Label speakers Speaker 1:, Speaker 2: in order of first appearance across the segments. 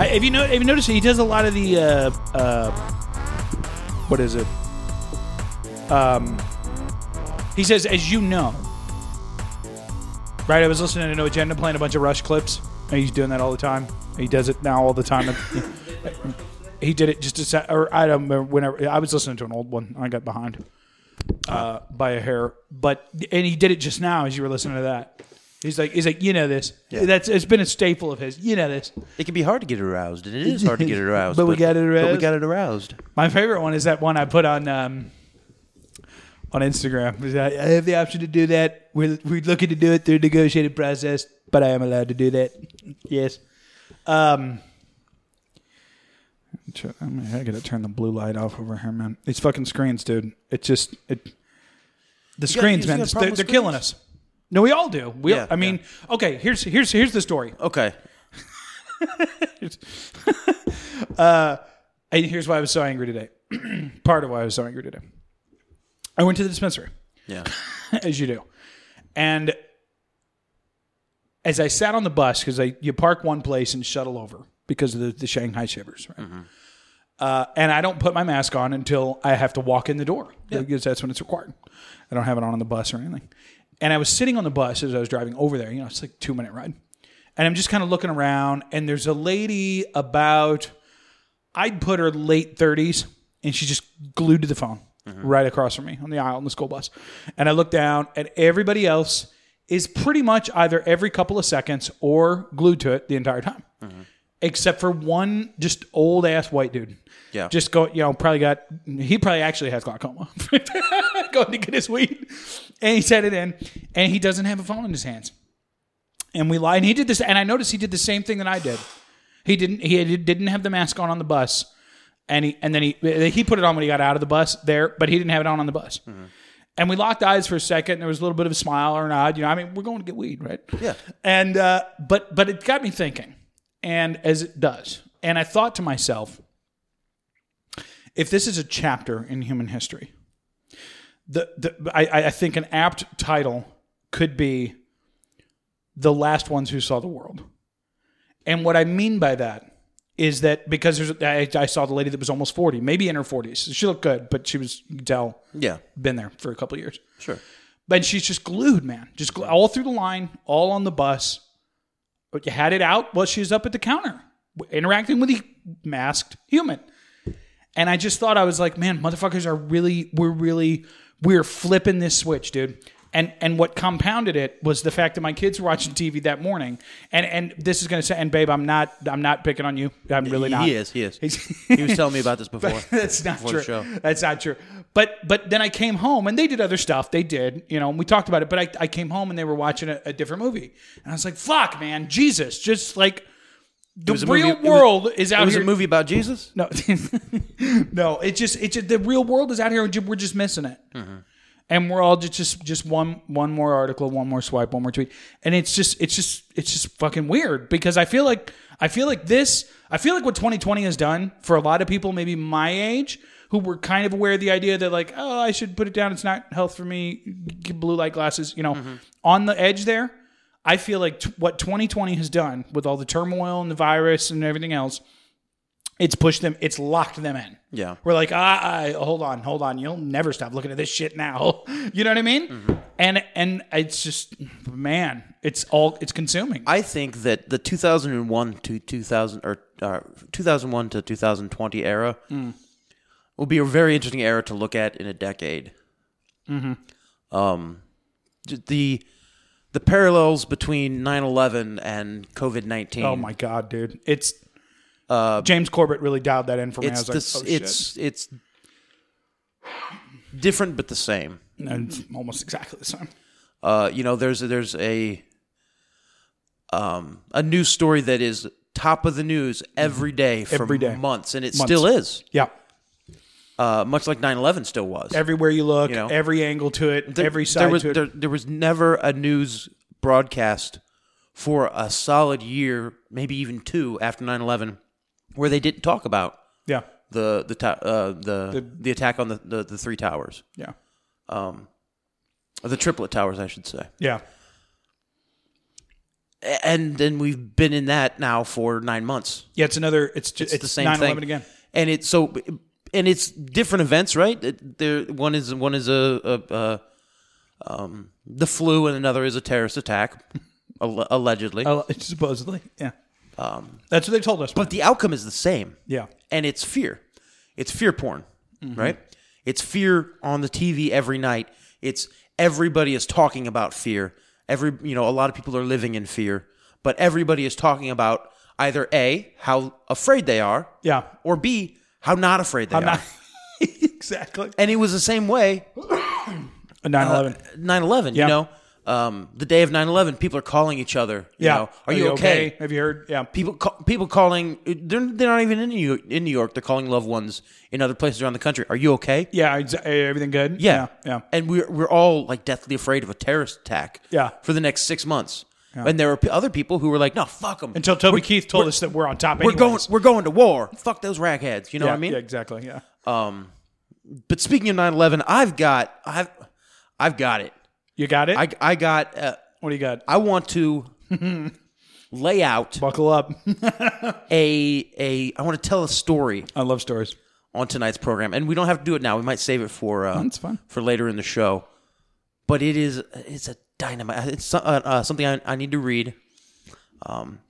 Speaker 1: I, have you know? Have you noticed he does a lot of the uh, uh, what is it? Um, he says, "As you know." Right. I was listening to No Agenda playing a bunch of Rush clips. And he's doing that all the time. He does it now all the time. he did it just to sa- or I don't remember whenever I was listening to an old one. I got behind uh, by a hair, but and he did it just now as you were listening to that. He's like, he's like, you know this. That's it's been a staple of his. You know this.
Speaker 2: It can be hard to get aroused, and it is hard to get aroused.
Speaker 1: But we got it
Speaker 2: But
Speaker 1: aroused.
Speaker 2: we got it aroused.
Speaker 1: My favorite one is that one I put on um, on Instagram. Is that I have the option to do that. We're we're looking to do it through a negotiated process, but I am allowed to do that. Yes. Um. Turn- I, mean, I gotta turn the blue light off over here, man. These fucking screens, dude. It's just it. The screens,
Speaker 2: you
Speaker 1: man.
Speaker 2: got a
Speaker 1: They're,
Speaker 2: problem
Speaker 1: they're
Speaker 2: with
Speaker 1: killing us. No, we all do. We,
Speaker 2: Yeah,
Speaker 1: I mean, okay. Here's here's here's the story.
Speaker 2: Okay.
Speaker 1: And here's why I was so angry today. Part of why I was so angry today. I went to the dispensary.
Speaker 2: Yeah.
Speaker 1: as you do. And as I sat on the bus, because you park one place and shuttle over because of the, the Shanghai shivers, right? Uh, and I don't put my mask on until I have to walk in the door because that's when it's required. I don't have it on on the bus or anything. And I was sitting on the bus as I was driving over there. You know, it's like two minute ride, and I'm just kind of looking around. And there's a lady about, I'd put her late 30s, and she's just glued to the phone right across from me on the aisle in the school bus. And I look down, and everybody else is pretty much either every couple of seconds or glued to it the entire time, except for one just old ass white dude.
Speaker 2: Yeah.
Speaker 1: Just go, you know, probably got, he probably actually has glaucoma going to get his weed. And he set it in, and he doesn't have a phone in his hands. And we lie, and he did this, and I noticed he did the same thing that I did. He didn't. He didn't have the mask on on the bus, and he and then he he put it on when he got out of the bus there, but he didn't have it on on the bus. And we locked eyes for a second. And there was a little bit of a smile or a nod. You know, I mean, we're going to get weed, right?
Speaker 2: Yeah.
Speaker 1: And uh, but but it got me thinking, and as it does, and I thought to myself, if this is a chapter in human history, the, the I, I think an apt title could be the last ones who saw the world. And what I mean by that is that because there's, I, I saw the lady that was almost 40, maybe in her 40s. She looked good, but she was, you could tell,
Speaker 2: Yeah.
Speaker 1: been there for a couple of years.
Speaker 2: Sure.
Speaker 1: But she's just glued, man. Just glu- all through the line, all on the bus. But you had it out while she was up at the counter, w- interacting with the masked human. And I just thought I was like, man, motherfuckers are really, we're really, we're flipping this switch, dude. And and what compounded it was the fact that my kids were watching TV that morning. And and this is gonna say, and babe, I'm not, I'm not picking on you. I'm really
Speaker 2: he
Speaker 1: not.
Speaker 2: is. He is.
Speaker 1: He's-
Speaker 2: he was telling me about this before.
Speaker 1: That's not
Speaker 2: Before
Speaker 1: true.
Speaker 2: the show.
Speaker 1: That's not true. But but then I came home and they did other stuff. They did, you know, and we talked about it. But I, I came home and they were watching a, a different movie, and I was like, "Fuck, man, Jesus!" Just like the
Speaker 2: was a
Speaker 1: real
Speaker 2: movie- it was-
Speaker 1: world is out
Speaker 2: It was
Speaker 1: here.
Speaker 2: a movie about Jesus.
Speaker 1: No, no, it just it's the real world is out here, and ju- we're just missing it. And we're all just, just just one one more article, one more swipe, one more tweet, and it's just it's just it's just fucking weird because I feel like I feel like this I feel like what 2020 has done for a lot of people, maybe my age, who were kind of aware of the idea that like oh I should put it down, it's not health for me, g- blue light glasses, you know, on the edge there. I feel like t- what 2020 has done with all the turmoil and the virus and everything else it's pushed them it's locked them in
Speaker 2: Yeah.
Speaker 1: we're like ah, ah hold on hold on you'll never stop looking at this shit now you know what i mean
Speaker 2: Mm-hmm.
Speaker 1: and and it's just man it's all it's consuming
Speaker 2: I think that the 2001 to 2000 or uh, 2001 to 2020 era
Speaker 1: Mm.
Speaker 2: will be a very interesting era to look at in a decade. Mm-hmm. Um, j- the the parallels between 9/11 and COVID-19.
Speaker 1: oh my god dude it's james corbett really dialed that in for me
Speaker 2: Uh, It's
Speaker 1: i was
Speaker 2: this.
Speaker 1: like oh,
Speaker 2: it's it's different but the same.
Speaker 1: shit. And it's almost exactly the same
Speaker 2: Uh, you know, there's there's a um a news story that is top of the news every day for
Speaker 1: Mm-hmm. Every day.
Speaker 2: months, and it
Speaker 1: Months.
Speaker 2: still is.
Speaker 1: Yeah.
Speaker 2: Uh, much like 9-11 still was.
Speaker 1: Everywhere you look,
Speaker 2: You know?
Speaker 1: every angle to it, every side
Speaker 2: there was
Speaker 1: to it.
Speaker 2: There, there was never a news broadcast for a solid year, maybe even two after 9-11, where they didn't talk about
Speaker 1: yeah.
Speaker 2: the the ta- uh, the, the attack on the, the, the three towers,
Speaker 1: Yeah.
Speaker 2: or the triplet towers, I should say.
Speaker 1: Yeah.
Speaker 2: A- And then we've been in that now for nine months.
Speaker 1: Yeah. It's another, it's just,
Speaker 2: it's,
Speaker 1: it's,
Speaker 2: the same
Speaker 1: 9
Speaker 2: thing
Speaker 1: 11 again.
Speaker 2: And it's so, and it's different events, right? It- There, one is one is a, a, a um, the flu, and another is a terrorist attack, al- allegedly.
Speaker 1: Uh, supposedly. Yeah. Um, That's what they told us.
Speaker 2: But the outcome is the same.
Speaker 1: yeah. Mm-hmm.
Speaker 2: and it's fear. It's fear porn, right? It's fear on the TV every night. It's everybody is talking about fear. Every you know, a lot of people are living in fear, but everybody is talking about either A, how afraid they are,
Speaker 1: Yeah.
Speaker 2: or B, how not afraid they
Speaker 1: I'm
Speaker 2: are.
Speaker 1: not. exactly.
Speaker 2: and it was the same way
Speaker 1: 9
Speaker 2: Uh,
Speaker 1: 11.
Speaker 2: 9/11,
Speaker 1: Yeah.
Speaker 2: you know. Um, the day of 9/11, people are calling each other, you
Speaker 1: Yeah.
Speaker 2: know, are, you, okay?
Speaker 1: Have you heard? Yeah.
Speaker 2: People, ca- people calling. They're, they're not even in New, York, in New York. They're calling loved ones in other places around the country. Are you okay?
Speaker 1: Yeah. exa- eh, Everything good?
Speaker 2: Yeah.
Speaker 1: Yeah.
Speaker 2: And we're we're all like deathly afraid of a terrorist attack.
Speaker 1: Yeah.
Speaker 2: For the next six months. And there were p- other people who were like, no, fuck them.
Speaker 1: Until Toby Keith told us that we're on top.
Speaker 2: we're going,
Speaker 1: anyways.
Speaker 2: we're going to war. Fuck those ragheads. You know
Speaker 1: yeah,
Speaker 2: what I mean?
Speaker 1: Yeah, exactly. Yeah.
Speaker 2: But speaking of 9-11, I've got, I've, I've got it.
Speaker 1: You got it?
Speaker 2: I, I got, uh,
Speaker 1: what do you got?
Speaker 2: I want to lay out
Speaker 1: Buckle up.
Speaker 2: a, a, I want to tell a story
Speaker 1: I love stories.
Speaker 2: on tonight's program, and we don't have to do it now. We might save it for uh,
Speaker 1: That's fine.
Speaker 2: for later in the show. But it is it's a dynamite. It's so- uh, uh, something I, I need to read. Um,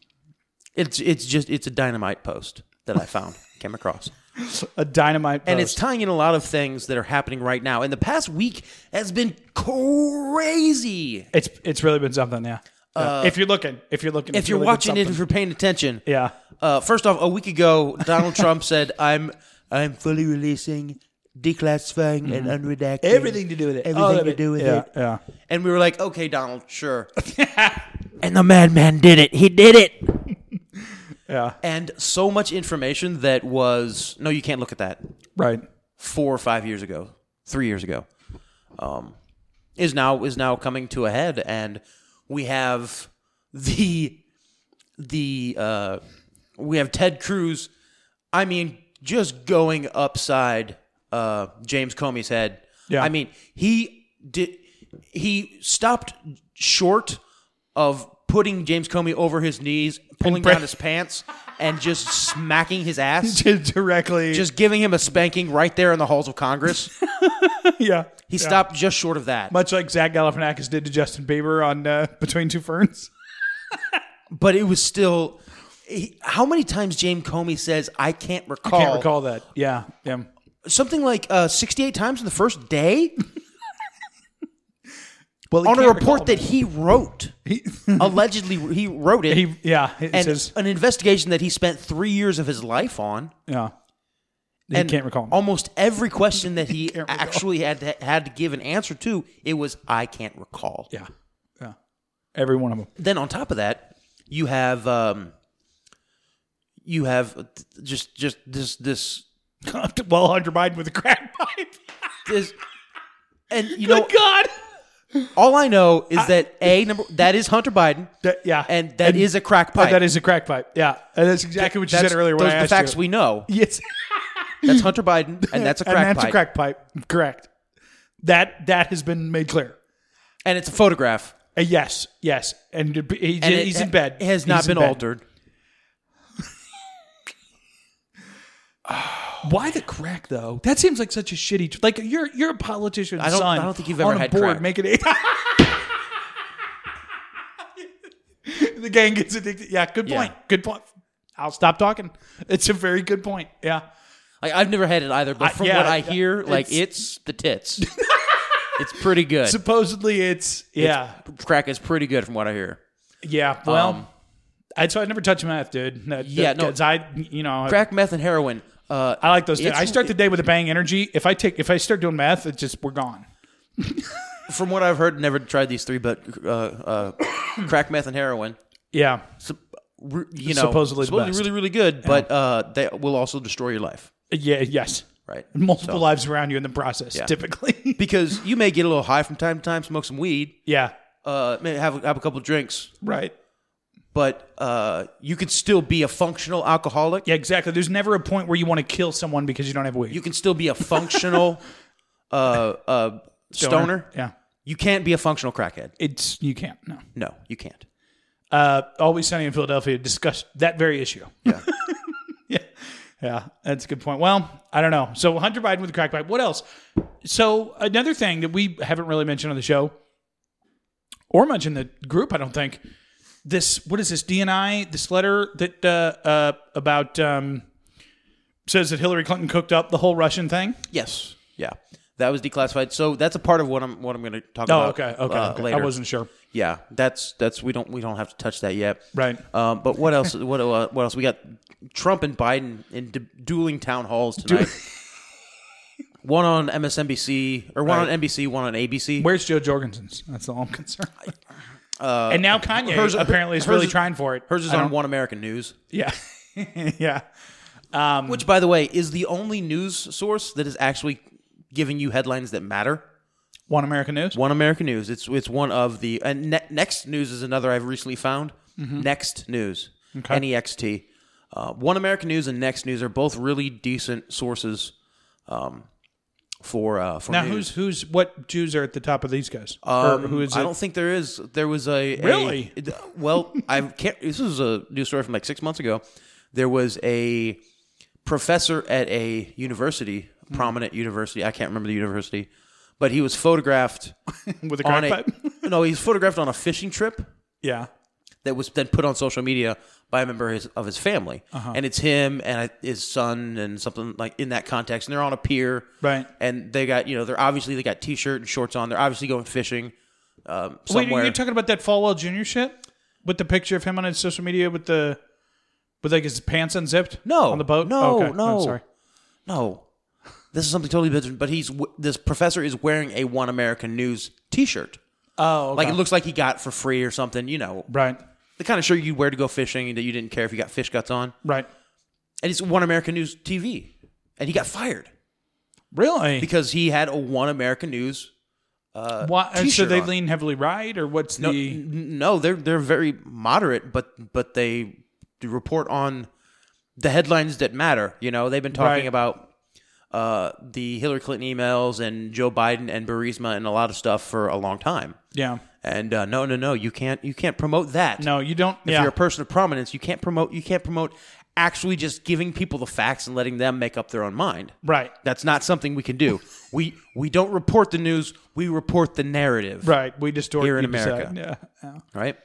Speaker 2: it's it's just it's a dynamite post that I found came across,
Speaker 1: A dynamite uh,
Speaker 2: and it's
Speaker 1: time.
Speaker 2: tying in a lot of things that are happening right now. And the past week has been crazy.
Speaker 1: It's it's really been something, yeah. Yeah. if you're looking, if you're looking,
Speaker 2: Uh, If you're watching it, if you're paying attention,
Speaker 1: yeah,
Speaker 2: Uh, first off, a week ago, Donald Trump said, "I'm I'm fully releasing, declassifying, and unredacting
Speaker 1: Mm-hmm. Everything to do with it. All
Speaker 2: Everything
Speaker 1: of
Speaker 2: to
Speaker 1: it.
Speaker 2: do with
Speaker 1: Yeah,
Speaker 2: it."
Speaker 1: yeah.
Speaker 2: And we were like, "Okay, Donald, sure." and the madman did it. He did it.
Speaker 1: Yeah.
Speaker 2: And so much information that was no, you can't look at that.
Speaker 1: right,
Speaker 2: Four or five years ago, three years ago, um, is now is now coming to a head, and we have the the uh, we have Ted Cruz. I mean, just going upside uh, James Comey's head.
Speaker 1: Yeah.
Speaker 2: I mean, he did. He stopped short of putting James Comey over his knees, pulling
Speaker 1: bre-
Speaker 2: down his pants, and just smacking his ass.
Speaker 1: Just directly,
Speaker 2: Just giving him a spanking right there in the halls of Congress.
Speaker 1: yeah.
Speaker 2: He
Speaker 1: Yeah.
Speaker 2: stopped just short of that.
Speaker 1: much like Zach Galifianakis did to Justin Bieber on uh, Between Two Ferns.
Speaker 2: but it was still. He, how many times James Comey says, I can't recall?
Speaker 1: I can't recall that. Yeah, yeah.
Speaker 2: Something like uh, 68 times in the first day?
Speaker 1: Well, he
Speaker 2: on a
Speaker 1: can't
Speaker 2: report
Speaker 1: recall
Speaker 2: that he wrote. allegedly, he wrote it.
Speaker 1: he, yeah, it
Speaker 2: and
Speaker 1: says,
Speaker 2: an investigation that he spent three years of his life on.
Speaker 1: yeah. He
Speaker 2: and
Speaker 1: can't recall.
Speaker 2: Almost every question that he
Speaker 1: Can't recall.
Speaker 2: actually had to, had to give an answer to, it was I can't recall.
Speaker 1: yeah, yeah. Every one of them.
Speaker 2: Then on top of that, you have um, you have just just this this
Speaker 1: well, Hunter Biden with a crack pipe.
Speaker 2: this, and you know
Speaker 1: God.
Speaker 2: all I know is that a number that is Hunter Biden.
Speaker 1: That- yeah, oh,
Speaker 2: And that is a crack pipe.
Speaker 1: That is a crack pipe. Yeah, and that's exactly what you
Speaker 2: That's-
Speaker 1: said earlier. When
Speaker 2: those
Speaker 1: I
Speaker 2: are the
Speaker 1: asked
Speaker 2: facts
Speaker 1: you.
Speaker 2: we know.
Speaker 1: Yes.
Speaker 2: That's Hunter Biden, and that's a crack
Speaker 1: and that's
Speaker 2: pipe,
Speaker 1: a crack pipe. Correct. That that has been made clear.
Speaker 2: and it's a photograph.
Speaker 1: Uh, yes, yes, and it- he,
Speaker 2: and it-
Speaker 1: he's in bed.
Speaker 2: It has
Speaker 1: He's
Speaker 2: not
Speaker 1: in
Speaker 2: been
Speaker 1: bed.
Speaker 2: altered.
Speaker 1: Why the crack though? That seems like such a shitty. tr- Like you're you're a politician's
Speaker 2: I don't-
Speaker 1: son.
Speaker 2: I don't think you've ever
Speaker 1: on a
Speaker 2: had
Speaker 1: board
Speaker 2: crack.
Speaker 1: making it. the gang gets addicted. Yeah, good
Speaker 2: Yeah.
Speaker 1: point. Good point. I'll stop talking. It's a very good point. Yeah.
Speaker 2: Like I've never had it either, but
Speaker 1: I-
Speaker 2: from
Speaker 1: yeah,
Speaker 2: what I
Speaker 1: yeah,
Speaker 2: hear, like it's
Speaker 1: it's-
Speaker 2: the tits. it's pretty good.
Speaker 1: Supposedly it's yeah
Speaker 2: Crack is pretty good from what I hear.
Speaker 1: yeah. Well,
Speaker 2: Um,
Speaker 1: I so I never touch meth, dude. That-
Speaker 2: Yeah,
Speaker 1: that-
Speaker 2: no.
Speaker 1: 'cause I you know I-
Speaker 2: Crack, meth, and heroin. Uh,
Speaker 1: I like those. Things.
Speaker 2: It's-
Speaker 1: I start the day with a bang energy. If I take, if I start doing math, it's just we're gone.
Speaker 2: from what I've heard, never tried these three, but uh, uh, crack, meth, and heroin.
Speaker 1: Yeah,
Speaker 2: So, re- you know,
Speaker 1: Supposedly the best.
Speaker 2: really, really good, but uh, they will also destroy your life,
Speaker 1: Yeah. Yes.
Speaker 2: right?
Speaker 1: Multiple
Speaker 2: So-
Speaker 1: lives around you in the process,
Speaker 2: Yeah.
Speaker 1: typically.
Speaker 2: Because you may get a little high from time to time, smoke some weed,
Speaker 1: yeah.
Speaker 2: uh, may have, have a couple drinks,
Speaker 1: Right.
Speaker 2: but uh, you can still be a functional alcoholic.
Speaker 1: Yeah. Exactly. There's never a point where you want to kill someone because you don't have weed.
Speaker 2: You can still be a functional uh, uh, stoner.
Speaker 1: Yeah.
Speaker 2: You can't be a functional crackhead.
Speaker 1: It's you can't. No.
Speaker 2: No, you can't.
Speaker 1: Uh, Always Sunny in Philadelphia discussed that very issue.
Speaker 2: Yeah.
Speaker 1: yeah. Yeah, that's a good point. Well, I don't know. So Hunter Biden with the crack pipe. What else? So another thing that we haven't really mentioned on the show, or much in the group, I don't think. This what is this DNI? This letter that uh, uh, about um, says that Hillary Clinton cooked up the whole Russian thing.
Speaker 2: Yes. Yeah. That was declassified. So that's a part of what I'm what I'm going to talk
Speaker 1: Oh,
Speaker 2: about.
Speaker 1: okay, okay.
Speaker 2: uh,
Speaker 1: okay.
Speaker 2: Later.
Speaker 1: I wasn't sure.
Speaker 2: Yeah. That's that's we don't we don't have to touch that yet.
Speaker 1: Right.
Speaker 2: Um, but what else? what uh, what else? We got Trump and Biden in du- dueling town halls tonight. one on MSNBC or one on NBC, one on ABC.
Speaker 1: Where's Joe Jorgensen's? That's all I'm concerned. with. and now Kanye
Speaker 2: Uh, hers-
Speaker 1: apparently is
Speaker 2: hers
Speaker 1: really
Speaker 2: is-
Speaker 1: trying for it.
Speaker 2: Hers is
Speaker 1: I don't-
Speaker 2: on One American News,
Speaker 1: Yeah, yeah. Mm.
Speaker 2: which, by the way, is the only news source that is actually giving you headlines that matter.
Speaker 1: One American News.
Speaker 2: One American News. It's it's one of the and ne- Next News is another I've recently found.
Speaker 1: Mm-hmm.
Speaker 2: Next News, N E X T. Uh, one American News and Next News are both really decent sources um, for uh, for
Speaker 1: Now,
Speaker 2: news.
Speaker 1: who's who's what Jews are at the top of these guys?
Speaker 2: Um,
Speaker 1: or who is
Speaker 2: I
Speaker 1: it?
Speaker 2: don't think there is. There was a a-
Speaker 1: Really?
Speaker 2: d- well, I can't. This is a news story from like six months ago. There was a professor at a university,
Speaker 1: Hmm.
Speaker 2: prominent university. I can't remember the university, but he was photographed
Speaker 1: with a
Speaker 2: on
Speaker 1: crack
Speaker 2: a
Speaker 1: pipe?
Speaker 2: no. He's photographed on a fishing trip
Speaker 1: yeah.
Speaker 2: that was then put on social media by a member of his, of his family,
Speaker 1: Uh-huh.
Speaker 2: and it's him and I, his son and something like in that context. And they're on a pier,
Speaker 1: Right.
Speaker 2: And they got you know they're obviously they got t-shirt and shorts on. They're obviously going fishing. Um,
Speaker 1: Wait,
Speaker 2: somewhere.
Speaker 1: you're talking about that Falwell Junior shit with the picture of him on his social media with the with like his pants unzipped?
Speaker 2: No,
Speaker 1: on the boat.
Speaker 2: No,
Speaker 1: Oh, okay.
Speaker 2: no,
Speaker 1: I'm sorry.
Speaker 2: no. This is something totally different. But he's w- this professor is wearing a One American News T-shirt.
Speaker 1: Oh,
Speaker 2: Like it looks like he got for free or something. You know,
Speaker 1: right,
Speaker 2: the kind of shirt you wear to go fishing that you didn't care if you got fish guts on.
Speaker 1: right.
Speaker 2: And it's One American News TV, and he got fired
Speaker 1: Really?
Speaker 2: because he had a One American News.
Speaker 1: Why, and so
Speaker 2: t-shirt
Speaker 1: they
Speaker 2: on.
Speaker 1: lean heavily right, or what's
Speaker 2: No,
Speaker 1: the?
Speaker 2: Uh, n- no, they're they're very moderate, but but they report on the headlines that matter. You know, they've been talking
Speaker 1: Right.
Speaker 2: about uh, the Hillary Clinton emails and Joe Biden and Burisma and a lot of stuff for a long time.
Speaker 1: Yeah.
Speaker 2: And uh, no, no, no, you can't you can't promote that.
Speaker 1: No, you don't.
Speaker 2: if
Speaker 1: yeah.
Speaker 2: you're a person of prominence, you can't promote you can't promote actually just giving people the facts and letting them make up their own mind.
Speaker 1: right.
Speaker 2: That's not something we can do. we we don't report the news. We report the narrative.
Speaker 1: Right. We distort
Speaker 2: Here in
Speaker 1: you decide.
Speaker 2: America.
Speaker 1: Yeah. Yeah.
Speaker 2: right?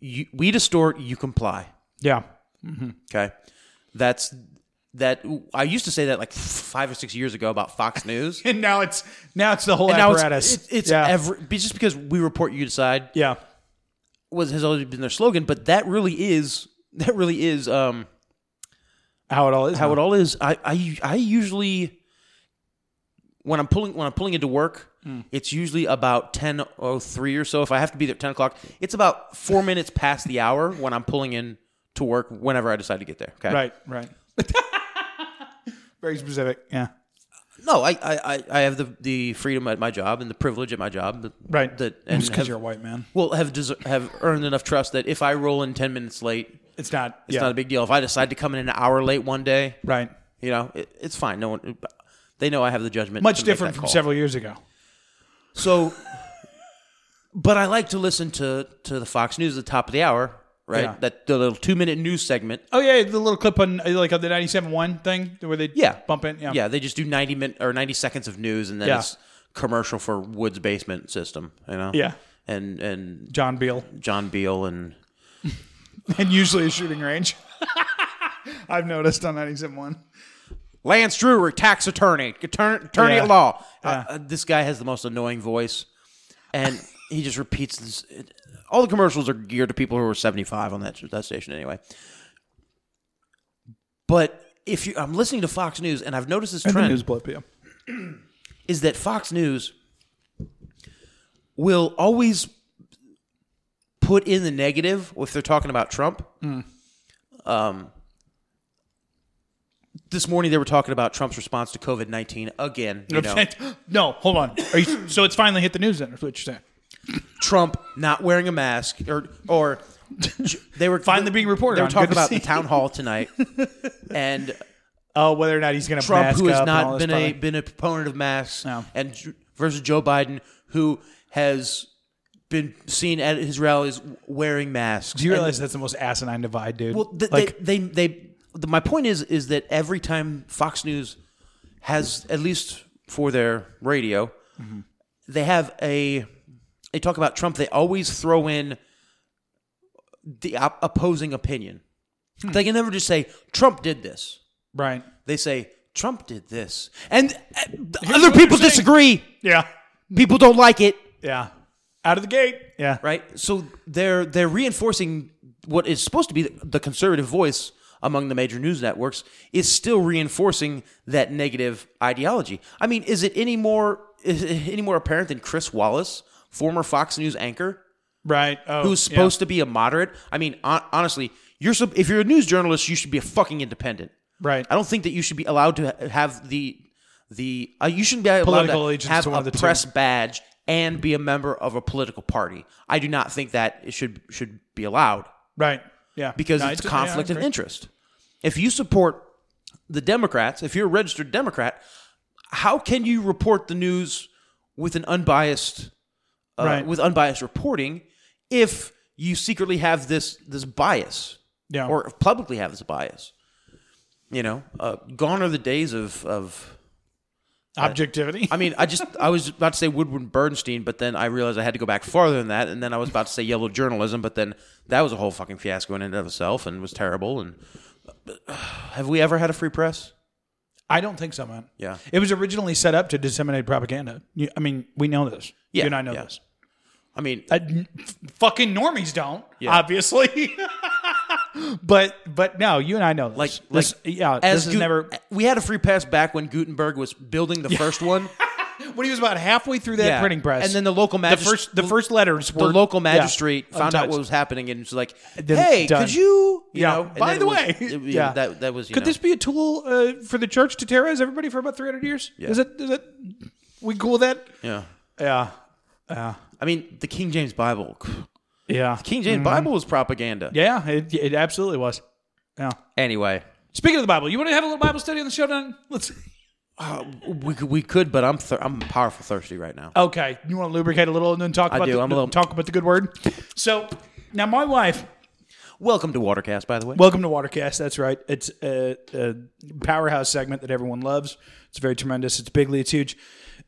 Speaker 2: You, we distort, you comply.
Speaker 1: Yeah.
Speaker 2: Okay, that's that. I used to say that like five or six years ago about Fox News.
Speaker 1: And now it's now it's the whole
Speaker 2: And now it's
Speaker 1: apparatus.
Speaker 2: it's, it's
Speaker 1: yeah.
Speaker 2: every be- just because we report, you decide
Speaker 1: yeah.
Speaker 2: was has always been their slogan, but that really is that really is um
Speaker 1: How it all is.
Speaker 2: how
Speaker 1: now.
Speaker 2: it all is. I I I usually when I'm pulling when I'm pulling into work.
Speaker 1: Hmm.
Speaker 2: It's usually about ten oh three or so. If I have to be there at ten o'clock, it's about four minutes past the hour when I'm pulling in to work. Whenever I decide to get there, okay?
Speaker 1: Right, right. Very specific. Yeah.
Speaker 2: No, I, I, I- I have the, the freedom at my job and the privilege at my job. That,
Speaker 1: Right.
Speaker 2: That and
Speaker 1: Just because
Speaker 2: have-
Speaker 1: you're a white man.
Speaker 2: Well, have deser- have earned enough trust that if I roll in ten minutes late,
Speaker 1: It's not.
Speaker 2: it's
Speaker 1: yeah.
Speaker 2: not a big deal. If I decide to come in an hour late one day,
Speaker 1: Right.
Speaker 2: You know, it, it's fine. No one, they know I have the judgment. to
Speaker 1: Much
Speaker 2: make
Speaker 1: different
Speaker 2: that
Speaker 1: from
Speaker 2: call.
Speaker 1: several years ago.
Speaker 2: So, but I like to listen to to the Fox News at the top of the hour, right?
Speaker 1: Yeah.
Speaker 2: That the little two minute news segment.
Speaker 1: Oh yeah, the little clip on like on the ninety-seven one thing where they
Speaker 2: Yeah,
Speaker 1: bump in. Yeah.
Speaker 2: yeah. They just do ninety minute or ninety seconds of news, and then
Speaker 1: Yeah.
Speaker 2: it's commercial for Woods Basement System. You know,
Speaker 1: Yeah.
Speaker 2: and and
Speaker 1: John Beal
Speaker 2: John Beal and
Speaker 1: and usually a shooting range. I've noticed on ninety-seven one.
Speaker 2: Lance Drewer, tax attorney, attorney, attorney
Speaker 1: Yeah.
Speaker 2: at law. Uh,
Speaker 1: Yeah.
Speaker 2: uh, this guy has the most annoying voice, and he just repeats this. It, all the commercials are geared to people who are seventy five on that that station anyway. But if you, I'm listening to Fox News, and I've noticed this trend
Speaker 1: blip. Yeah.
Speaker 2: is that Fox News will always put in the negative if they're talking about Trump.
Speaker 1: Hmm.
Speaker 2: Um, this morning they were talking about Trump's response to COVID nineteen again. You know,
Speaker 1: no, hold on. Are you, so it's finally hit the news. Then is what you're saying?
Speaker 2: Trump not wearing a mask or or they were
Speaker 1: Finally being reported
Speaker 2: They were
Speaker 1: on.
Speaker 2: talking
Speaker 1: Good to
Speaker 2: about
Speaker 1: see.
Speaker 2: the town hall tonight, and
Speaker 1: Oh, whether or not he's going to
Speaker 2: Trump,
Speaker 1: mask
Speaker 2: who has
Speaker 1: up and all
Speaker 2: not
Speaker 1: this
Speaker 2: been a
Speaker 1: fun.
Speaker 2: been a proponent of masks,
Speaker 1: No.
Speaker 2: and J- versus Joe Biden, who has been seen at his rallies wearing masks.
Speaker 1: Do you realize that's the most asinine divide, dude?
Speaker 2: Well, th-
Speaker 1: like,
Speaker 2: they, they, they, the, my point is, is that every time Fox News has, at least for their radio,
Speaker 1: Mm-hmm.
Speaker 2: they have a, they talk about Trump. They always throw in the op- opposing opinion.
Speaker 1: Hmm.
Speaker 2: They can never just say Trump did this.
Speaker 1: right?
Speaker 2: They say Trump did this, and uh, other people disagree.
Speaker 1: Yeah,
Speaker 2: People don't like it,
Speaker 1: yeah. Out of the gate. Yeah,
Speaker 2: right? So they're they're reinforcing what is supposed to be the conservative voice among the major news networks is still reinforcing that negative ideology. I mean, is it any more is it any more apparent than Chris Wallace, former Fox News anchor,
Speaker 1: right. Oh,
Speaker 2: who's supposed to be a moderate? I mean, hon- honestly, you're sup- if you're a news journalist, you should be a fucking independent.
Speaker 1: to? Right.
Speaker 2: I don't think that you should be allowed to ha- have the the uh, you shouldn't be allowed
Speaker 1: Political
Speaker 2: to
Speaker 1: allegiance
Speaker 2: have
Speaker 1: to one
Speaker 2: a
Speaker 1: of the two.
Speaker 2: press badge and be a member of a political party. I do not think that it should should be allowed
Speaker 1: Right. Yeah.
Speaker 2: because
Speaker 1: No,
Speaker 2: it's a
Speaker 1: yeah, I
Speaker 2: conflict of
Speaker 1: agree.
Speaker 2: interest. If you support the Democrats, if you're a registered Democrat, how can you report the news with an unbiased uh,
Speaker 1: Right.
Speaker 2: with unbiased reporting if you secretly have this this bias?
Speaker 1: Yeah.
Speaker 2: or publicly have this bias. You know, uh, gone are the days of of.
Speaker 1: objectivity.
Speaker 2: I mean, I just I was about to say Woodward Bernstein, but then I realized I had to go back farther than that, and then I was about to say yellow journalism, but then that was a whole fucking fiasco in and of itself, and was terrible. And have we ever had a free press?
Speaker 1: I don't think so, man.
Speaker 2: Yeah.
Speaker 1: It was originally set up to disseminate propaganda. You- I mean, we know this.
Speaker 2: Yeah,
Speaker 1: You and I know
Speaker 2: yeah.
Speaker 1: this.
Speaker 2: I mean,
Speaker 1: Uh, n- f- fucking normies don't,
Speaker 2: Yeah.
Speaker 1: obviously. but but no, you and I know this.
Speaker 2: like, like
Speaker 1: This- yeah,
Speaker 2: as
Speaker 1: this is
Speaker 2: Gut-
Speaker 1: never
Speaker 2: we had a free press back when Gutenberg was building the first one.
Speaker 1: when he was about halfway through that
Speaker 2: Yeah.
Speaker 1: printing press,
Speaker 2: And then the local
Speaker 1: the
Speaker 2: magis-
Speaker 1: first the first letters
Speaker 2: the
Speaker 1: were
Speaker 2: local
Speaker 1: yeah,
Speaker 2: magistrate found out
Speaker 1: untouched.
Speaker 2: what was happening and was like,
Speaker 1: Then
Speaker 2: "Hey,
Speaker 1: done.
Speaker 2: could you?" you
Speaker 1: yeah.
Speaker 2: know, and
Speaker 1: By
Speaker 2: then
Speaker 1: the
Speaker 2: it was-
Speaker 1: way,
Speaker 2: it-
Speaker 1: yeah,
Speaker 2: that that was. You
Speaker 1: could
Speaker 2: know,
Speaker 1: this be a tool uh, for the church to terrorize everybody for about three hundred years?
Speaker 2: Yeah.
Speaker 1: Is it is it we cool with that?
Speaker 2: Yeah,
Speaker 1: Yeah,
Speaker 2: I mean, the King James Bible.
Speaker 1: yeah,
Speaker 2: King James Bible was propaganda.
Speaker 1: Mm-hmm. yeah. It, it absolutely was. Yeah.
Speaker 2: Anyway,
Speaker 1: Speaking of the Bible, you want to have a little Bible study on the show tonight? Let's.
Speaker 2: we could, we could, but I'm thir- I'm powerful thirsty right now.
Speaker 1: Okay, you want to lubricate a little and then talk
Speaker 2: I
Speaker 1: about
Speaker 2: do.
Speaker 1: the,
Speaker 2: I'm a little-
Speaker 1: talk about the good word. So now my wife,
Speaker 2: Welcome to Watercast, by the way.
Speaker 1: welcome to Watercast. That's right. It's a, a powerhouse segment that everyone loves. It's very tremendous. It's bigly. It's huge.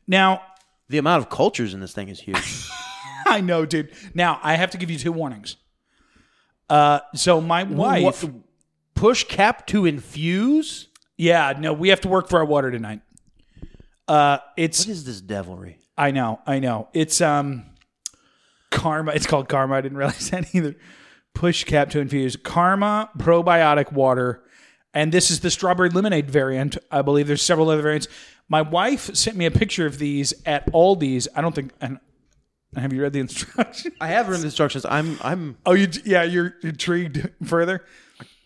Speaker 1: Now
Speaker 2: the amount of cultures in this thing is huge.
Speaker 1: I know, dude. Now I have to give you two warnings. Uh, so my wife,
Speaker 2: What- push cap to infuse.
Speaker 1: yeah, no, we have to work for our water tonight. Uh, it's
Speaker 2: What is this devilry?
Speaker 1: I know, I know. It's um karma. It's called karma. I didn't realize that either. Push cap to infuse karma probiotic water, and this is the strawberry lemonade variant. I believe there's several other variants. My wife sent me a picture of these at Aldi's. I don't think. And have you read the instructions?
Speaker 2: I have written the instructions. I'm I'm
Speaker 1: Oh, you yeah, you're intrigued further.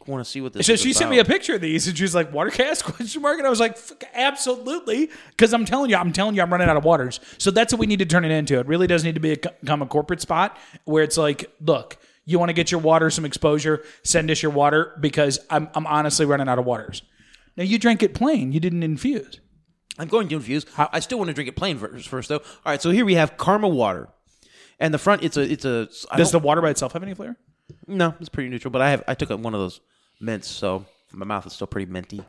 Speaker 2: want to see what this.
Speaker 1: So
Speaker 2: is
Speaker 1: she sent
Speaker 2: about.
Speaker 1: me a picture of these, and she was like, "Water cask?" Question mark. And I was like, Fuck, "Absolutely," because I'm telling you, I'm telling you, I'm running out of waters. So that's what we need to turn it into. It really does need to be a, become a corporate spot where it's like, look, you want to get your water some exposure, send us your water because I'm I'm honestly running out of waters. Now you drank it plain, you didn't infuse.
Speaker 2: I'm going to infuse. I still want to drink it plain first, first though. All right, so here we have Karma water, and the front it's a it's a. I
Speaker 1: Does the
Speaker 2: don't-
Speaker 1: water by itself have any flavor?
Speaker 2: no, it's pretty neutral. But I have I took one of those mints, so my mouth is still pretty minty.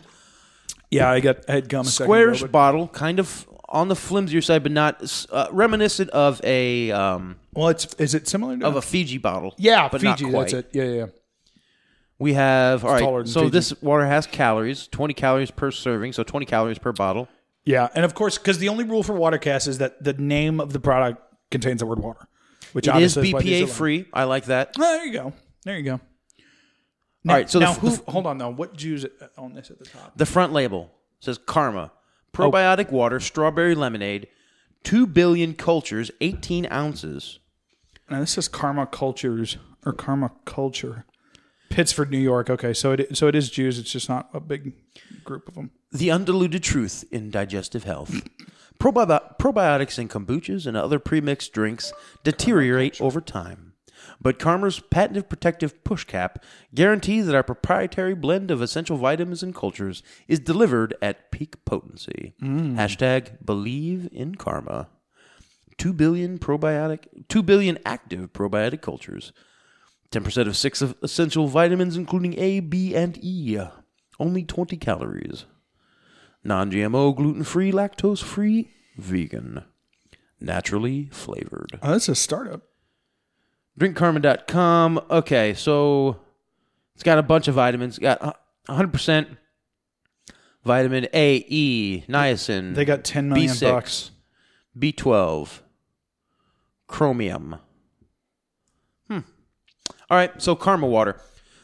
Speaker 1: Yeah, I got I had gum.
Speaker 2: Squarish bottle, kind of on the flimsier side, but not uh, reminiscent of a um
Speaker 1: well, it's is it similar to
Speaker 2: of a Fiji bottle.
Speaker 1: yeah,
Speaker 2: but
Speaker 1: Fiji?
Speaker 2: not quite.
Speaker 1: That's it. Yeah, yeah. yeah.
Speaker 2: We have all
Speaker 1: taller
Speaker 2: right.
Speaker 1: than
Speaker 2: So
Speaker 1: Fiji.
Speaker 2: this water has calories, 20 calories per serving, so 20 calories per bottle.
Speaker 1: Yeah, and of course, because the only rule for Watercast is that the name of the product contains the word water, which
Speaker 2: It is
Speaker 1: obviously why these are
Speaker 2: BPA
Speaker 1: long.
Speaker 2: free. I like that.
Speaker 1: Well, there you go. There you go. Now,
Speaker 2: right, so the
Speaker 1: now
Speaker 2: f-
Speaker 1: who?
Speaker 2: the f-
Speaker 1: hold on though. What Jews on this at the top?
Speaker 2: The front label says Karma, probiotic
Speaker 1: Oh.
Speaker 2: water, strawberry lemonade, 2 billion cultures, 18 ounces.
Speaker 1: Now this is Karma Cultures or Karma Culture, Pittsford, New York. Okay, so it so it is Jews. It's just not a big group of them.
Speaker 2: The Undiluted Truth in Digestive Health. Probi- probiotics in kombuchas and other premixed drinks deteriorate over time. But Karma's patented protective push cap guarantees that our proprietary blend of essential vitamins and cultures is delivered at peak potency. Hashtag believe in karma. Two billion probiotic, two billion active probiotic cultures. 10% of six of essential vitamins, including A, B, and E. Only 20 calories. Non GMO, gluten free, lactose free, vegan. Naturally flavored.
Speaker 1: Oh, that's a startup.
Speaker 2: DrinkKarma.com. Okay, so it's got a bunch of vitamins. Got uh, 100% vitamin A, E, niacin.
Speaker 1: They got ten million
Speaker 2: B6,
Speaker 1: bucks.
Speaker 2: B12, chromium. Hmm. All right, so Karma water.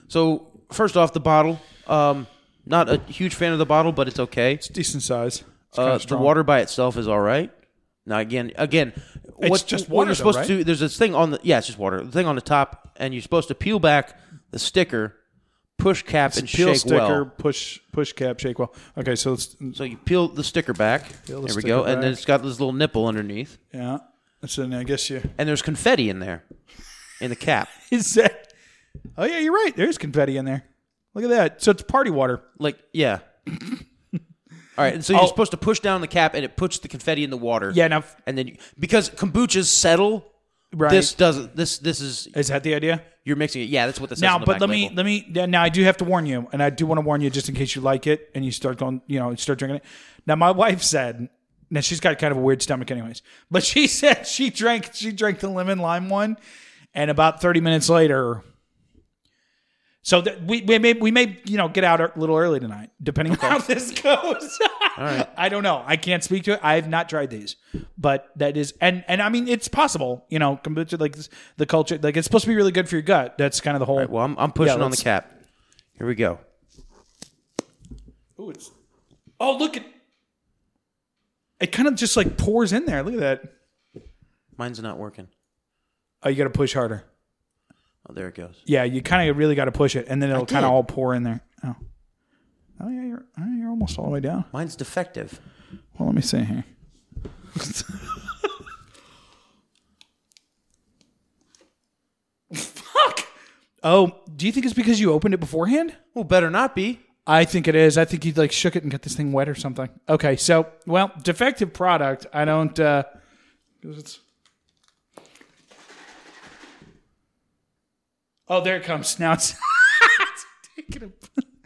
Speaker 2: So, first off, the bottle. Um, not a huge fan of the bottle, but it's okay.
Speaker 1: It's decent size. It's
Speaker 2: Uh,
Speaker 1: kinda
Speaker 2: the
Speaker 1: strong.
Speaker 2: water by itself is all right. Now again, again, what,
Speaker 1: just
Speaker 2: what
Speaker 1: water,
Speaker 2: you're
Speaker 1: though,
Speaker 2: supposed
Speaker 1: right?
Speaker 2: to do. There's this thing on the yeah, it's just water. The thing on the top, and you're supposed to peel back the sticker, push cap, and
Speaker 1: Peel
Speaker 2: shake
Speaker 1: sticker,
Speaker 2: well.
Speaker 1: push push cap, shake well. Okay, so it's
Speaker 2: So you peel the sticker back.
Speaker 1: Peel the
Speaker 2: there we
Speaker 1: sticker
Speaker 2: go, and then
Speaker 1: back.
Speaker 2: it's got this little nipple underneath,
Speaker 1: yeah. So then I guess you
Speaker 2: and there's confetti in there, in the cap,
Speaker 1: is that. Oh yeah, you're right. There's confetti in there. Look at that. So it's party water.
Speaker 2: like yeah. All right, and so you're
Speaker 1: Oh.
Speaker 2: supposed to push down the cap, and it puts the confetti in the water.
Speaker 1: Yeah. Now f-
Speaker 2: and then you, because kombuchas settle,
Speaker 1: right.
Speaker 2: this doesn't. This this is
Speaker 1: is that the idea?
Speaker 2: you're mixing it. Yeah, that's what this
Speaker 1: now
Speaker 2: Is
Speaker 1: but let me let me yeah, now i do have to warn you and i do want to warn you just in case you like it and you start going you know you start drinking it now my wife said now she's got kind of a weird stomach anyways but she said she drank she drank the lemon lime one and about 30 minutes later so that we, we may we may you know get out a little early tonight depending on how this goes i don't know i can't speak to it i have not tried these but that is and and i mean it's possible you know compared to like this, the culture like it's supposed to be really good for your gut that's kind of the whole
Speaker 2: Well, I'm, I'm pushing
Speaker 1: Yeah,
Speaker 2: on the
Speaker 1: let's-
Speaker 2: cap. Here we go.
Speaker 1: Oh, it's. Oh, look at. It kind of just like pours in there. Look at that.
Speaker 2: Mine's not working.
Speaker 1: Oh, you got to push harder.
Speaker 2: Oh, there it goes.
Speaker 1: Yeah, you kind of really got to push it, and then it'll kind of
Speaker 2: did.
Speaker 1: all pour in there. Oh. Oh yeah, you're oh, you're almost all the way down.
Speaker 2: Mine's defective.
Speaker 1: Well, let me see here. Fuck. Oh, do you think it's because you opened it beforehand?
Speaker 2: Well, better not be.
Speaker 1: I think it is. I think he like shook it and got this thing wet or something. Okay, so well, defective product. I don't. uh 'cause it's- Oh, there it comes. Now it's, it's taking a.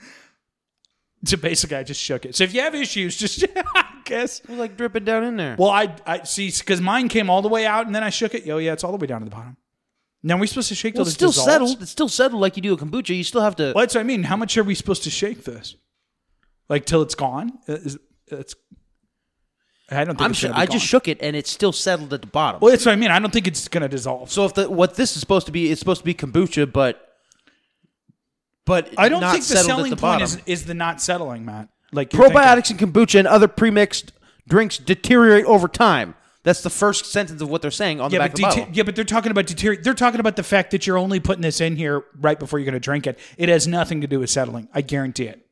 Speaker 1: So basically, I just shook it. So if you have issues, just I guess.
Speaker 2: It was like dripping down in there.
Speaker 1: Well, I I see because mine came all the way out and then I shook it. Oh yeah, it's all the way down to the bottom. Now we're supposed to shake till
Speaker 2: Well,
Speaker 1: this
Speaker 2: it's still
Speaker 1: dissolves?
Speaker 2: settled. It's still settled like you do a kombucha. You still have to.
Speaker 1: Well, that's what I mean. How much are we supposed to shake this? Like till it's gone? Uh, Is, it's, I don't think
Speaker 2: I'm
Speaker 1: it's
Speaker 2: sure.
Speaker 1: gonna be
Speaker 2: I just
Speaker 1: gone.
Speaker 2: shook it, and it's still settled at the bottom.
Speaker 1: Well, that's what I mean. I don't think it's going to dissolve.
Speaker 2: so if the, what this is supposed to be, it's supposed to be kombucha, but but
Speaker 1: I don't
Speaker 2: not
Speaker 1: think the
Speaker 2: settled at
Speaker 1: selling
Speaker 2: the
Speaker 1: point
Speaker 2: bottom.
Speaker 1: is, is the not settling, Matt. Like you're
Speaker 2: Probiotics and kombucha and other premixed drinks deteriorate over time. That's the first sentence of what they're saying on
Speaker 1: thinking-
Speaker 2: the
Speaker 1: Yeah,
Speaker 2: back of
Speaker 1: but
Speaker 2: the
Speaker 1: dete-
Speaker 2: bottle.
Speaker 1: yeah, but they're talking about deteriorate. They're talking about the fact that you're only putting this in here right before you're going to drink it. It has nothing to do with settling. I guarantee it.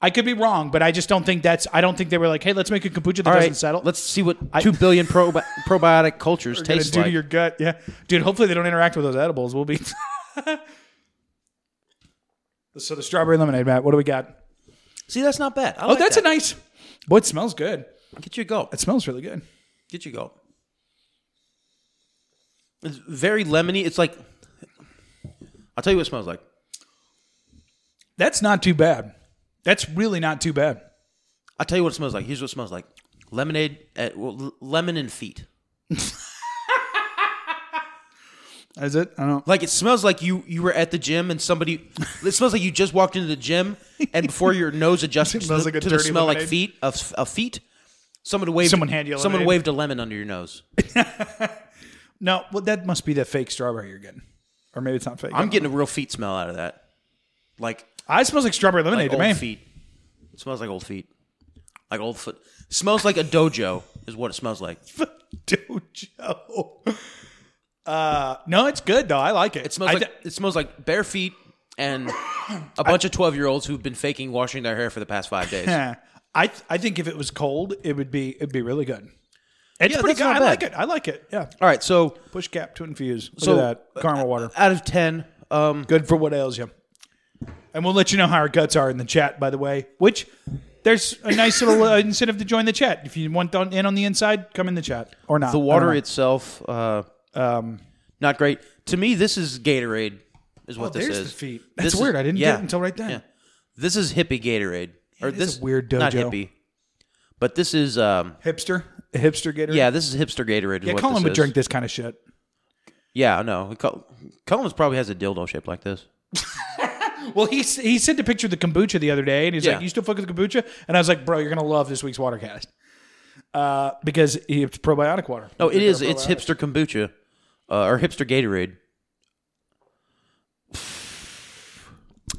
Speaker 1: I could be wrong, but I just don't think that's. I don't think they were like, "Hey, let's make a kombucha that
Speaker 2: All
Speaker 1: doesn't
Speaker 2: right,
Speaker 1: settle."
Speaker 2: let's see what two billion probi- probiotic cultures
Speaker 1: gonna
Speaker 2: taste
Speaker 1: do
Speaker 2: like.
Speaker 1: to your gut. Yeah, dude. Hopefully they don't interact with those edibles. We'll be. so the strawberry lemonade, Matt. What do we got?
Speaker 2: See, that's not bad. I
Speaker 1: Oh, that's a nice. Boy, it smells good.
Speaker 2: Get you a gulp.
Speaker 1: It smells really good.
Speaker 2: Get you a gulp. It's very lemony. It's like I'll tell you what it smells like.
Speaker 1: That's not too bad. That's really not too bad.
Speaker 2: I'll tell you what it smells like. Here's what it smells like: lemonade, at, well, l- lemon and feet.
Speaker 1: Is it? I don't.
Speaker 2: Like it smells like you you were at the gym and somebody. It smells like you just walked into the gym and before your nose adjusted
Speaker 1: It
Speaker 2: to,
Speaker 1: smells
Speaker 2: the,
Speaker 1: like a
Speaker 2: to the
Speaker 1: dirty
Speaker 2: smell like
Speaker 1: lemonade.
Speaker 2: feet of, of feet, someone waved.
Speaker 1: Someone handed you a
Speaker 2: someone
Speaker 1: lemonade.
Speaker 2: waved a lemon under your nose.
Speaker 1: No, well, that must be the fake strawberry you're getting, or maybe it's not fake.
Speaker 2: I'm getting a real feet smell out of that. Like
Speaker 1: I smells like strawberry lemonade
Speaker 2: like
Speaker 1: to
Speaker 2: old
Speaker 1: me.
Speaker 2: feet. It smells like old feet. Like old foot. Smells like a dojo is what it smells like.
Speaker 1: Dojo. Uh, no, it's good though. I like it.
Speaker 2: It smells
Speaker 1: I
Speaker 2: like
Speaker 1: d-
Speaker 2: it smells like bare feet and a bunch of twelve year olds who've been faking washing their hair for the past five days.
Speaker 1: Yeah. I th- I think if it was cold, it would be it'd be really good. It's
Speaker 2: Yeah,
Speaker 1: pretty
Speaker 2: that's
Speaker 1: good.
Speaker 2: not
Speaker 1: I
Speaker 2: bad.
Speaker 1: like it. I like it. Yeah.
Speaker 2: All right, so
Speaker 1: Push cap to infuse. Look
Speaker 2: So, uh,
Speaker 1: at that caramel water.
Speaker 2: out of ten, um,
Speaker 1: Good for what ails you. And we'll let you know how our guts are in the chat, by the way. Which there's a nice little uh, incentive to join the chat. If you want on, in on the inside, come in the chat or not.
Speaker 2: the
Speaker 1: I don't
Speaker 2: water
Speaker 1: know.
Speaker 2: itself, uh,
Speaker 1: Uh-huh. um,
Speaker 2: not great. To me, this is Gatorade. Is what
Speaker 1: oh,
Speaker 2: this
Speaker 1: there's
Speaker 2: is.
Speaker 1: the feet.
Speaker 2: This
Speaker 1: That's
Speaker 2: is-
Speaker 1: weird. I didn't
Speaker 2: yeah.
Speaker 1: get it until right then.
Speaker 2: Yeah. This is hippie Gatorade, or
Speaker 1: It is a
Speaker 2: this
Speaker 1: weird
Speaker 2: Not
Speaker 1: dojo.
Speaker 2: hippie, but this is um,
Speaker 1: Hipster, a hipster Gatorade.
Speaker 2: yeah, this is hipster Gatorade. Is
Speaker 1: yeah.
Speaker 2: what
Speaker 1: Colin
Speaker 2: this
Speaker 1: would
Speaker 2: is.
Speaker 1: drink this kind of shit.
Speaker 2: Yeah, no, Col- Colin's probably has a dildo shaped like this.
Speaker 1: Well, he s- he sent a picture of the kombucha the other day, and he's
Speaker 2: Yeah.
Speaker 1: like, "You still fuck with kombucha?" And I was like, "Bro, you're gonna love this week's watercast uh, because it's probiotic water."
Speaker 2: No, it is. It's hipster kombucha, uh, or hipster Gatorade.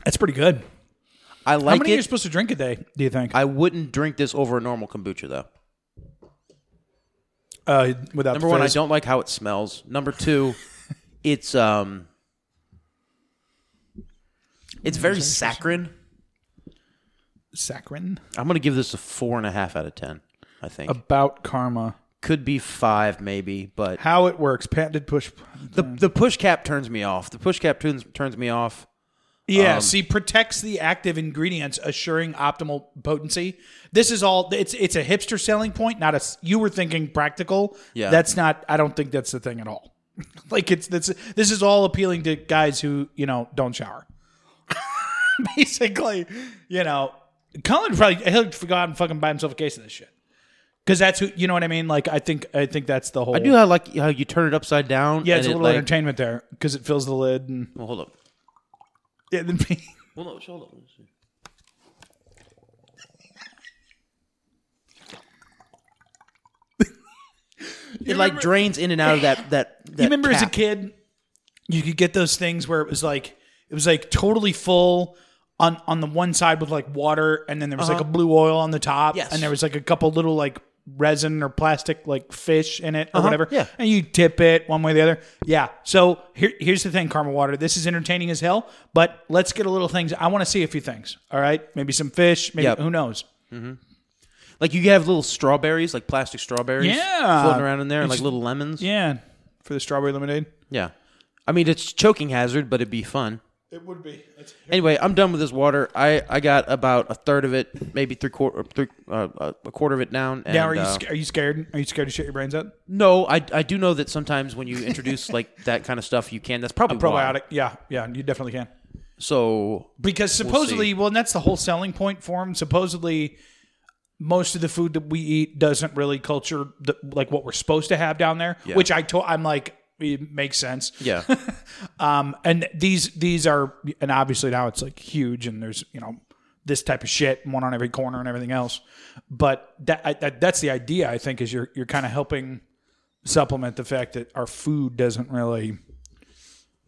Speaker 1: That's pretty good.
Speaker 2: I
Speaker 1: How
Speaker 2: like
Speaker 1: many you're
Speaker 2: it.
Speaker 1: supposed to drink a day? Do you think
Speaker 2: I wouldn't drink this over a normal kombucha though.
Speaker 1: uh, without
Speaker 2: Number
Speaker 1: the
Speaker 2: one, I
Speaker 1: fizz?
Speaker 2: don't like how it smells. Number two, it's um, it's very saccharine.
Speaker 1: saccharin
Speaker 2: I'm gonna give this a four and a half out of ten. I think
Speaker 1: about karma.
Speaker 2: could be five maybe, but
Speaker 1: How it works? Patented push.
Speaker 2: the the push cap turns me off. The push cap turns turns me off.
Speaker 1: Yeah,
Speaker 2: Um,
Speaker 1: see, protects the active ingredients, assuring optimal potency. This is all. It's it's a hipster selling point, not a. s- You were thinking practical.
Speaker 2: Yeah.
Speaker 1: that's not. I don't think that's the thing at all. like it's that's this is all appealing to guys who you know don't shower. Basically, you know, Colin probably he'll go out and fucking buy himself a case of this shit. Because that's who you know what I mean. Like I think I think that's the whole.
Speaker 2: I do how like how you turn it upside down.
Speaker 1: Yeah,
Speaker 2: and
Speaker 1: it's a
Speaker 2: it,
Speaker 1: little
Speaker 2: like-
Speaker 1: entertainment there because it fills the lid and
Speaker 2: Well, hold up.
Speaker 1: yeah. Then
Speaker 2: Well, no, hold up. Let me see. It like drains in and out of that that. that
Speaker 1: you remember as a
Speaker 2: cap.
Speaker 1: kid you could get those things where it was like it was like totally full on on the one side with like water and then there was like a blue oil on the top
Speaker 2: Uh-huh. Yes.
Speaker 1: and there was like a couple little like resin or plastic like fish in it or whatever
Speaker 2: Uh-huh. yeah.
Speaker 1: and you tip it one way or the other yeah so here, here's the thing karma water this is entertaining as hell but let's get a little things i want to see a few things all right maybe some fish maybe
Speaker 2: Yep.
Speaker 1: who knows
Speaker 2: Like you have little strawberries, like plastic strawberries,
Speaker 1: Yeah.
Speaker 2: floating around in there, and like
Speaker 1: It's-
Speaker 2: little lemons.
Speaker 1: yeah for the strawberry lemonade
Speaker 2: Yeah. I mean, it's choking hazard, but it'd be fun.
Speaker 1: it would be
Speaker 2: Anyway, I'm done with this water. I, I got about a third of it, maybe three quarter, three uh, uh, a quarter of it down. And,
Speaker 1: now are you
Speaker 2: uh,
Speaker 1: sca- are you scared are you scared to shit your brains out
Speaker 2: no, I, I do know that sometimes when you introduce like that kind of stuff, you can. That's probably why.
Speaker 1: probiotic. Yeah, yeah, you definitely can.
Speaker 2: So
Speaker 1: Because supposedly, well, and that's the whole selling point for them. Supposedly, most of the food that we eat doesn't really culture the, like what we're supposed to have down there.
Speaker 2: Yeah.
Speaker 1: Which I told, I'm like, it makes sense.
Speaker 2: yeah,
Speaker 1: Um, and these these are, and obviously now it's like huge, and there's you know this type of shit, one on every corner, and everything else. But that, I, that that's the idea, I think, is you're you're kind of helping supplement the fact that our food doesn't really uh,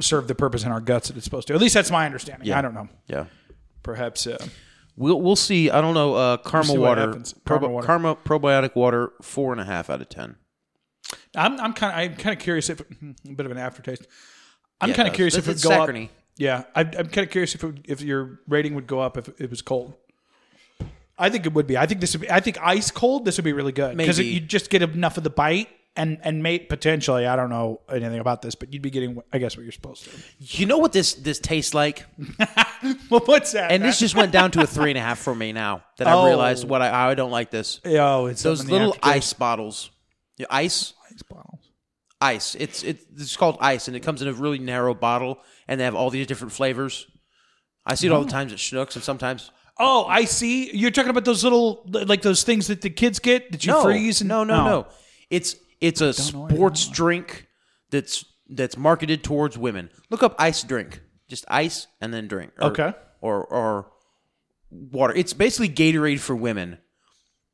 Speaker 1: serve the purpose in our guts that it's supposed to. At least that's my understanding. I don't know.
Speaker 2: yeah.
Speaker 1: Perhaps uh,
Speaker 2: We'll we'll see. I don't know. Uh, karma
Speaker 1: see what
Speaker 2: water,
Speaker 1: happens. Karma water.
Speaker 2: karma probiotic water, four and a half out of ten.
Speaker 1: I'm I'm kind of I'm kind of curious if a bit of an aftertaste. I'm
Speaker 2: Yeah, it
Speaker 1: kind of
Speaker 2: does.
Speaker 1: curious if it would
Speaker 2: It's
Speaker 1: go
Speaker 2: saccharine.
Speaker 1: up. Yeah, I, I'm kind of curious if it, would- if your rating would go up if it was cold. I think it would be. I think this would be. I think ice cold. This would be really good because
Speaker 2: Maybe.
Speaker 1: you just get enough of the bite and and mate potentially. I don't know anything about this, but you'd be getting. I guess what you're supposed to.
Speaker 2: You know what this this tastes like?
Speaker 1: Well, what's that?
Speaker 2: And this
Speaker 1: man?
Speaker 2: just went down to a three and a half for me now that
Speaker 1: Oh.
Speaker 2: I realized what I, how I don't like this.
Speaker 1: oh, it's
Speaker 2: Those
Speaker 1: something in the
Speaker 2: little
Speaker 1: aftertaste.
Speaker 2: ice bottles, Yeah, ice,
Speaker 1: Ice bottles.
Speaker 2: ice. It's it's it's called ice, and it comes in a really narrow bottle, and they have all these different flavors. I see it all the times at Schnucks, and sometimes
Speaker 1: Oh, I see. You're talking about those little like those things that the kids get that you
Speaker 2: no,
Speaker 1: freeze. And,
Speaker 2: no, no, no. It's it's a sports drink that's that's marketed towards women. Look up ice drink, just ice and then drink. or-
Speaker 1: Okay.
Speaker 2: Or or water. It's basically Gatorade for women,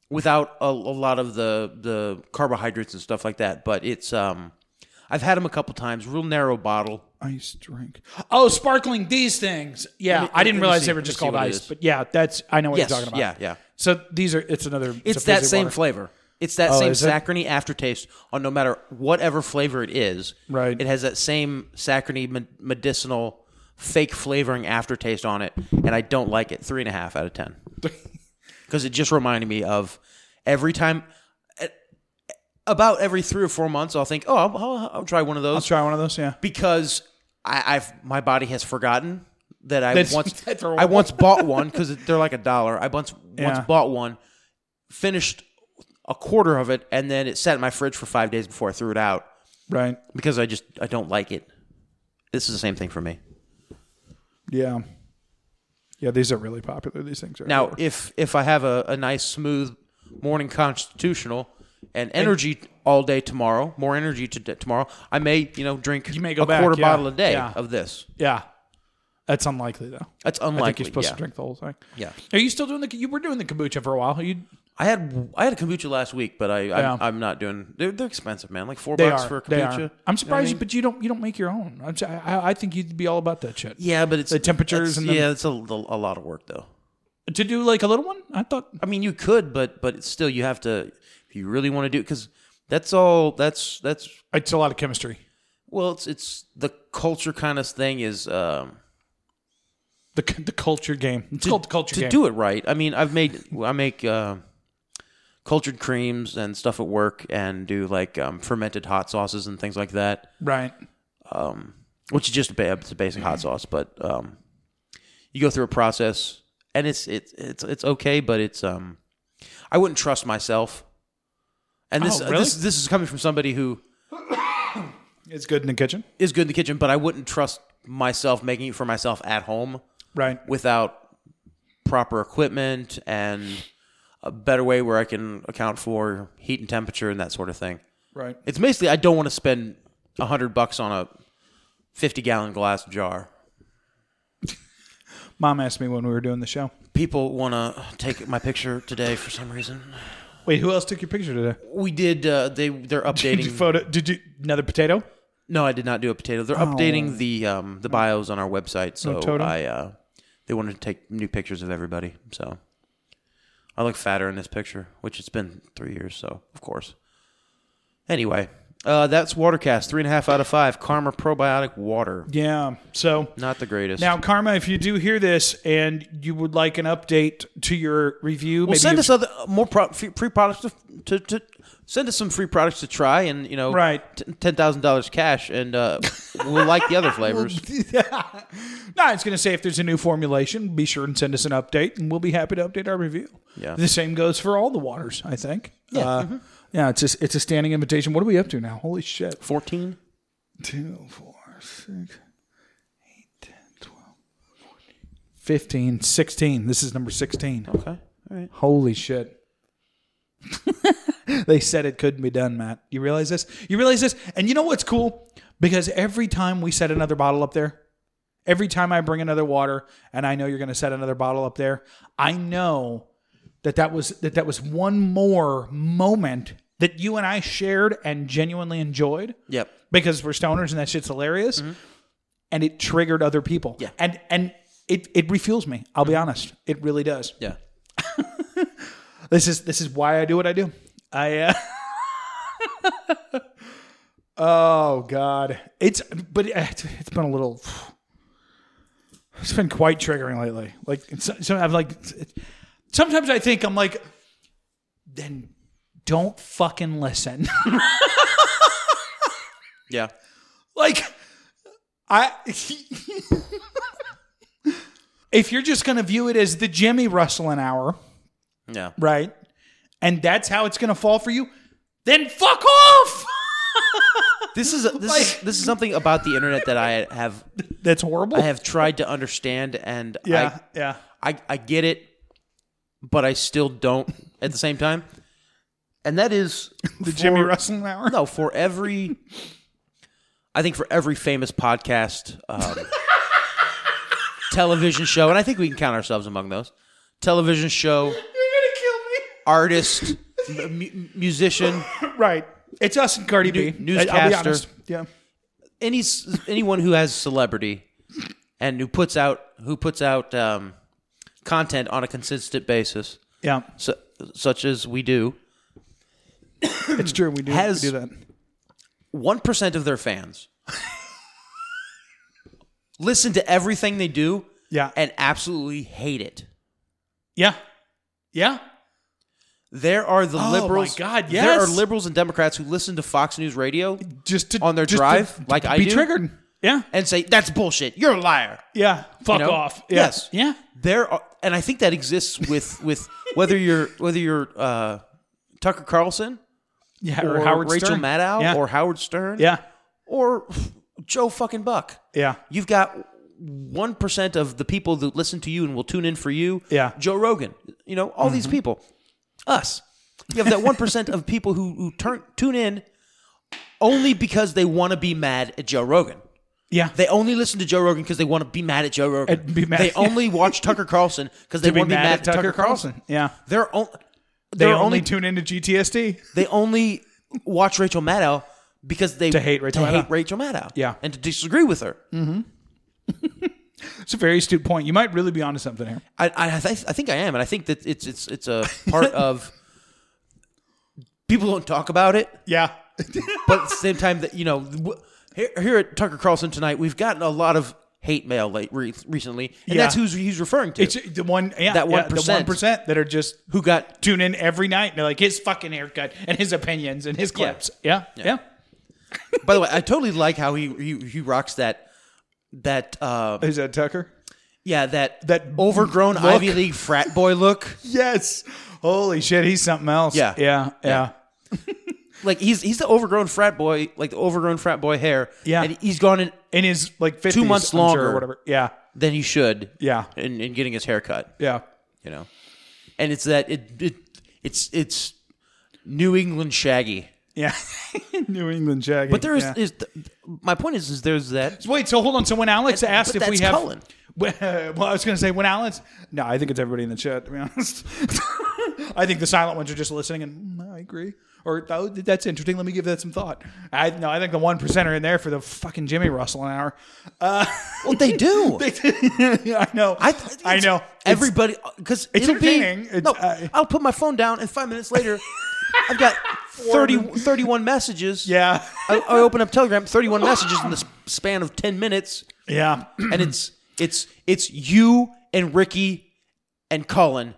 Speaker 2: without a, a lot of the the carbohydrates and stuff like that. But it's um, I've had them a couple times. Real narrow bottle.
Speaker 1: ice drink. Oh, sparkling these things. Yeah,
Speaker 2: me-
Speaker 1: I
Speaker 2: let me
Speaker 1: didn't realize
Speaker 2: see.
Speaker 1: they were
Speaker 2: Let me
Speaker 1: just
Speaker 2: see
Speaker 1: called
Speaker 2: what it
Speaker 1: ice,
Speaker 2: is.
Speaker 1: but yeah, that's I know what
Speaker 2: Yes,
Speaker 1: you're talking about.
Speaker 2: yeah, yeah.
Speaker 1: So these are. It's another.
Speaker 2: It's
Speaker 1: a
Speaker 2: that
Speaker 1: fizzy
Speaker 2: same
Speaker 1: water. Oh,
Speaker 2: flavor. It's that same
Speaker 1: is it?
Speaker 2: saccharine aftertaste on no matter whatever flavor it is.
Speaker 1: Right.
Speaker 2: It has that same saccharine me- medicinal fake flavoring aftertaste on it, and I don't like it. Three and a half out of ten because it just reminded me of every time. About every three or four months, I'll think, "Oh, I'll, I'll, I'll try one of those."
Speaker 1: Let's try one of those. Yeah.
Speaker 2: because I, I've my body has forgotten that I
Speaker 1: That's-
Speaker 2: once
Speaker 1: that's a-
Speaker 2: I once bought one because they're like a dollar. I once once
Speaker 1: Yeah.
Speaker 2: bought one, finished a quarter of it, and then it sat in my fridge for five days before I threw it out
Speaker 1: Right.
Speaker 2: because I just I don't like it. This is the same thing for me.
Speaker 1: Yeah. Yeah. These are really popular. These things are.
Speaker 2: Now, if if I have a, a nice smooth morning constitutional and energy all day tomorrow, more energy to tomorrow, I may you know drink
Speaker 1: You may go
Speaker 2: a
Speaker 1: back,
Speaker 2: quarter
Speaker 1: yeah,
Speaker 2: bottle a day
Speaker 1: yeah.
Speaker 2: of this.
Speaker 1: yeah. That's unlikely though.
Speaker 2: That's
Speaker 1: I think
Speaker 2: unlikely.
Speaker 1: you're supposed
Speaker 2: yeah.
Speaker 1: to drink the whole thing.
Speaker 2: Yeah.
Speaker 1: Are you still doing the? You were doing the kombucha for a while. You
Speaker 2: I had I had a kombucha last week, but I
Speaker 1: Yeah.
Speaker 2: I'm, I'm not doing. They're, they're expensive, man. Like four
Speaker 1: they
Speaker 2: bucks
Speaker 1: are.
Speaker 2: for a kombucha.
Speaker 1: They are. I'm
Speaker 2: You know what I
Speaker 1: surprised, you
Speaker 2: mean?
Speaker 1: but you don't. You don't make your own. I'm, si- I, I think you'd be all about that shit.
Speaker 2: yeah, but it's
Speaker 1: The temperatures
Speaker 2: it's-
Speaker 1: and the-
Speaker 2: yeah, it's a, a lot of work though.
Speaker 1: To do like a little one, I thought.
Speaker 2: I mean, you could, but but it's still you have to if you really want to do because that's all. That's that's
Speaker 1: It's a lot of chemistry.
Speaker 2: well, it's it's the culture kind of thing is um
Speaker 1: The c- the culture game. It's
Speaker 2: to,
Speaker 1: called the culture
Speaker 2: to
Speaker 1: game.
Speaker 2: do it right. I mean, I've made I make uh, cultured creams and stuff at work and do like um, fermented hot sauces and things like that.
Speaker 1: right.
Speaker 2: which is just a, ba- it's a basic
Speaker 1: Mm-hmm.
Speaker 2: hot sauce, but um, you go through a process, and it's it's it's it's okay, but it's um, I wouldn't trust myself. And this
Speaker 1: Oh, really?
Speaker 2: this this is coming from somebody who
Speaker 1: It's good in the kitchen.
Speaker 2: is good in the kitchen, but I wouldn't trust myself making it for myself at home
Speaker 1: Right.
Speaker 2: without proper equipment and a better way where I can account for heat and temperature and that sort of thing.
Speaker 1: Right.
Speaker 2: It's basically I don't want to spend a hundred bucks on a fifty gallon glass jar.
Speaker 1: Mom asked me when we were doing the show.
Speaker 2: people want to take my picture today for some reason.
Speaker 1: Wait, who else took your picture today?
Speaker 2: We did. Uh, they they're
Speaker 1: Did
Speaker 2: updating.
Speaker 1: you photo? Did you another potato?
Speaker 2: no, I did not do a potato. They're updating the um, the bios on our website. So
Speaker 1: Oh. totem?
Speaker 2: I uh, they wanted to take new pictures of everybody. So I look fatter in this picture, which it's been three years. So of course. Anyway, uh, that's Watercast three and a half out of five. Karma probiotic water.
Speaker 1: Yeah. So
Speaker 2: Not the greatest.
Speaker 1: now, Karma, if you do hear this and you would like an update to your review,
Speaker 2: Well,
Speaker 1: maybe
Speaker 2: send
Speaker 1: you-
Speaker 2: us other uh, more pro- free free products to, to, to send us some free products to try, and you know,
Speaker 1: Right.
Speaker 2: t- ten thousand dollars cash, and uh, we'll like the other flavors.
Speaker 1: No, it's going to say if there's a new formulation, be sure and send us an update, and we'll be happy to update our review.
Speaker 2: Yeah. Mm-hmm.
Speaker 1: The same goes for all the waters, I think. Yeah. Uh, Yeah, it's a, it's a standing invitation. What are we up to now? Holy shit.
Speaker 2: Fourteen.
Speaker 1: Two, four, six, eight, 10, 12, 14, 15, 16. This is number 16.
Speaker 2: Okay. All right.
Speaker 1: Holy shit. they said it couldn't be done, Matt. You realize this? You realize this? And you know what's cool? Because every time we set another bottle up there, every time I bring another water and I know you're going to set another bottle up there, I know that that was that that was one more moment that you and I shared and genuinely enjoyed
Speaker 2: Yep.
Speaker 1: because we're stoners and that shit's hilarious and it triggered other people. Yeah. And and it it refuels me. I'll be honest. It really does
Speaker 2: Yeah.
Speaker 1: this is this is why I do what I do. I uh, oh god, it's but it, it's been a little. It's been quite triggering lately. Like it's, so I'm like, sometimes I think I'm like, then don't fucking listen.
Speaker 2: Yeah.
Speaker 1: like I. If you're just going to view it as the Jimmy Russell hour,
Speaker 2: Yeah.
Speaker 1: right? And that's how it's going to fall for you, then fuck off.
Speaker 2: This is this is, this is something about the internet that I have
Speaker 1: That's horrible.
Speaker 2: I have tried to understand, and
Speaker 1: yeah,
Speaker 2: I,
Speaker 1: yeah.
Speaker 2: I, I get it, but I still don't at the same time. And that is
Speaker 1: The Jimmy Russell hour.
Speaker 2: No, for every, I think for every famous podcast, um, television show, and I think we can count ourselves among those. Television show,
Speaker 1: You're
Speaker 2: artist, m- mu- musician,
Speaker 1: gonna kill me. Right. It's us and Cardi B.
Speaker 2: New-
Speaker 1: I- I'll be
Speaker 2: newscaster.
Speaker 1: honest. Yeah.
Speaker 2: any s- anyone who has celebrity and who puts out who puts out um, content on a consistent basis,
Speaker 1: Yeah.
Speaker 2: su- such as we do.
Speaker 1: It's true. We do,
Speaker 2: Has-
Speaker 1: we do that.
Speaker 2: one percent of their fans listen to everything they do
Speaker 1: Yeah.
Speaker 2: and absolutely hate it.
Speaker 1: yeah. Yeah.
Speaker 2: There are the
Speaker 1: Oh my
Speaker 2: liberals.
Speaker 1: God,
Speaker 2: There are
Speaker 1: yes.
Speaker 2: liberals and Democrats who listen to Fox News radio
Speaker 1: Just to
Speaker 2: On their
Speaker 1: just to-
Speaker 2: drive,
Speaker 1: to
Speaker 2: like I
Speaker 1: be
Speaker 2: do?
Speaker 1: triggered. Yeah.
Speaker 2: and say that's bullshit. You're a liar.
Speaker 1: Yeah. Fuck
Speaker 2: know?
Speaker 1: off.
Speaker 2: Yes.
Speaker 1: Yeah.
Speaker 2: There are, and I think that exists with with whether you're whether you're uh, Tucker Carlson
Speaker 1: Yeah.
Speaker 2: or,
Speaker 1: Howard
Speaker 2: Rachel
Speaker 1: Stern.
Speaker 2: Maddow
Speaker 1: Yeah.
Speaker 2: or Howard Stern
Speaker 1: yeah.
Speaker 2: or Joe fucking Buck.
Speaker 1: Yeah.
Speaker 2: You've got one percent of the people that listen to you and will tune in for you.
Speaker 1: Yeah. Mm-hmm.
Speaker 2: Joe Rogan. You know, all these people. Us. You have that one percent of people who, who turn tune in only because they want to be mad at Joe Rogan.
Speaker 1: Yeah.
Speaker 2: They only listen to Joe Rogan because they want to be mad at Joe Rogan.
Speaker 1: And be mad-
Speaker 2: They only watch Tucker Carlson because they
Speaker 1: To be
Speaker 2: want to be mad at Tucker, Carlson.
Speaker 1: Yeah.
Speaker 2: They're on,
Speaker 1: They
Speaker 2: they're
Speaker 1: only,
Speaker 2: only,
Speaker 1: tune into GTSD.
Speaker 2: they only watch Rachel Maddow because they
Speaker 1: To hate Rachel
Speaker 2: to
Speaker 1: Maddow.
Speaker 2: hate Rachel Maddow.
Speaker 1: Yeah.
Speaker 2: and to disagree with her.
Speaker 1: It's a very astute point. You might really be onto something here.
Speaker 2: I, I, I, th- I think I am, and I think that it's it's it's a part of people don't talk about it,
Speaker 1: Yeah.
Speaker 2: but at the same time that you know w- here, here at Tucker Carlson tonight, we've gotten a lot of hate mail late re- recently, and
Speaker 1: Yeah.
Speaker 2: that's who's he's referring to.
Speaker 1: It's the one. Yeah.
Speaker 2: That
Speaker 1: yeah, the
Speaker 2: 1%.
Speaker 1: one percent that are just
Speaker 2: who got
Speaker 1: tune in every night. And they're like his fucking haircut and his opinions and his clips. Yeah. Yeah.
Speaker 2: By the way, I totally like how he he, he rocks that that uh,
Speaker 1: Is that Tucker?
Speaker 2: yeah that
Speaker 1: That
Speaker 2: overgrown
Speaker 1: look.
Speaker 2: Ivy League frat boy look.
Speaker 1: Yes. Holy shit. He's something else.
Speaker 2: Yeah.
Speaker 1: Yeah. Yeah.
Speaker 2: Yeah. Like he's he's the overgrown frat boy, like the overgrown frat boy hair.
Speaker 1: Yeah.
Speaker 2: and he's gone in
Speaker 1: In his like 50s,
Speaker 2: months
Speaker 1: I'm sure,
Speaker 2: longer.
Speaker 1: or whatever. Yeah.
Speaker 2: than he should.
Speaker 1: Yeah.
Speaker 2: in, in getting his hair cut,
Speaker 1: Yeah.
Speaker 2: you know, and it's that it, it it's it's New England shaggy.
Speaker 1: Yeah. New England Shaggy.
Speaker 2: But there is,
Speaker 1: Yeah.
Speaker 2: is my point is is there's that
Speaker 1: Wait, so hold on. So when Alex
Speaker 2: But-
Speaker 1: asked
Speaker 2: but
Speaker 1: if we
Speaker 2: that's
Speaker 1: have,
Speaker 2: Cullen.
Speaker 1: well, I was going to say when Alex. No, I think it's everybody in the chat. To be honest, I think the silent ones are just listening, and "Mm, I agree. Or oh, that's interesting. Let me give that some thought. I no, I think the one percent are in there for the fucking Jimmy Russell an hour.
Speaker 2: well they do.
Speaker 1: I know.
Speaker 2: I,
Speaker 1: I,
Speaker 2: th-
Speaker 1: I know. It's-
Speaker 2: everybody because
Speaker 1: it's
Speaker 2: it'll be.
Speaker 1: entertaining. It's- uh,
Speaker 2: no,
Speaker 1: I-
Speaker 2: I'll put my phone down, and five minutes later, I've got 30, 31 messages.
Speaker 1: yeah,
Speaker 2: I, I open up Telegram, thirty-one messages in the s- span of ten minutes,
Speaker 1: yeah,
Speaker 2: and it's it's it's you and Ricky and Colin,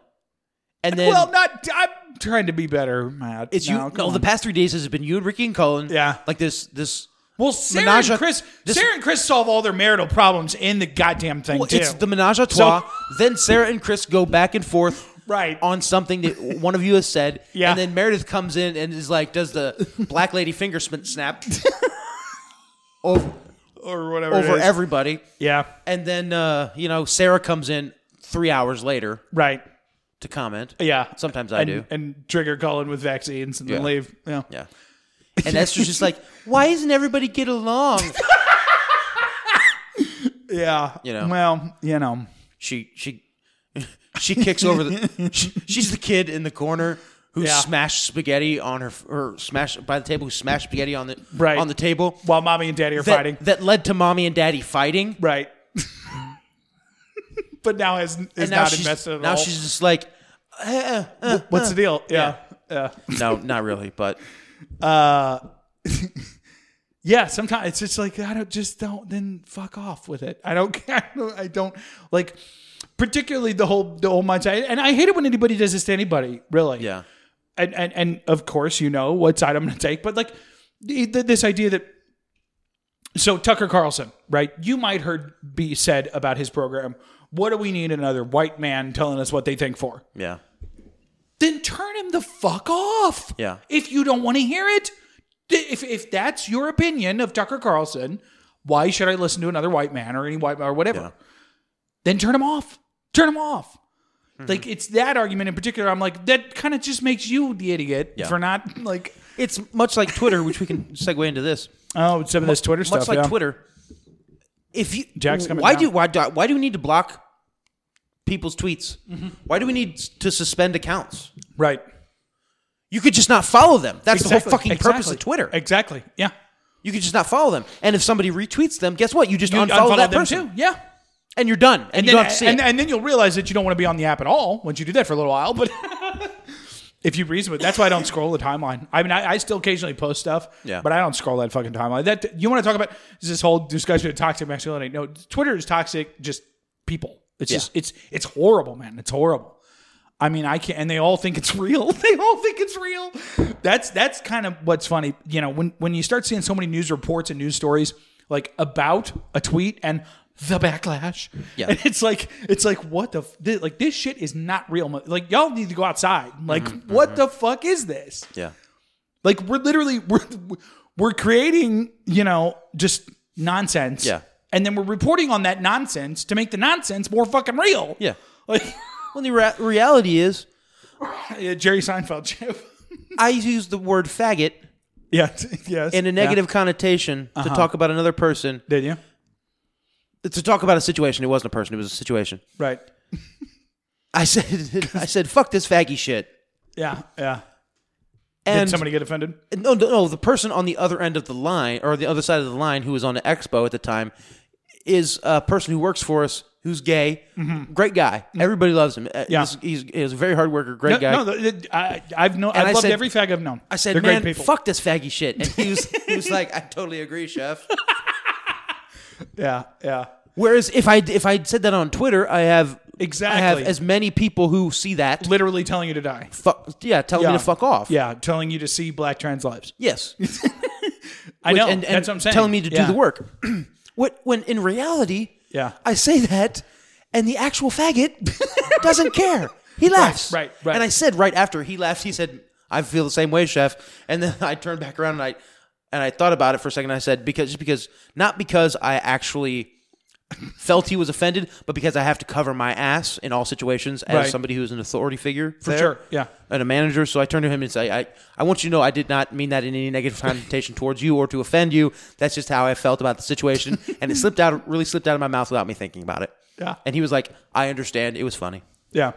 Speaker 2: and then
Speaker 1: well, not. I'm trying to be better, Matt.
Speaker 2: it's
Speaker 1: No,
Speaker 2: you.
Speaker 1: come
Speaker 2: No, the
Speaker 1: on.
Speaker 2: past three days has been you and Ricky and Colin.
Speaker 1: Yeah.
Speaker 2: like this this.
Speaker 1: Well, Sarah
Speaker 2: Menage a-
Speaker 1: and Chris,
Speaker 2: this-
Speaker 1: Sarah and Chris solve all their marital problems in the goddamn thing
Speaker 2: Well,
Speaker 1: too.
Speaker 2: it's the menage a trois. then Sarah and Chris go back and forth
Speaker 1: Right.
Speaker 2: on something that one of you has said.
Speaker 1: Yeah.
Speaker 2: And then Meredith comes in and is like, does the black lady finger sn- snap over,
Speaker 1: or whatever. it
Speaker 2: over
Speaker 1: is.
Speaker 2: everybody.
Speaker 1: yeah,
Speaker 2: And then, uh, you know, Sarah comes in three hours later
Speaker 1: right.
Speaker 2: to comment.
Speaker 1: Yeah.
Speaker 2: Sometimes I
Speaker 1: and,
Speaker 2: do.
Speaker 1: And trigger Colin with vaccines and
Speaker 2: Yeah.
Speaker 1: then leave. Yeah.
Speaker 2: Yeah. And Esther's just like, why doesn't everybody get along?
Speaker 1: Yeah.
Speaker 2: You know.
Speaker 1: Well, you know.
Speaker 2: she she she kicks over the she, she's the kid in the corner who
Speaker 1: Yeah.
Speaker 2: smashed spaghetti on her or smashed by the table who smashed spaghetti on the
Speaker 1: Right.
Speaker 2: on the table
Speaker 1: While mommy and daddy are
Speaker 2: that,
Speaker 1: fighting.
Speaker 2: that led to mommy and daddy fighting
Speaker 1: Right. but now is, is
Speaker 2: and now
Speaker 1: not
Speaker 2: she's
Speaker 1: invested at
Speaker 2: now
Speaker 1: all.
Speaker 2: she's just like eh, eh, eh.
Speaker 1: What's the deal? Yeah. Yeah.
Speaker 2: no not really but
Speaker 1: Yeah, sometimes it's just like I don't just don't then fuck off with it. I don't care. I don't like particularly the whole the whole mindset. And I hate it when anybody does this to anybody, really.
Speaker 2: yeah
Speaker 1: and and and of course you know what side I'm going to take, but like the, the, this idea that so Tucker Carlson, right? You might heard be said about his program. What do we need another white man telling us what they think for?
Speaker 2: yeah
Speaker 1: Then turn him the fuck off.
Speaker 2: Yeah.
Speaker 1: If you don't want to hear it, D- if if that's your opinion of Tucker Carlson, why should I listen to another white man or any white or whatever?
Speaker 2: Yeah.
Speaker 1: Then turn him off. Turn him off.
Speaker 2: Mm-hmm.
Speaker 1: Like it's that argument in particular. I'm like that kind of just makes you the idiot
Speaker 2: Yeah.
Speaker 1: for not like
Speaker 2: it's much like Twitter which we can segue into this
Speaker 1: oh some of this Twitter
Speaker 2: much
Speaker 1: stuff.
Speaker 2: like
Speaker 1: yeah.
Speaker 2: Twitter if you
Speaker 1: Jack's coming
Speaker 2: why
Speaker 1: down.
Speaker 2: do why do why do we need to block people's tweets
Speaker 1: Mm-hmm.
Speaker 2: why do we need to suspend accounts
Speaker 1: right?
Speaker 2: You could just not follow them. That's the
Speaker 1: Exactly.
Speaker 2: whole fucking purpose
Speaker 1: Exactly.
Speaker 2: of Twitter.
Speaker 1: Exactly. Yeah.
Speaker 2: You could just not follow them. And if somebody retweets them, guess what? You just
Speaker 1: You
Speaker 2: unfollow,
Speaker 1: unfollow
Speaker 2: that
Speaker 1: them
Speaker 2: person.
Speaker 1: too. Yeah.
Speaker 2: And you're done. And, you
Speaker 1: then-
Speaker 2: don't have to see
Speaker 1: and,
Speaker 2: it.
Speaker 1: and then you'll realize that you don't want to be on the app at all once you do that for a little while. But If you reason with, that's why I don't scroll the timeline. I mean, I, I still occasionally post stuff,
Speaker 2: Yeah.
Speaker 1: but I don't scroll that fucking timeline. That you want to talk about is this whole discussion of toxic masculinity? No, Twitter is toxic. Just people. It's just it's it's horrible, man. It's horrible. I mean, I can't, and they all think it's real. they all think it's real. That's that's kind of what's funny. You know, when when you start seeing so many news reports and news stories like about a tweet and the backlash,
Speaker 2: Yeah.
Speaker 1: and it's like it's like what the f- thi- like this shit is not real. mo- Like y'all need to go outside. Like what the fuck is this?
Speaker 2: Mm-hmm. Yeah.
Speaker 1: Like we're literally we're we're creating you know just nonsense.
Speaker 2: Yeah.
Speaker 1: and then we're reporting on that nonsense to make the nonsense more fucking real.
Speaker 2: Yeah.
Speaker 1: like
Speaker 2: Well, the rea- reality is,
Speaker 1: yeah, Jerry Seinfeld, Jeff.
Speaker 2: I use the word faggot
Speaker 1: Yeah, yes.
Speaker 2: in a negative connotation to talk about another person,
Speaker 1: Did you?
Speaker 2: to talk about a situation. It wasn't a person, it was a situation.
Speaker 1: Right.
Speaker 2: I said, I said, fuck this faggy shit.
Speaker 1: Yeah, yeah.
Speaker 2: And
Speaker 1: Did somebody get offended?
Speaker 2: no, no, no, the person on the other end of the line or the other side of the line who was on the expo at the time is a person who works for us who's gay, great guy. Everybody loves him. Uh,
Speaker 1: Yeah.
Speaker 2: he's, he's, he's a very hard worker, great
Speaker 1: No,
Speaker 2: guy.
Speaker 1: no the, the- I, I've known. I've
Speaker 2: I
Speaker 1: loved
Speaker 2: said-
Speaker 1: every fag I've known.
Speaker 2: I said,
Speaker 1: They're
Speaker 2: man,
Speaker 1: great people.
Speaker 2: fuck this faggy shit. And he was, he was like, I totally agree, chef.
Speaker 1: Yeah, yeah.
Speaker 2: Whereas if I if I said that on Twitter, I have I have
Speaker 1: Exactly.
Speaker 2: as many people who see that.
Speaker 1: Literally telling you to die.
Speaker 2: Fuck, yeah, telling
Speaker 1: Yeah.
Speaker 2: me to fuck off.
Speaker 1: Yeah, telling you to see black trans lives.
Speaker 2: Yes.
Speaker 1: I
Speaker 2: Which-
Speaker 1: know.
Speaker 2: And, and
Speaker 1: that's what I'm saying.
Speaker 2: Telling me to
Speaker 1: Yeah.
Speaker 2: do the work. what when in reality,
Speaker 1: Yeah.
Speaker 2: I say that, and the actual faggot doesn't care. He laughs.
Speaker 1: right, right.
Speaker 2: And I said right after he laughed, he said, "I feel the same way, chef." And then I turned back around and I and I thought about it for a second. I said because just because not because I actually felt he was offended, but because I have to cover my ass in all situations as
Speaker 1: Right.
Speaker 2: somebody who is an authority figure
Speaker 1: For sure. Yeah.
Speaker 2: and a manager. So I turned to him and say, I, I want you to know I did not mean that in any negative connotation towards you or to offend you. That's just how I felt about the situation. And it slipped out, really slipped out of my mouth without me thinking about it.
Speaker 1: Yeah.
Speaker 2: And he was like, I understand. It was funny.
Speaker 1: Yeah.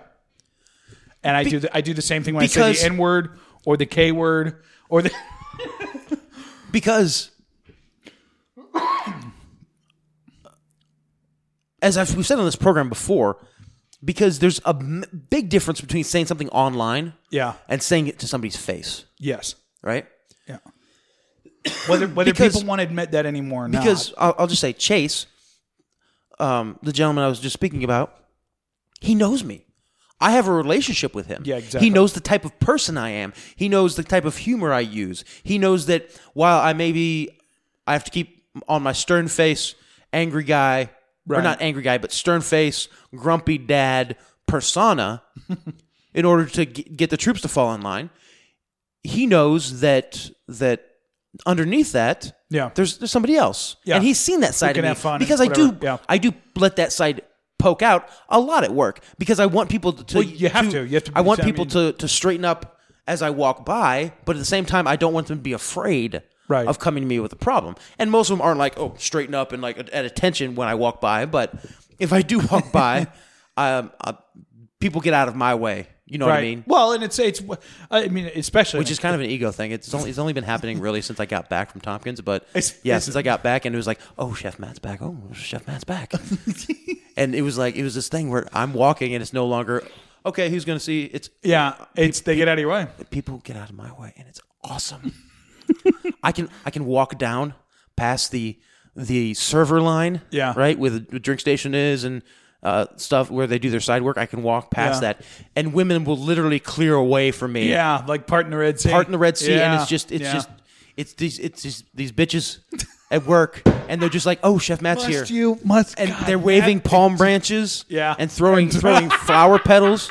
Speaker 1: And I do. The, I do the same thing when I
Speaker 2: because-
Speaker 1: say the N word or the K word or the.
Speaker 2: Because, as I've, we've said on this program before, because there's a m- big difference between saying something online
Speaker 1: Yeah.
Speaker 2: and saying it to somebody's face,
Speaker 1: Yes.
Speaker 2: right?
Speaker 1: Yeah. Whether whether
Speaker 2: Because-
Speaker 1: people want to admit that anymore or not.
Speaker 2: because I'll, I'll just say Chase, um, the gentleman I was just speaking about, he knows me. I have a relationship with him.
Speaker 1: Yeah, exactly.
Speaker 2: He knows the type of person I am. He knows the type of humor I use. He knows that while I maybe I have to keep on my stern face, angry guy, or
Speaker 1: Right.
Speaker 2: not angry guy, but stern face, grumpy dad persona in order to g- get the troops to fall in line. He knows that that underneath that,
Speaker 1: Yeah.
Speaker 2: there's there's somebody else,
Speaker 1: Yeah.
Speaker 2: and he's seen that side
Speaker 1: can
Speaker 2: of me
Speaker 1: have fun and
Speaker 2: because I do
Speaker 1: whatever. Yeah.
Speaker 2: I do let that side poke out a lot at work because I want people to.
Speaker 1: Well, you have to. You have to-
Speaker 2: I want
Speaker 1: I mean-
Speaker 2: people to to straighten up as I walk by, but at the same time, I don't want them to be afraid.
Speaker 1: Right.
Speaker 2: Of coming to me with a problem, and most of them aren't like, "Oh, straighten up" and like at attention when I walk by. But if I do walk by, um, uh, people get out of my way. You know what I
Speaker 1: right.
Speaker 2: mean?
Speaker 1: Well, and it's it's. I mean, especially
Speaker 2: which is kind of an ego thing. It's only it's only been happening really since I got back from Tompkins, but
Speaker 1: It's-
Speaker 2: yeah,
Speaker 1: it's-
Speaker 2: since I got back and it was like, oh, Chef Matt's back. Oh, Chef Matt's back. and it was like it was this thing where I'm walking and it's no longer okay. Who's gonna see? It's
Speaker 1: yeah. It's they get out of your way.
Speaker 2: people get out of my way, and it's awesome. I can I can walk down past the the server line,
Speaker 1: Yeah.
Speaker 2: right where the drink station is and. Uh, stuff where they do their side work, I can walk past
Speaker 1: Yeah.
Speaker 2: that, and women will literally clear away for me
Speaker 1: Yeah, like part in the Red Sea.
Speaker 2: part in the Red Sea, and
Speaker 1: Yeah,
Speaker 2: it's just it's
Speaker 1: yeah.
Speaker 2: just it's these it's just these bitches at work, and they're just like, oh, Chef Matt's here,
Speaker 1: Must you must
Speaker 2: and
Speaker 1: God,
Speaker 2: they're waving
Speaker 1: Matt,
Speaker 2: palm branches,
Speaker 1: Yeah.
Speaker 2: and throwing throwing flower petals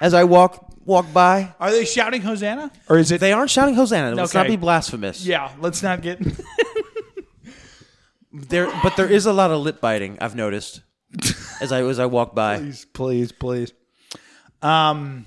Speaker 2: as I walk walk by.
Speaker 1: Are they shouting Hosanna or is it?
Speaker 2: They aren't shouting Hosanna. Let's not be
Speaker 1: Okay.
Speaker 2: blasphemous.
Speaker 1: yeah, let's not get.
Speaker 2: There, but there is a lot of lip biting. I've noticed as I as I walk by.
Speaker 1: please, please, please. Um.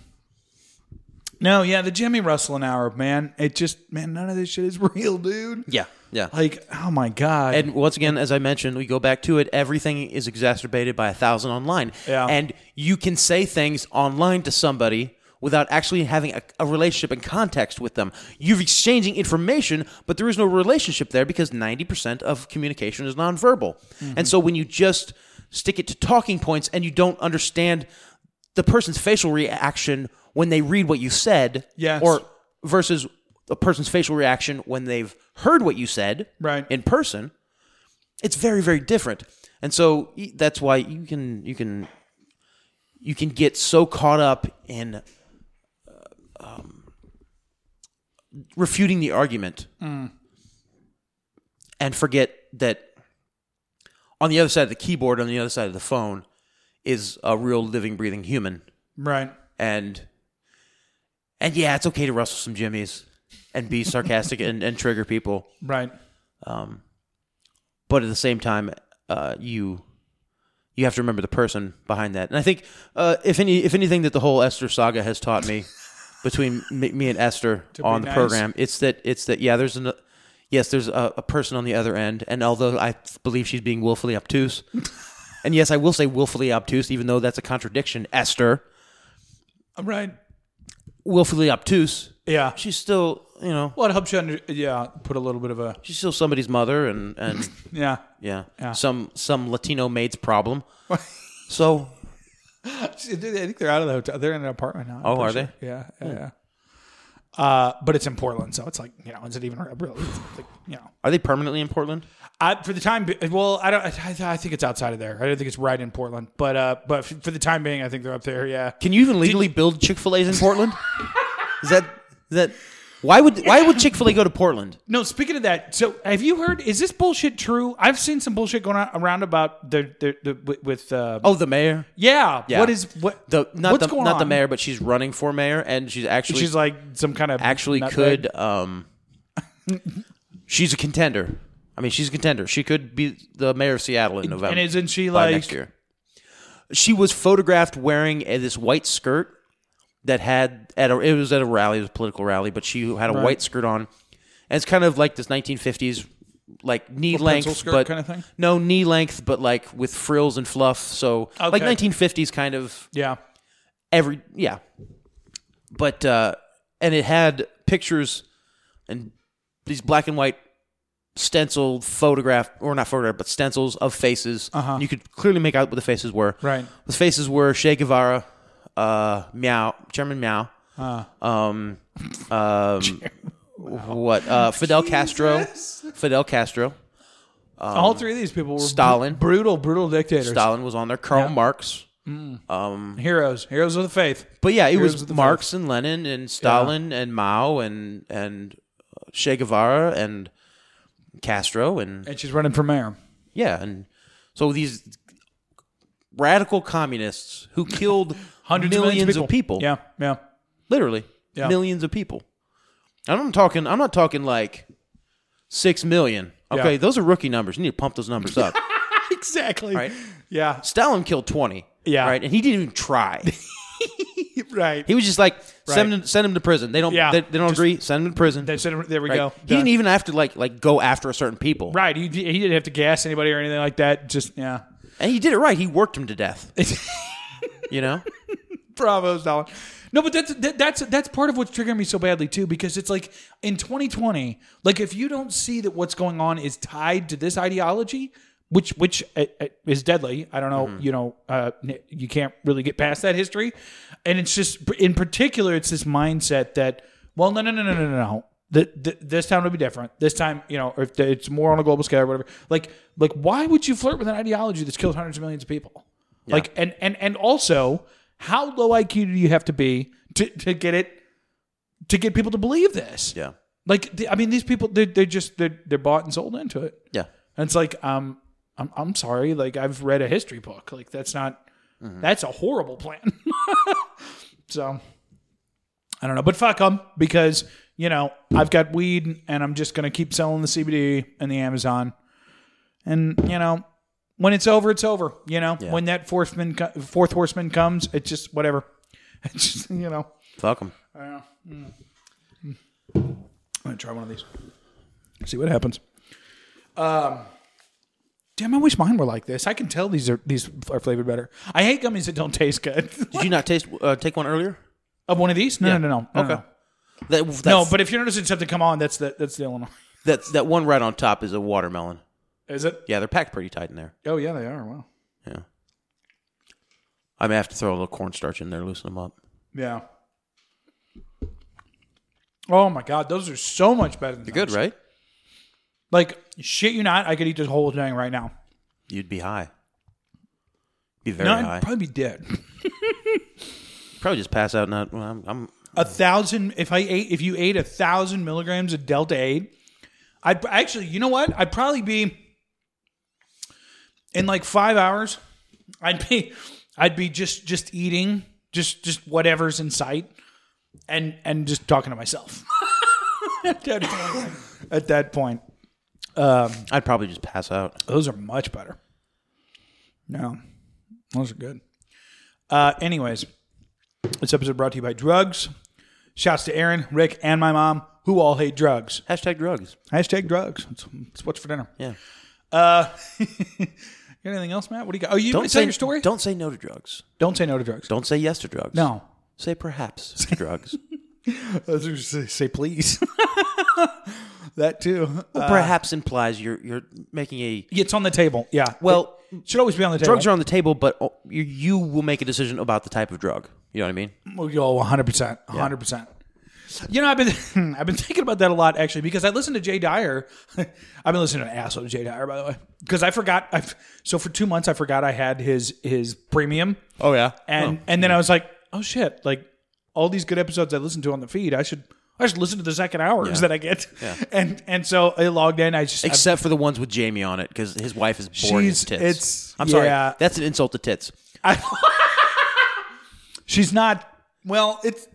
Speaker 1: No, yeah, the Jimmy Russell hour, man. It just, man, none of this shit is real, dude.
Speaker 2: Yeah, yeah.
Speaker 1: Like, oh my god.
Speaker 2: And once again, as I mentioned, we go back to it. Everything is exacerbated by a thousand online.
Speaker 1: Yeah.
Speaker 2: And you can say things online to somebody without actually having a, a relationship and context with them. You're exchanging information, but there is no relationship there because 90% of communication is
Speaker 1: Mm-hmm.
Speaker 2: nonverbal. And so when you just stick it to talking points and you don't understand the person's facial reaction when they read what you said,
Speaker 1: Yes.
Speaker 2: or versus a person's facial reaction when they've heard what you said,
Speaker 1: Right.
Speaker 2: in person, it's very very different. And so y- that's why you can you can you can get so caught up in uh, um, refuting the argument and forget that on the other side of the keyboard, on the other side of the phone, is a real living, breathing human.
Speaker 1: Right.
Speaker 2: And and yeah, it's okay to rustle some jimmies and be sarcastic and, and trigger people,
Speaker 1: Right.
Speaker 2: but at the same time, uh, you you have to remember the person behind that. And I think uh, if any if anything that the whole Esther saga has taught me between me, me and Esther on the
Speaker 1: nice.
Speaker 2: program, it's that it's that yeah, there's an yes, there's a, a person on the other end, and although I believe she's being willfully obtuse, and yes, I will say willfully obtuse, even though that's a contradiction, Esther.
Speaker 1: Right.
Speaker 2: willfully obtuse.
Speaker 1: Yeah.
Speaker 2: She's still, you know,
Speaker 1: Well, it helps you under, yeah, put a little bit of a
Speaker 2: she's still somebody's mother, and and
Speaker 1: yeah.
Speaker 2: yeah,
Speaker 1: Yeah.
Speaker 2: some some Latino maid's problem. so,
Speaker 1: I think they're out of the hotel. They're in an apartment now. I'm
Speaker 2: Oh,
Speaker 1: pretty
Speaker 2: are
Speaker 1: sure. Yeah, yeah. yeah. Uh, but it's in Portland, so it's like you know, is it even really? it's Like, you know,
Speaker 2: are they permanently in Portland?
Speaker 1: I, for the time, be- well, I don't. I, I think it's outside of there. I don't think it's right in Portland, but uh, but f- for the time being, I think they're up there. Yeah,
Speaker 2: Can you even legally build Chick Fil A's in Portland? is that is that why would why would Chick Fil A go to Portland?
Speaker 1: No, speaking of that, so have you heard? Is this bullshit true? I've seen some bullshit going on around about the the, the with- with uh,
Speaker 2: Oh, the mayor.
Speaker 1: yeah,
Speaker 2: yeah.
Speaker 1: What is what?
Speaker 2: The not
Speaker 1: what's
Speaker 2: the
Speaker 1: going
Speaker 2: not the
Speaker 1: on?
Speaker 2: mayor, but she's running for mayor, and she's actually
Speaker 1: She's like some kind of
Speaker 2: actually
Speaker 1: nutbag.
Speaker 2: could um she's a contender i mean she's a contender she could be the mayor of seattle in november
Speaker 1: isn't she,
Speaker 2: by
Speaker 1: like-
Speaker 2: next year she was photographed wearing a, this white skirt that had at a, it was at a rally it was a political rally but she had a white skirt on and it's kind of like this 1950s like knee
Speaker 1: pencil
Speaker 2: length
Speaker 1: skirt
Speaker 2: but
Speaker 1: kinda thing?
Speaker 2: no knee length but like with frills and fluff so like
Speaker 1: Okay.
Speaker 2: 1950s kind of
Speaker 1: yeah.
Speaker 2: every yeah but uh and it had pictures and these black and white stenciled photograph or not photograph but stencils of faces uh-huh. you could clearly make out what the faces were
Speaker 1: Right.
Speaker 2: the faces were che guevara uh meow chairman meow um um what uh fidel castro fidel castro
Speaker 1: All three of these people were
Speaker 2: Stalin.
Speaker 1: br- brutal, brutal dictators,
Speaker 2: stalin was on there karl marx
Speaker 1: heroes, heroes of the faith.
Speaker 2: But yeah, it
Speaker 1: Heroes
Speaker 2: was
Speaker 1: of the
Speaker 2: Marx and Lenin and Stalin and Mao and and Che Guevara and Castro and
Speaker 1: And she's running for mayor.
Speaker 2: yeah, and so these radical communists who killed
Speaker 1: Hundreds of
Speaker 2: millions of people,
Speaker 1: Yeah, yeah.
Speaker 2: literally
Speaker 1: Yeah.
Speaker 2: millions of people. And I'm talking. I'm not talking like six million. Okay,
Speaker 1: Yeah.
Speaker 2: those are rookie numbers. You need to pump those numbers up.
Speaker 1: Exactly.
Speaker 2: Right.
Speaker 1: Yeah.
Speaker 2: Stalin killed twenty.
Speaker 1: Yeah.
Speaker 2: Right, and he didn't even try.
Speaker 1: Right.
Speaker 2: He was just like send
Speaker 1: Right.
Speaker 2: him, send him to prison. They don't.
Speaker 1: Yeah.
Speaker 2: They, they don't
Speaker 1: Just-
Speaker 2: agree. Send him to prison.
Speaker 1: They said- there we
Speaker 2: Right.
Speaker 1: go.
Speaker 2: He
Speaker 1: Done.
Speaker 2: didn't even have to like like go after a certain people.
Speaker 1: Right. He, he didn't have to gas anybody or anything like that. Just yeah.
Speaker 2: And he did it right. He worked him to death. you know?
Speaker 1: Bravo, Stalin. No, but that's that, that's that's part of what's triggering me so badly too, because it's like in 2020, like if you don't see that what's going on is tied to this ideology, which which uh, uh, is deadly. I don't know, you know, uh, n- you can't really get past that history, and it's just in particular, it's this mindset that well, no, no, no, no, no, no, no. The, the, this time it'll be different. This time, you know, or if it's more on a global scale or whatever. Like, like, why would you flirt with an ideology that's killed hundreds of millions of people? Like, and and and also, how low IQ do you have to be to, to get it to get people to believe this?
Speaker 2: Yeah.
Speaker 1: Like, the- I mean, these people they they just they're, they're bought and sold into it.
Speaker 2: Yeah.
Speaker 1: And it's like, um, I'm I'm sorry, like I've read a history book. Like that's not that's a horrible plan. so I don't know, but fuck them because you know I've got weed and I'm just gonna keep selling the CBD and the Amazon, and you know when it's over, it's over. You know when that fourth man co- fourth horseman comes, it's just whatever. It's just you know.
Speaker 2: Fuck him.
Speaker 1: I'm gonna try one of these. See what happens. Um, damn, I wish mine were like this. I can tell these are these are flavored better. I hate gummies that don't taste good.
Speaker 2: Did you not taste uh, take one earlier?
Speaker 1: of one of these? No, no, no, no.
Speaker 2: Okay.
Speaker 1: Okay.
Speaker 2: That, that's,
Speaker 1: No, but if you're noticing something come on, that's the that's the Illinois.
Speaker 2: that that one right on top is a watermelon.
Speaker 1: Is it?
Speaker 2: Yeah, they're packed pretty tight in there.
Speaker 1: Oh yeah, they are. Wow.
Speaker 2: Yeah. I may have to throw a little cornstarch in there, loosen them up.
Speaker 1: Yeah. Oh my god, those are so much better than They're
Speaker 2: Good, right?
Speaker 1: Like shit, you not, I could eat this whole thing right now.
Speaker 2: You'd be high. Be very
Speaker 1: No,
Speaker 2: high.
Speaker 1: I'd probably be dead.
Speaker 2: Probably just pass out. Not. Well, I'm, I'm.
Speaker 1: A thousand. If I ate, if you ate a thousand milligrams of delta eight, I'd actually. You know what? I'd probably be in like five hours. I'd be, I'd be just just eating just just whatever's in sight, and and just talking to myself. at that point, at that point,
Speaker 2: I'd probably just pass out.
Speaker 1: those are much better. No, those are good. Uh, anyways, this episode brought to you by drugs. Shouts to Aaron, Rick, and my mom, who all hate drugs.
Speaker 2: Hashtag drugs.
Speaker 1: Hashtag drugs. It's, it's what's for dinner.
Speaker 2: Yeah.
Speaker 1: Uh, you got anything else, Matt? What do you got? Oh, you want
Speaker 2: Don't
Speaker 1: to tell
Speaker 2: say
Speaker 1: your story?
Speaker 2: Don't say no to drugs.
Speaker 1: Don't say no to drugs.
Speaker 2: Don't say yes to drugs.
Speaker 1: No.
Speaker 2: Say perhaps to drugs.
Speaker 1: Say, say please. that too. Uh,
Speaker 2: perhaps implies you're you're making a
Speaker 1: it's on the table. Yeah.
Speaker 2: well.
Speaker 1: It should always be on the table.
Speaker 2: Drugs are on the table, but oh, you, you will make a decision about the type of drug. You know what I mean?
Speaker 1: Well, yo, 100%. 100%. You know, I've been I've been thinking about that a lot actually because I listened to Jay Dyer. I've been listening to an asshole Jay Dyer by the way because I forgot. I so for two months I forgot I had his his premium
Speaker 2: Oh yeah.
Speaker 1: and and then I was like, oh shit, like all these good episodes I listened to on the feed, I should I should listen to the second hours that I get. And and so I logged in. I just I-
Speaker 2: Except for the ones with Jamie on it, because his wife is boring
Speaker 1: She's-
Speaker 2: as tits.
Speaker 1: it's-
Speaker 2: I'm sorry,
Speaker 1: yeah.
Speaker 2: that's an insult to tits.
Speaker 1: she's not well. It's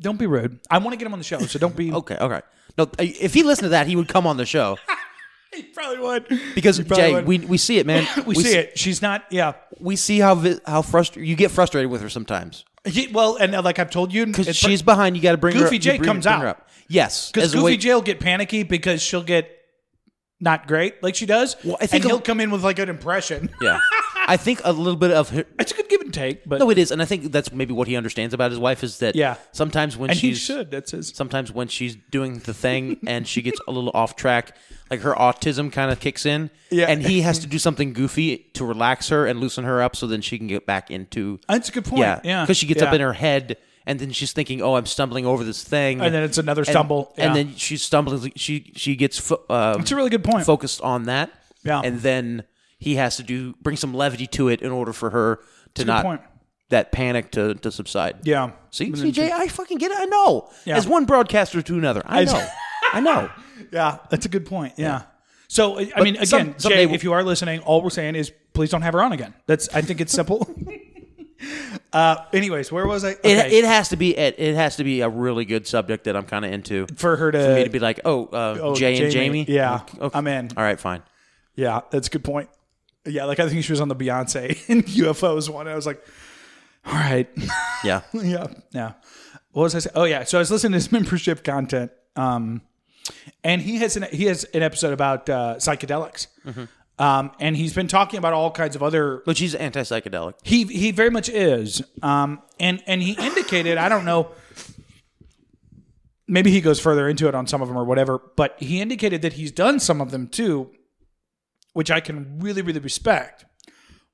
Speaker 1: don't be rude. I want to get him on the show, so don't be.
Speaker 2: Okay, okay. No, uh, if he listened to that, he would come on the show
Speaker 1: He probably would
Speaker 2: because
Speaker 1: He probably
Speaker 2: Jay,
Speaker 1: would.
Speaker 2: we, we see it, man.
Speaker 1: we, see it. She's not. Yeah.
Speaker 2: We see how vi- how frustrated you get frustrated with her sometimes
Speaker 1: Ye- well, and uh, like I've told you,
Speaker 2: because she's behind. You got to bring her.
Speaker 1: Goofy
Speaker 2: you
Speaker 1: Jay
Speaker 2: bring-
Speaker 1: comes
Speaker 2: bring
Speaker 1: out.
Speaker 2: her up. Yes,
Speaker 1: because
Speaker 2: as a
Speaker 1: Goofy
Speaker 2: way-
Speaker 1: Jay will get panicky because she'll get not great like she does.
Speaker 2: Well, I think
Speaker 1: and he'll
Speaker 2: a-
Speaker 1: come in with like an impression.
Speaker 2: Yeah, I think a little bit of her.
Speaker 1: It's a good give and take, but
Speaker 2: No, it is, and I think that's maybe what he understands about his wife is that
Speaker 1: Yeah.
Speaker 2: sometimes when
Speaker 1: and he
Speaker 2: she's
Speaker 1: should. That's his.
Speaker 2: sometimes when she's doing the thing and she gets a little off track, like her autism kind of kicks in.
Speaker 1: Yeah.
Speaker 2: And he has to do something goofy to relax her and loosen her up so then she can get back into.
Speaker 1: That's uh, a good point.
Speaker 2: yeah.
Speaker 1: yeah,
Speaker 2: Because she gets up
Speaker 1: Yeah.
Speaker 2: in her head and then she's thinking, oh, I'm stumbling over this thing.
Speaker 1: And then it's another
Speaker 2: And-
Speaker 1: stumble.
Speaker 2: And
Speaker 1: Yeah.
Speaker 2: then she stumbles. She, she gets fo- um,
Speaker 1: It's a really good point.
Speaker 2: focused on that.
Speaker 1: Yeah.
Speaker 2: And then he has to do bring some levity to it in order for her to
Speaker 1: good
Speaker 2: not.
Speaker 1: point.
Speaker 2: That panic to, to subside.
Speaker 1: Yeah.
Speaker 2: See, CJ, I fucking get it. I know.
Speaker 1: Yeah.
Speaker 2: As one broadcaster to another, I
Speaker 1: I-
Speaker 2: know. I know.
Speaker 1: Yeah, that's a good point. Yeah. So I I mean, again,
Speaker 2: some- someday
Speaker 1: Jay,
Speaker 2: we'll-
Speaker 1: if you are listening, all we're saying is please don't have her on again. That's I think it's simple. uh, anyways, where was I?
Speaker 2: It,
Speaker 1: Okay.
Speaker 2: it has to be it, it has to be a really good subject that I'm kind of into
Speaker 1: for her to,
Speaker 2: for me to be like, oh, uh,
Speaker 1: Oh,
Speaker 2: Jay and
Speaker 1: Jamie.
Speaker 2: Jamie.
Speaker 1: Yeah,
Speaker 2: Okay, okay.
Speaker 1: I'm in.
Speaker 2: All right, fine.
Speaker 1: yeah, that's a good point. Yeah, like I think she was on the Beyonce and UFOs one. I was like, all right,
Speaker 2: Yeah,
Speaker 1: yeah, yeah. What was I saying? Oh yeah, so I was listening to his membership content, um, and he has an he has an episode about uh, psychedelics, um, and he's been talking about all kinds of other
Speaker 2: but she's anti psychedelic.
Speaker 1: He he very much is. Um and and he indicated, I don't know maybe he goes further into it on some of them or whatever, but he indicated that he's done some of them too, which I can really really respect.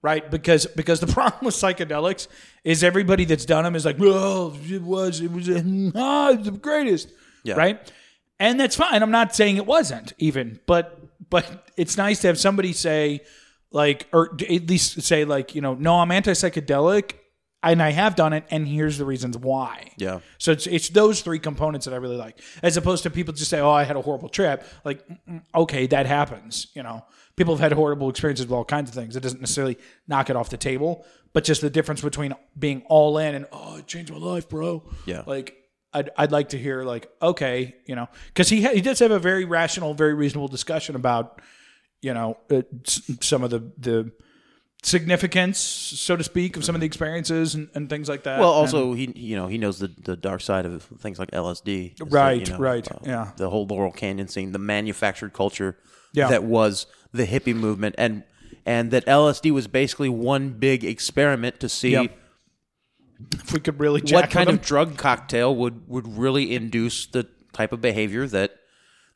Speaker 1: Right? Because because the problem with psychedelics is everybody that's done them is like, "Well, it was it was ah, it's the greatest."
Speaker 2: Yeah.
Speaker 1: Right? And that's fine. I'm not saying it wasn't even, but but it's nice to have somebody say like or d- at least say like, you know, no, I'm anti-psychedelic and I have done it and here's the reasons why.
Speaker 2: Yeah,
Speaker 1: So it's it's those three components that I really like, as opposed to people just say, "Oh, I had a horrible trip." Like, mm, okay, that happens. You know, people have had horrible experiences with all kinds of things. It doesn't necessarily knock it off the table, but just the difference between being all in and oh, it changed my life, bro.
Speaker 2: Yeah.
Speaker 1: like. I'd, I'd like to hear like okay you know because he ha- he does have a very rational very reasonable discussion about you know uh, s- some of the the significance so to speak of some of the experiences and, and things like that
Speaker 2: Well,
Speaker 1: And-
Speaker 2: also he you know he knows the, the dark side of things like LSD, is that,
Speaker 1: Right,
Speaker 2: you know, uh,
Speaker 1: right, yeah.
Speaker 2: the whole Laurel Canyon scene, the manufactured culture
Speaker 1: Yeah.
Speaker 2: that was the hippie movement, and and that LSD was basically one big experiment to see
Speaker 1: Yep. if we could really jack
Speaker 2: what kind
Speaker 1: with
Speaker 2: of drug cocktail would would really induce the type of behavior that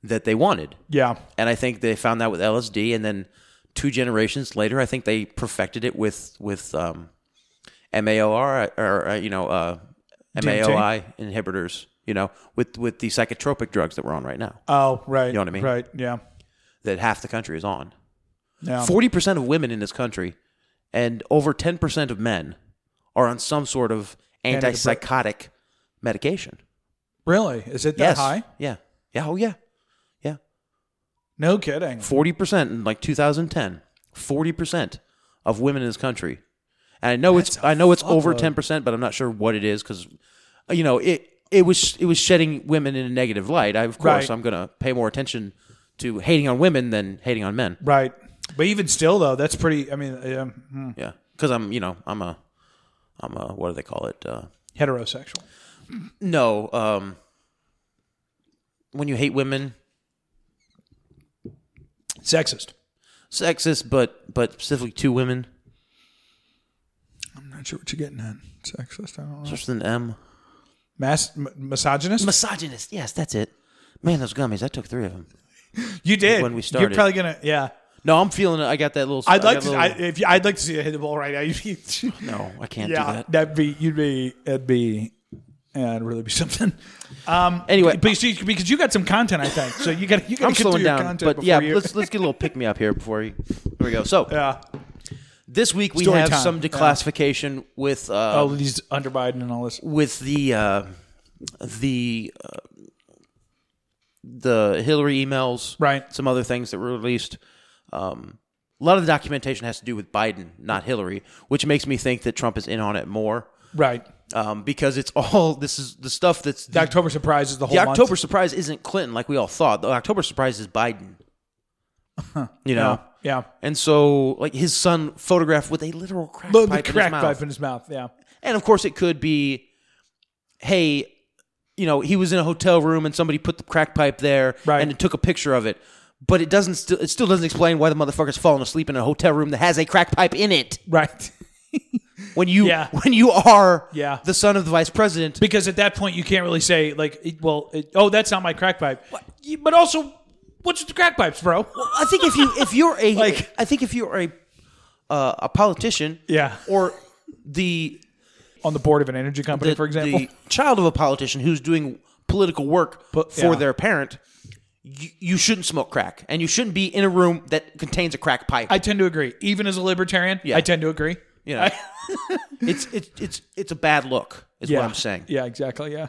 Speaker 2: that they wanted.
Speaker 1: Yeah.
Speaker 2: And I think they found that with LSD, and then two generations later, I think they perfected it with with um, MAOR or uh, you know uh,
Speaker 1: DMT?
Speaker 2: MAOI inhibitors. You know, with with the psychotropic drugs that we're on right now,
Speaker 1: Oh, right. You
Speaker 2: know what I mean?
Speaker 1: Right. Yeah.
Speaker 2: that half the country is on.
Speaker 1: Yeah.
Speaker 2: Forty percent of women in this country, and over ten percent of men, are on some sort of
Speaker 1: Antidepre-
Speaker 2: antipsychotic medication.
Speaker 1: Really? Is it that
Speaker 2: yes.
Speaker 1: high?
Speaker 2: Yeah. Yeah. Oh yeah. Yeah.
Speaker 1: No kidding.
Speaker 2: Forty percent in like 2010. Forty percent of women in this country, and I know it's I know it's over ten percent, but I'm not sure what it is because, you know it it was it was shedding women in a negative light. I of course
Speaker 1: Right.
Speaker 2: I'm gonna pay more attention to hating on women than hating on men.
Speaker 1: Right. But even still, though, that's pretty. I mean, yeah, hmm,
Speaker 2: Yeah, because I'm you know I'm a I'm a what do they call it? Uh,
Speaker 1: heterosexual.
Speaker 2: no, um, when you hate women,
Speaker 1: Sexist.
Speaker 2: sexist, but but specifically to women,
Speaker 1: I'm not sure what you're getting at. Sexist. I don't know.
Speaker 2: just an M.
Speaker 1: Mas- m- misogynist?
Speaker 2: Misogynist. Yes, that's it. Man, those gummies. I took three of them.
Speaker 1: you did.
Speaker 2: when we
Speaker 1: You're
Speaker 2: started.
Speaker 1: probably going to, yeah.
Speaker 2: No, I'm feeling it. I got that little.
Speaker 1: I'd
Speaker 2: I
Speaker 1: like
Speaker 2: got
Speaker 1: to.
Speaker 2: a
Speaker 1: I,
Speaker 2: little-
Speaker 1: if you, I'd like to see you hit the ball right now. You'd be-
Speaker 2: no, I can't do
Speaker 1: yeah,
Speaker 2: that.
Speaker 1: that'd be. You'd be. It'd be. Yeah, it'd really be something.
Speaker 2: Anyway,
Speaker 1: But you see, because you got some content, I think. So you got. You got
Speaker 2: I'm
Speaker 1: to get through
Speaker 2: slowing
Speaker 1: your
Speaker 2: down.
Speaker 1: content.
Speaker 2: But yeah,
Speaker 1: before you-
Speaker 2: let's Oh. let's get a little pick me up here before you. Here we go. So
Speaker 1: Yeah.
Speaker 2: this week we
Speaker 1: Story
Speaker 2: have
Speaker 1: time.
Speaker 2: some
Speaker 1: Yeah. Oh.
Speaker 2: declassification with uh,
Speaker 1: All these under Biden and all this.
Speaker 2: with the uh, the uh, the Hillary emails,
Speaker 1: Right.
Speaker 2: Some other things that were released. Um, a lot of the documentation has to do with Biden, not Hillary, which makes me think that Trump is in on it more
Speaker 1: Right.
Speaker 2: um, because it's all this is the stuff that's
Speaker 1: The October surprise is the whole
Speaker 2: the
Speaker 1: month.
Speaker 2: October surprise isn't Clinton like we all thought. The October surprise is Biden. You know.
Speaker 1: Yeah.
Speaker 2: And so, like his son photographed with a literal crack
Speaker 1: The,
Speaker 2: pipe in his
Speaker 1: crack
Speaker 2: mouth.
Speaker 1: pipe in his mouth. Yeah.
Speaker 2: And of course, it could be, hey, you know, he was in a hotel room and somebody put the crack pipe there
Speaker 1: Right.
Speaker 2: and it took a picture of it. But it doesn't still it still doesn't explain why the motherfucker's falling asleep in a hotel room that has a crack pipe in it.
Speaker 1: Right.
Speaker 2: When you
Speaker 1: Yeah.
Speaker 2: when you are
Speaker 1: Yeah.
Speaker 2: the son of the vice president,
Speaker 1: Because at that point, you can't really say like, it- well, it, oh, that's not my crack pipe. You- But also, what's with the crack pipes, bro?
Speaker 2: I think if you if you're a
Speaker 1: Like-
Speaker 2: I think if you're a uh, a politician,
Speaker 1: Yeah.
Speaker 2: or the
Speaker 1: On the board of an energy company,
Speaker 2: the-
Speaker 1: for example.
Speaker 2: the child of a politician who's doing political work
Speaker 1: But-
Speaker 2: for
Speaker 1: yeah.
Speaker 2: their parent, you, you shouldn't smoke crack, and you shouldn't be in a room that contains a crack pipe.
Speaker 1: I tend to agree. Even as a libertarian,
Speaker 2: Yeah.
Speaker 1: I tend to agree.
Speaker 2: you know, it's it's it's it's a bad look. Is what I'm saying.
Speaker 1: Yeah, exactly. Yeah.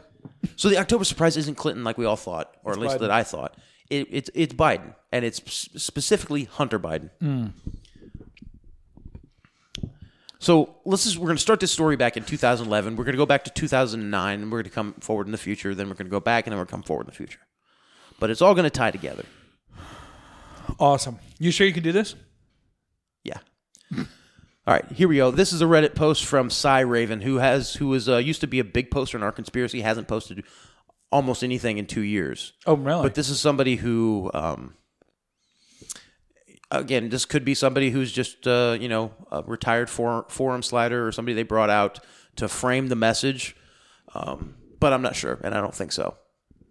Speaker 2: So the October surprise isn't Clinton like we all thought, or at least
Speaker 1: Biden.
Speaker 2: that I thought. It, it's it's Biden, and it's sp- specifically Hunter Biden. So let's just, we're going to start this story back in 2011. We're going to go back to 2009, and we're going to come forward in the future. Then we're going to go back, and then we're going to come forward in the future. But it's all going to tie together.
Speaker 1: Awesome. You sure you can do this?
Speaker 2: Yeah. All right, here we go. This is a Reddit post from Cy Raven, who has who was uh, used to be a big poster in our conspiracy, hasn't posted almost anything in two years.
Speaker 1: Oh, really?
Speaker 2: But this is somebody who, um, again, this could be somebody who's just uh, you know a retired for- forum slider or somebody they brought out to frame the message. Um, but I'm not sure, and I don't think so.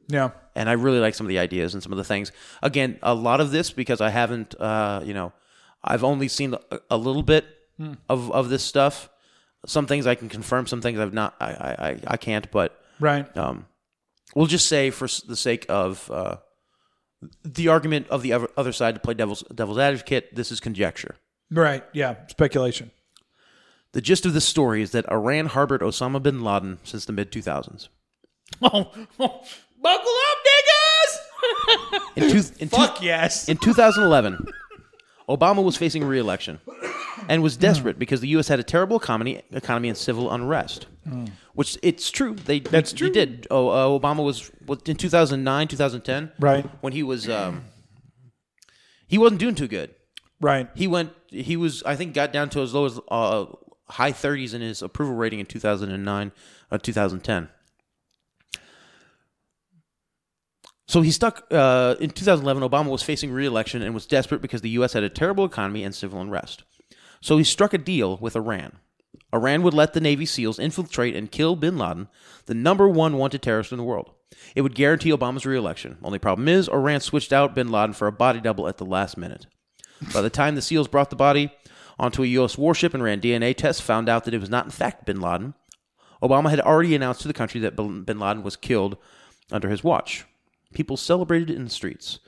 Speaker 1: yeah.
Speaker 2: And I really like some of the ideas and some of the things. Again, a lot of this because I haven't, uh, you know, I've only seen a, a little bit of of this stuff. Some things I can confirm, some things I've not. I I, I, I can't, but
Speaker 1: Right.
Speaker 2: um, we'll just say for s- the sake of uh, the argument of the other- other side to play devil's devil's advocate, this is conjecture.
Speaker 1: Right. Yeah. Speculation.
Speaker 2: The gist of this story is that Iran harbored Osama bin Laden since the mid 2000s.
Speaker 1: Oh, buckle up, niggas!
Speaker 2: In two, in two-
Speaker 1: Fuck yes.
Speaker 2: In 2011, Obama was facing re-election and was desperate because the U.S. had a terrible economy, economy and civil unrest. Which it's true. They
Speaker 1: Oh. That's
Speaker 2: they,
Speaker 1: true.
Speaker 2: did. Oh, uh, Obama was was in 2009, 2010,
Speaker 1: Right.
Speaker 2: when he was um, he wasn't doing too good.
Speaker 1: right.
Speaker 2: He went. He was. I think got down to as low as uh, high 30s in his approval rating in 2009, uh, 2010. So he stuck uh, in 2011. Obama was facing re-election and was desperate because the U.S. had a terrible economy and civil unrest. So he struck a deal with Iran. Iran would let the Navy SEALs infiltrate and kill Bin Laden, the number one wanted terrorist in the world. It would guarantee Obama's re-election. Only problem is Iran switched out Bin Laden for a body double at the last minute. By the time the SEALs brought the body, onto a U.S. warship and ran DNA tests, found out that it was not, in fact, bin Laden. Obama had already announced to the country that bin bin Laden was killed under his watch. People celebrated in the streets.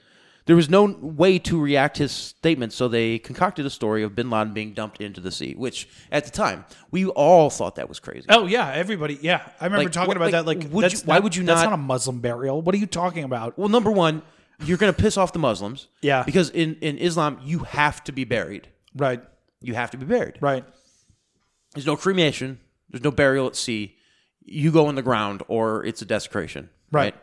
Speaker 2: There was no way to react his statement, so they concocted a story of bin Laden being dumped into the sea, which at the time we all thought that was crazy.
Speaker 1: Oh yeah, everybody. Yeah, I remember
Speaker 2: Like,
Speaker 1: talking
Speaker 2: what-
Speaker 1: about
Speaker 2: like,
Speaker 1: that. Like,
Speaker 2: would
Speaker 1: that's
Speaker 2: you- why would you
Speaker 1: That's
Speaker 2: not-
Speaker 1: not a Muslim burial. What are you talking about?
Speaker 2: Well, number one, you're going to piss off the Muslims.
Speaker 1: Yeah.
Speaker 2: Because in, in Islam, you have to be buried.
Speaker 1: Right,
Speaker 2: You have to be buried.
Speaker 1: right.
Speaker 2: There's no cremation, there's no burial at sea. You go in the ground or it's a desecration.
Speaker 1: Right.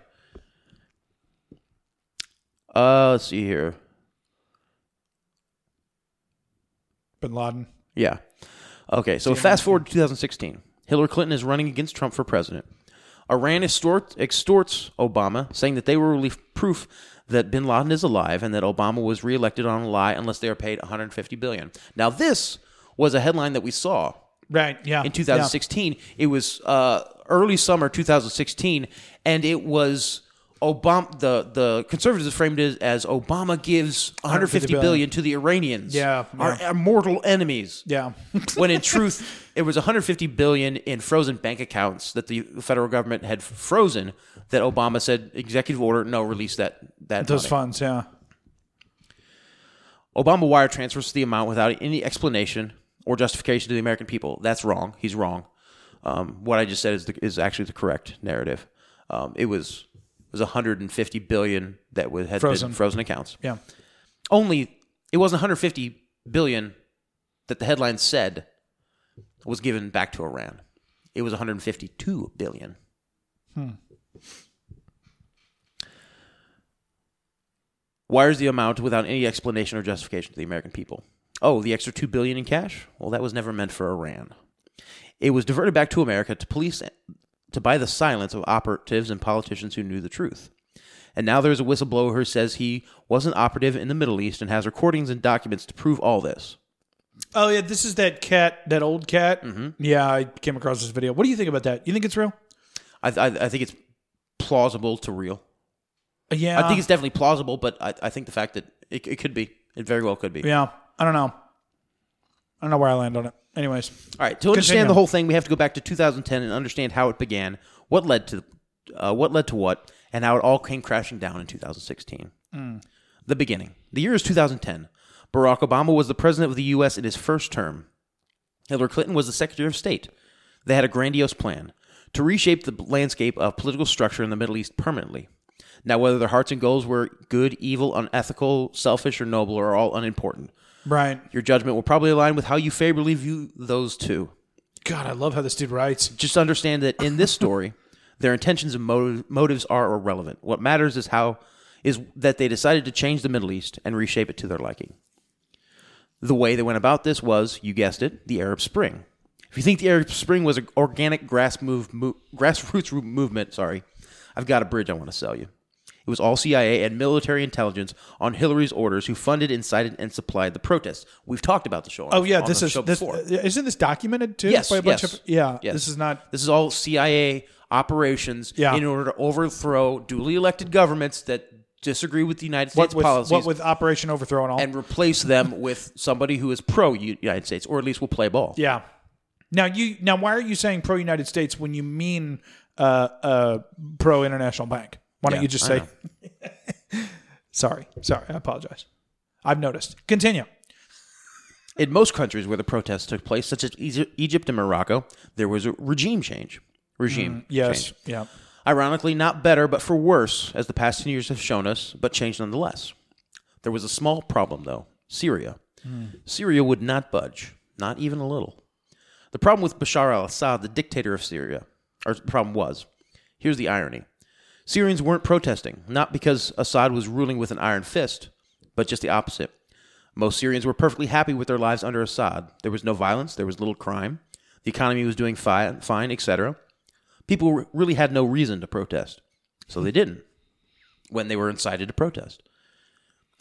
Speaker 2: Uh, let's see here.
Speaker 1: Bin Laden.
Speaker 2: Yeah. Okay, so fast forward to 2016. Hillary Clinton is running against Trump for president. Iran extort, extorts Obama, saying that they will relief proof that bin Laden is alive and that Obama was reelected on a lie unless they are paid 150 billion. Now this was a headline that we saw
Speaker 1: Right. Yeah.
Speaker 2: in 2016. It was uh, early summer 2016, and it was Obama. The the conservatives framed it as Obama gives 150 billion,
Speaker 1: billion.
Speaker 2: to the Iranians,
Speaker 1: Yeah,
Speaker 2: our,
Speaker 1: yeah.
Speaker 2: our mortal enemies.
Speaker 1: Yeah. Yeah.
Speaker 2: when in truth, it was 150 billion in frozen bank accounts that the federal government had frozen. That Obama said executive order, no, release that that
Speaker 1: Those
Speaker 2: money.
Speaker 1: funds. Yeah.
Speaker 2: Obama wire transfers the amount without any explanation or justification to the American people. That's wrong. He's wrong. Um, what I just said is the, is actually the correct narrative. Um, it was it was 150 billion that was, had
Speaker 1: Frozen.
Speaker 2: been frozen accounts.
Speaker 1: Yeah.
Speaker 2: Only it wasn't 150 billion that the headline said was given back to Iran. It was 152 billion. wires the amount without any explanation or justification to the American people. Oh, the extra two billion in cash? Well, that was never meant for Iran. It was diverted back to America to police to buy the silence of operatives and politicians who knew the truth. And now there's a whistleblower who says he was an operative in the Middle East and has recordings and documents to prove all this.
Speaker 1: Oh yeah, this is that cat, that old cat.
Speaker 2: Mm-hmm.
Speaker 1: Yeah, I came across this video. What do you think about that? You think it's real?
Speaker 2: I, I, I think it's plausible to real.
Speaker 1: Uh, Yeah,
Speaker 2: I think it's definitely plausible, but I, I think the fact that it, it could be, it very well could be.
Speaker 1: Yeah, I don't know. I don't know where I land on it. Anyways,
Speaker 2: All right. To understand
Speaker 1: Continue.
Speaker 2: the whole thing, we have to go back to 2010 and understand how it began, what led to, uh, what led to what, and how it all came crashing down in 2016. The beginning. The year is 2010. Barack Obama was the president of the U.S. in his first term. Hillary Clinton was the Secretary of State. They had a grandiose plan to reshape the landscape of political structure in the Middle East permanently. Now, whether their hearts and goals were good, evil, unethical, selfish, or noble are all unimportant.
Speaker 1: Brian.
Speaker 2: Your judgment will probably align with how you favorably view those two
Speaker 1: God, I love how this dude writes.
Speaker 2: just understand that in this story, their intentions and motive, motives are irrelevant. What matters is how is that they decided to change the Middle East and reshape it to their liking. The way they went about this was, you guessed it, the Arab Spring. If you think the Arab Spring was an organic grass move, mo- grassroots ro- movement, sorry, I've got a bridge I want to sell you. It was all CIA and military intelligence on Hillary's orders who funded, incited, and supplied the protests. We've talked about the show. on-
Speaker 1: Oh yeah,
Speaker 2: on
Speaker 1: this
Speaker 2: the
Speaker 1: is
Speaker 2: show
Speaker 1: this.
Speaker 2: before.
Speaker 1: Isn't this documented too?
Speaker 2: Yes,
Speaker 1: by a bunch
Speaker 2: yes.
Speaker 1: of yeah.
Speaker 2: Yes.
Speaker 1: This is not.
Speaker 2: This is all CIA operations
Speaker 1: Yeah.
Speaker 2: in order to overthrow duly elected governments that disagree with the United States
Speaker 1: What with,
Speaker 2: policies
Speaker 1: what with Operation Overthrow and all?
Speaker 2: and replace them with somebody who is pro United States or at least will play ball.
Speaker 1: yeah. Now you now why are you saying pro United States when you mean uh, uh, pro international bank? Why don't
Speaker 2: Yeah,
Speaker 1: you just
Speaker 2: I
Speaker 1: say?
Speaker 2: know.
Speaker 1: sorry, sorry, I apologize. I've noticed. Continue.
Speaker 2: In most countries where the protests took place, such as Egy- Egypt and Morocco, there was a regime change. Regime.
Speaker 1: Mm, Yes.
Speaker 2: change.
Speaker 1: Yeah.
Speaker 2: Ironically, not better, but for worse, as the past 10 years have shown us, but changed nonetheless. There was a small problem, though Syria. Syria would not budge, not even a little. The problem with Bashar al Assad, the dictator of Syria, or the problem was here's the irony Syrians weren't protesting, not because Assad was ruling with an iron fist, but just the opposite. Most Syrians were perfectly happy with their lives under Assad. There was no violence, there was little crime, the economy was doing fi- fine, etc people re- really had no reason to protest. So they didn't when they were incited to protest.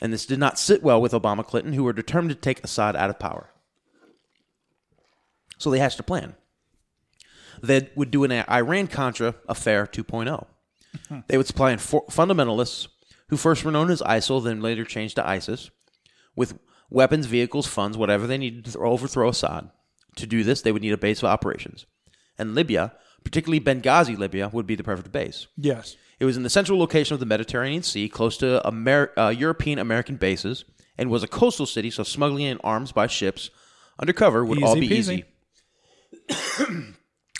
Speaker 2: And this did not sit well with Obama Clinton, who were determined to take Assad out of power. So they hatched a plan that would do an Iran Contra affair 2.0. They would supply infor- fundamentalists, who first were known as ISIL, then later changed to ISIS, with weapons, vehicles, funds, whatever they needed to throw- overthrow Assad. To do this, they would need a base of operations. And Libya, particularly Benghazi, Libya, would be the perfect base.
Speaker 1: Yes.
Speaker 2: It was in the central location of the Mediterranean Sea, close to Amer- uh, European American bases, and was a coastal city, so smuggling in arms by ships undercover would all be
Speaker 1: Easy peasy.
Speaker 2: easy.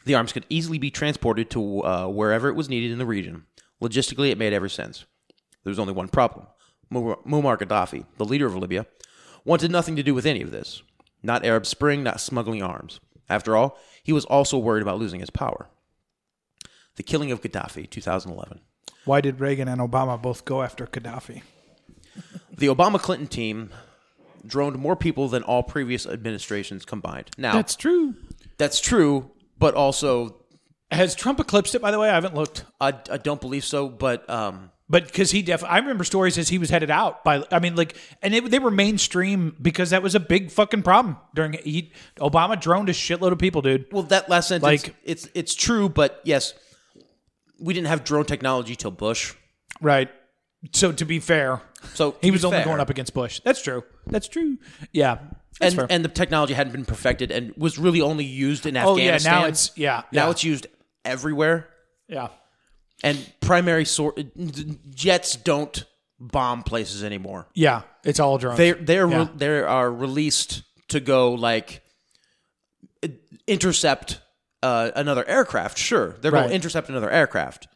Speaker 2: the arms could easily be transported to uh, wherever it was needed in the region. Logistically, it made every sense. There was only one problem. Mu- Muammar Gaddafi, the leader of Libya, wanted nothing to do with any of this. Not Arab Spring, not smuggling arms. After all, he was also worried about losing his power. The killing of Gaddafi, 2011.
Speaker 1: Why did Reagan and Obama both go after Gaddafi?
Speaker 2: The Obama Clinton team droned more people than all previous administrations combined. Now, that's,
Speaker 1: true.
Speaker 2: true, but also,
Speaker 1: Has Trump eclipsed it? By the way, I haven't looked,
Speaker 2: I, I don't believe so, but um,
Speaker 1: but because he def, I remember stories as he was headed out by. I mean, like, and they, they were mainstream because that was a big fucking problem during. He, Obama droned a shitload of people, dude.
Speaker 2: well, that last sentence,
Speaker 1: Like-
Speaker 2: it's, it's true, but yes, we didn't have drone technology till Bush.
Speaker 1: Right. So to be fair,
Speaker 2: So
Speaker 1: he
Speaker 2: to
Speaker 1: was
Speaker 2: be
Speaker 1: only
Speaker 2: fair-
Speaker 1: going up against Bush. That's true. That's true. Yeah. That's
Speaker 2: and,
Speaker 1: fair.
Speaker 2: and the technology hadn't been perfected and was really only used in
Speaker 1: Oh, yeah,
Speaker 2: Afghanistan.
Speaker 1: now it's- yeah,
Speaker 2: Now
Speaker 1: yeah.
Speaker 2: it's used everywhere.
Speaker 1: yeah.
Speaker 2: And primary sor- jets don't bomb places anymore.
Speaker 1: Yeah. It's all drones.
Speaker 2: They they're
Speaker 1: Yeah.
Speaker 2: re- they are released to go like i- intercept uh, another aircraft. Sure, they're going
Speaker 1: Right.
Speaker 2: to intercept another aircraft,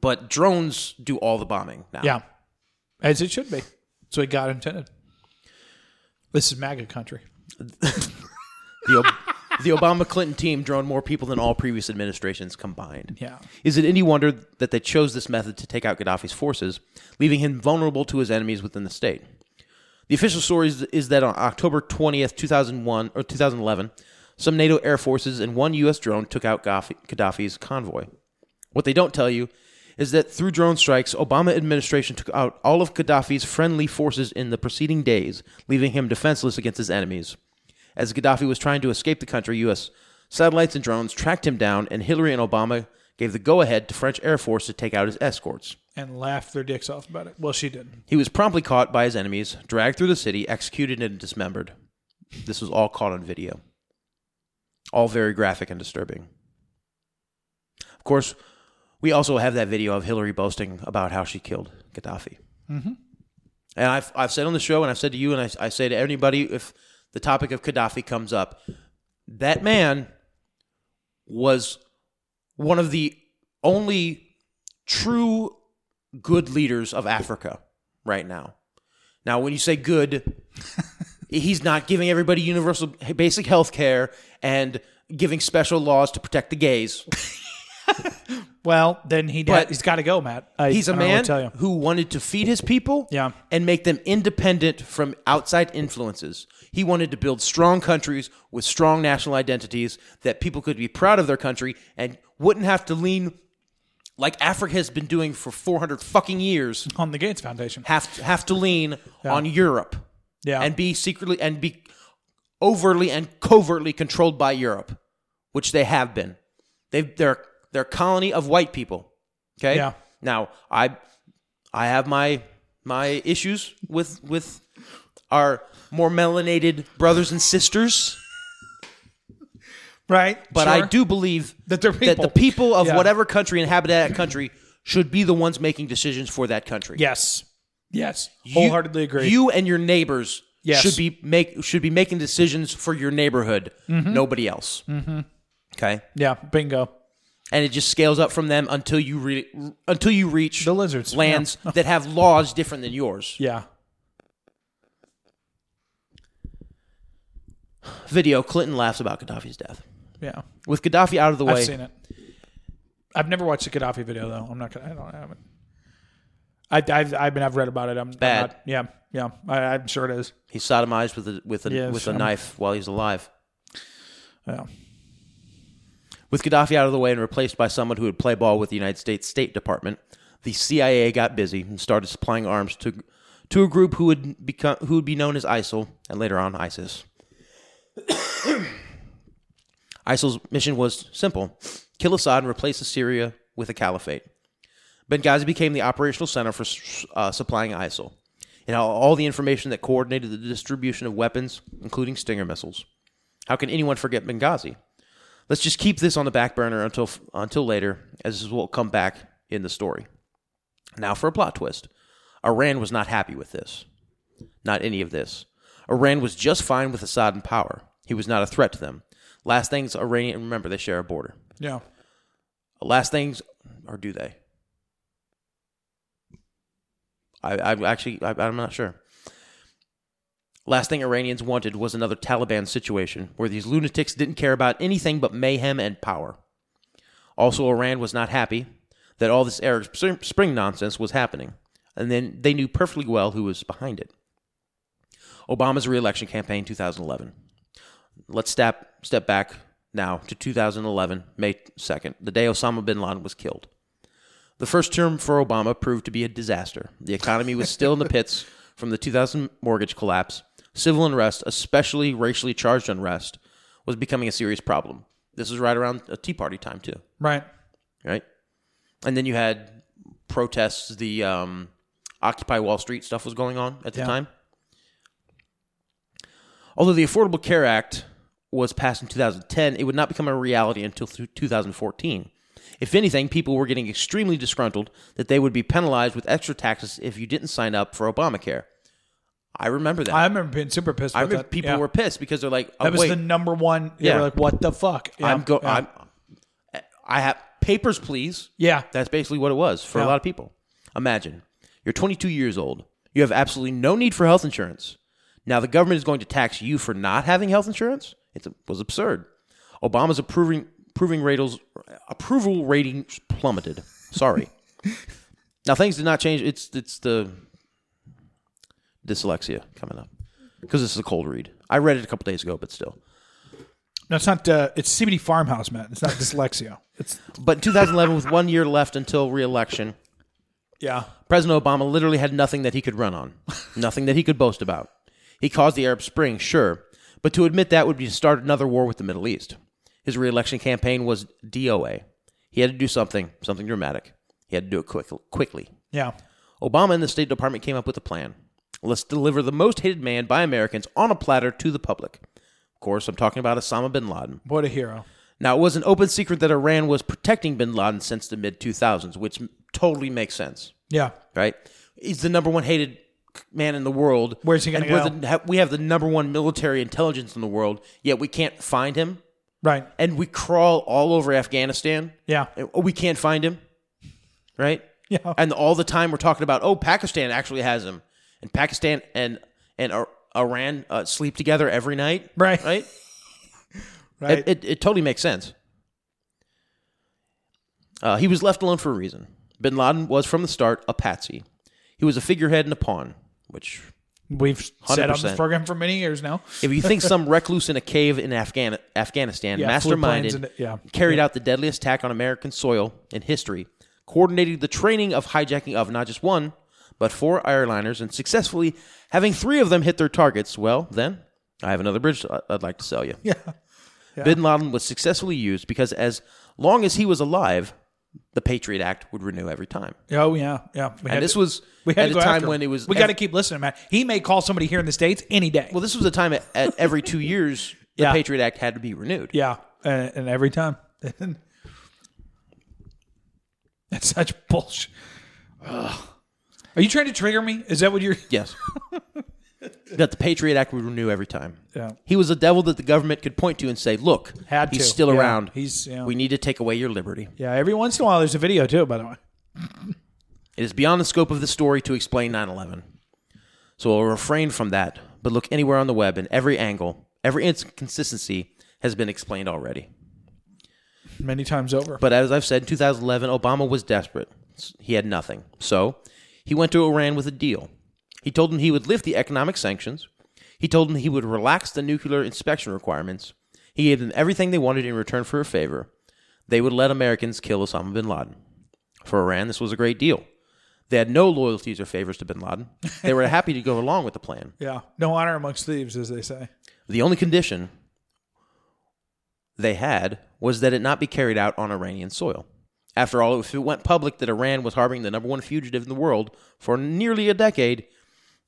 Speaker 2: but drones do all the bombing now.
Speaker 1: yeah. As it should be. That's what God intended. This is MAGA country.
Speaker 2: The, Ob- the Obama Clinton team droned more people than all previous administrations combined.
Speaker 1: Yeah.
Speaker 2: Is it any wonder that they chose this method to take out Gaddafi's forces, leaving him vulnerable to his enemies within the state? The official story is, is that on October 20th, 2001 or 2011, some NATO air forces and one U.S. drone took out Gaddafi, Gaddafi's convoy. What they don't tell you is that through drone strikes, Obama administration took out all of Gaddafi's friendly forces in the preceding days, leaving him defenseless against his enemies. As Gaddafi was trying to escape the country, U.S. satellites and drones tracked him down, and Hillary and Obama gave the go ahead to French Air Force to take out his escorts.
Speaker 1: And laugh their dicks off about it. Well, she didn't.
Speaker 2: He was promptly caught by his enemies, dragged through the city, executed, and dismembered. This was all caught on video. All very graphic and disturbing. Of course, we also have that video of Hillary boasting about how she killed Gaddafi. Mm-hmm. And I've, I've said on the show, and I've said to you, and I, I say to anybody if the topic of Gaddafi comes up, that man was one of the only true good leaders of Africa right now. Now, when you say good, he's not giving everybody universal basic health care and giving special laws to protect the gays.
Speaker 1: Well, then he
Speaker 2: But-
Speaker 1: he's got to go, Matt. I,
Speaker 2: He's
Speaker 1: a
Speaker 2: a man
Speaker 1: tell you.
Speaker 2: who wanted to feed his people
Speaker 1: Yeah.
Speaker 2: and make them independent from outside influences. He wanted to build strong countries with strong national identities that people could be proud of their country and wouldn't have to lean like Africa has been doing for 400 fucking years
Speaker 1: on the Gates Foundation.
Speaker 2: have to, have to lean on Europe
Speaker 1: Yeah.
Speaker 2: and be secretly and be overly and covertly controlled by Europe, which they have been. They they're they're a colony of white people. Okay.
Speaker 1: Yeah.
Speaker 2: Now I I have my my issues with with our more melanated brothers and sisters,
Speaker 1: right.
Speaker 2: but I
Speaker 1: Sure.
Speaker 2: do believe
Speaker 1: That they're
Speaker 2: the
Speaker 1: people.
Speaker 2: people of
Speaker 1: Yeah.
Speaker 2: whatever country inhabit that country should be the ones making decisions for that country.
Speaker 1: Yes. Yes.
Speaker 2: You-
Speaker 1: Wholeheartedly agree.
Speaker 2: You and your neighbors
Speaker 1: Yes.
Speaker 2: should be make should be making decisions for your neighborhood, nobody else. Mm-hmm. Okay,
Speaker 1: yeah. Bingo.
Speaker 2: and it just scales up from them until you re- until you reach
Speaker 1: The lizards.
Speaker 2: lands that have laws different than yours.
Speaker 1: Yeah.
Speaker 2: Video: Clinton laughs about Gaddafi's death.
Speaker 1: Yeah.
Speaker 2: With Gaddafi out of the way,
Speaker 1: I've seen it. I've never watched the Gaddafi video though. I'm not gonna. I don't have it. I, I've I've been I've read about it. I'm I'm
Speaker 2: Bad.
Speaker 1: not- yeah, yeah. I, I'm sure it is.
Speaker 2: he's sodomized with a with a
Speaker 1: Yes,
Speaker 2: with a
Speaker 1: um,
Speaker 2: knife while he's alive.
Speaker 1: Yeah.
Speaker 2: With Gaddafi out of the way and replaced by someone who would play ball with the United States State Department, the CIA got busy and started supplying arms to to a group who would become who would be known as ISIL and later on ISIS. ISIL's mission was simple: kill Assad and replace Assyria with a caliphate. Benghazi became the operational center for uh, supplying ISIL. and all- all the information that coordinated the distribution of weapons, including Stinger missiles. How can anyone forget Benghazi? Let's just keep this on the back burner until until later, as this will come back in the story. Now for a plot twist. Iran was not happy with this. Not any of this. Iran was just fine with Assad in power. He was not a threat to them. Last things Iranian remember they share a border.
Speaker 1: Yeah.
Speaker 2: Last things, or do they? I, I actually, I, I'm not sure. Last thing Iranians wanted was another Taliban situation where these lunatics didn't care about anything but mayhem and power. Also, Iran was not happy that all this Arab Spring- Spring nonsense was happening, and then they knew perfectly well who was behind it. Obama's reelection campaign 2011 let's step step back now to 2011, May 2nd, the day Osama bin Laden was killed. The first term for Obama proved to be a disaster. The economy was still in the pits from the 2000 mortgage collapse. Civil unrest, especially racially charged unrest, was becoming a serious problem. This was right around a Tea Party time too,
Speaker 1: Right.
Speaker 2: right? And then you had protests. The um, Occupy Wall Street stuff was going on at the
Speaker 1: Yeah.
Speaker 2: time. Although the Affordable Care Act was passed in 2010, it would not become a reality until th- 2014. If anything, people were getting extremely disgruntled that they would be penalized with extra taxes if you didn't sign up for Obamacare. I remember that.
Speaker 1: I
Speaker 2: I,
Speaker 1: remember being super pissed. About
Speaker 2: remember
Speaker 1: that.
Speaker 2: people
Speaker 1: Yeah.
Speaker 2: were pissed because they're like, oh,
Speaker 1: That was
Speaker 2: wait,
Speaker 1: the number one. Yeah.
Speaker 2: Yeah.
Speaker 1: We're like, what the fuck? Yeah.
Speaker 2: I'm go.
Speaker 1: Yeah.
Speaker 2: I'm. I have papers, please.
Speaker 1: Yeah.
Speaker 2: That's basically what it was for a
Speaker 1: Yeah.
Speaker 2: lot of people. Imagine you're 22 years old. You have absolutely no need for health insurance. Now the government is going to tax you for not having health insurance. It was absurd. Obama's approving approving ratings approval ratings plummeted. Sorry. now things did not change. It's it's the dyslexia coming up because this is a cold read. I read it a couple days ago, but still.
Speaker 1: No, it's not. Uh, it's CBD Farmhouse, Matt. It's not dyslexia. It's
Speaker 2: But in 2011, with one year left until re-election,
Speaker 1: yeah.
Speaker 2: President Obama literally had nothing that he could run on, nothing that he could boast about. He caused the Arab Spring, sure, but to admit that would be to start another war with the Middle East. His re-election campaign was DOA. He had to do something, something dramatic. He had to do it quick, quickly.
Speaker 1: Yeah.
Speaker 2: Obama and the State Department came up with a plan. Let's deliver the most hated man by Americans on a platter to the public. Of course, I'm talking about Osama bin Laden.
Speaker 1: What a hero.
Speaker 2: Now, it was an open secret that Iran was protecting bin Laden since the mid 2000s, which m- totally makes sense,
Speaker 1: Yeah.
Speaker 2: right? He's the number one hated c- man in the world.
Speaker 1: Where's he
Speaker 2: And
Speaker 1: gonna
Speaker 2: we're
Speaker 1: go?
Speaker 2: the- ha- we have the number one military intelligence in the world, yet we can't find him.
Speaker 1: Right.
Speaker 2: And we crawl all over Afghanistan.
Speaker 1: Yeah.
Speaker 2: And we can't find him, right?
Speaker 1: Yeah.
Speaker 2: And all the time we're talking about, oh, Pakistan actually has him. And Pakistan and, and Ar- Iran uh, sleep together every night.
Speaker 1: Right.
Speaker 2: Right?
Speaker 1: Right.
Speaker 2: It, it, it totally makes sense. Uh, he was left alone for a reason. Bin Laden was from the start a patsy. He was a figurehead and a pawn, which,
Speaker 1: We've said on this
Speaker 2: 100%.
Speaker 1: program for many years now.
Speaker 2: if you think some recluse in a cave in Afghan- Afghanistan
Speaker 1: Yeah, flew planes
Speaker 2: masterminded,
Speaker 1: and- yeah.
Speaker 2: carried out the deadliest attack on American soil in history, coordinated the training of hijacking of not just one, but four airliners, and successfully having three of them hit their targets, well, then I have another bridge I- I'd like to sell you.
Speaker 1: Yeah.
Speaker 2: Bin Laden was successfully used because as long as he was alive, the Patriot Act would renew every time.
Speaker 1: Oh yeah. Yeah. We
Speaker 2: And this was
Speaker 1: We had
Speaker 2: at
Speaker 1: to
Speaker 2: a
Speaker 1: go
Speaker 2: time
Speaker 1: after him.
Speaker 2: when it was
Speaker 1: We got to keep listening, Matt. He may call somebody here in the states any day.
Speaker 2: Well, this was a time at, at every two years the
Speaker 1: Yeah.
Speaker 2: Patriot Act had to be renewed.
Speaker 1: yeah, and, and every time. That's such bullshit. Ugh. Are you trying to trigger me? Is that what you're?
Speaker 2: Yes. that the Patriot Act would renew every time.
Speaker 1: Yeah.
Speaker 2: He was a devil that the government could point to and say, "Look,
Speaker 1: Had
Speaker 2: he's
Speaker 1: to.
Speaker 2: still
Speaker 1: Yeah.
Speaker 2: around.
Speaker 1: He's- yeah.
Speaker 2: We need to take away your liberty."
Speaker 1: Yeah. Every once in a while, there's a video too. By the way.
Speaker 2: It is beyond the scope of the story to explain 9 11. So I'll refrain from that, but look anywhere on the web and every angle, every inconsistency has been explained already.
Speaker 1: many times over.
Speaker 2: But as I've said, in 2011, Obama was desperate. He had nothing. So he went to Iran with a deal. He told them he would lift the economic sanctions. He told them he would relax the nuclear inspection requirements. He gave them everything they wanted in return for a favor. They would let Americans kill Osama bin Laden. For Iran, this was a great deal. They had no loyalties or favors to bin Laden. They were happy to go along with the plan.
Speaker 1: yeah, no honor amongst thieves, as they say.
Speaker 2: The only condition they had was that it not be carried out on Iranian soil. After all, if it went public that Iran was harboring the number one fugitive in the world for nearly a decade,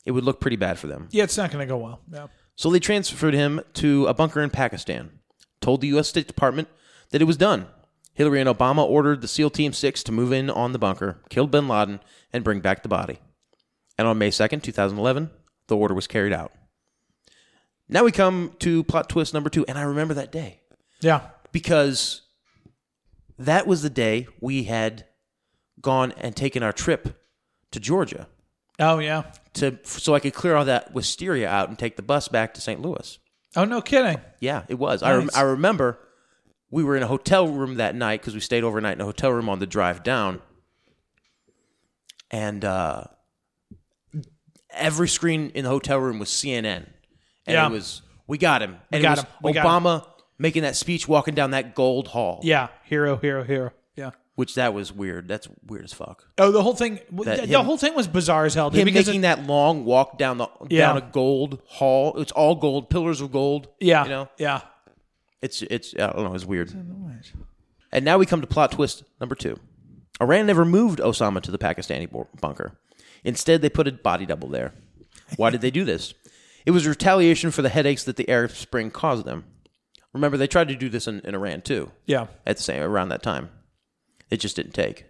Speaker 2: it would look pretty bad for them.
Speaker 1: Yeah, it's not going to go well. Yeah.
Speaker 2: So they transferred him to a bunker in Pakistan, told the U.S. State Department that it was done. Hillary and Obama ordered the SEAL Team 6 to move in on the bunker, kill bin Laden, and bring back the body. And on May 2nd, 2011, the order was carried out. Now we come to plot twist number two, and I remember that day
Speaker 1: Yeah.
Speaker 2: because that was the day we had gone and taken our trip to Georgia
Speaker 1: Oh, yeah.
Speaker 2: to so I could clear all that wisteria out and take the bus back to St. Louis.
Speaker 1: Oh, no kidding.
Speaker 2: Yeah, it was. I, rem-
Speaker 1: Nice.
Speaker 2: I remember we were in a hotel room that night because we stayed overnight in a hotel room on the drive down. And uh, every screen in the hotel room was CNN. And
Speaker 1: Yeah.
Speaker 2: it was, we got him. And
Speaker 1: got
Speaker 2: it was
Speaker 1: him. We got him.
Speaker 2: Obama making that speech walking down that gold hall.
Speaker 1: Yeah. Hero, hero, hero. Yeah.
Speaker 2: Which that was weird. That's weird as fuck.
Speaker 1: Oh, the whole thing. the
Speaker 2: him-
Speaker 1: whole thing was bizarre as hell, dude.
Speaker 2: Him
Speaker 1: because
Speaker 2: making
Speaker 1: it-
Speaker 2: that long walk down the
Speaker 1: Yeah.
Speaker 2: down a gold hall. It's all gold, pillars of gold.
Speaker 1: yeah,
Speaker 2: You know?
Speaker 1: yeah.
Speaker 2: It's it's I don't know. It's weird. And now we come to plot twist number two. Iran never moved Osama to the Pakistani bor- bunker. Instead, they put a body double there. Why did they do this? It was retaliation for the headaches that the Arab Spring caused them. Remember, they tried to do this in, in Iran too.
Speaker 1: Yeah.
Speaker 2: At the same around that time, it just didn't take.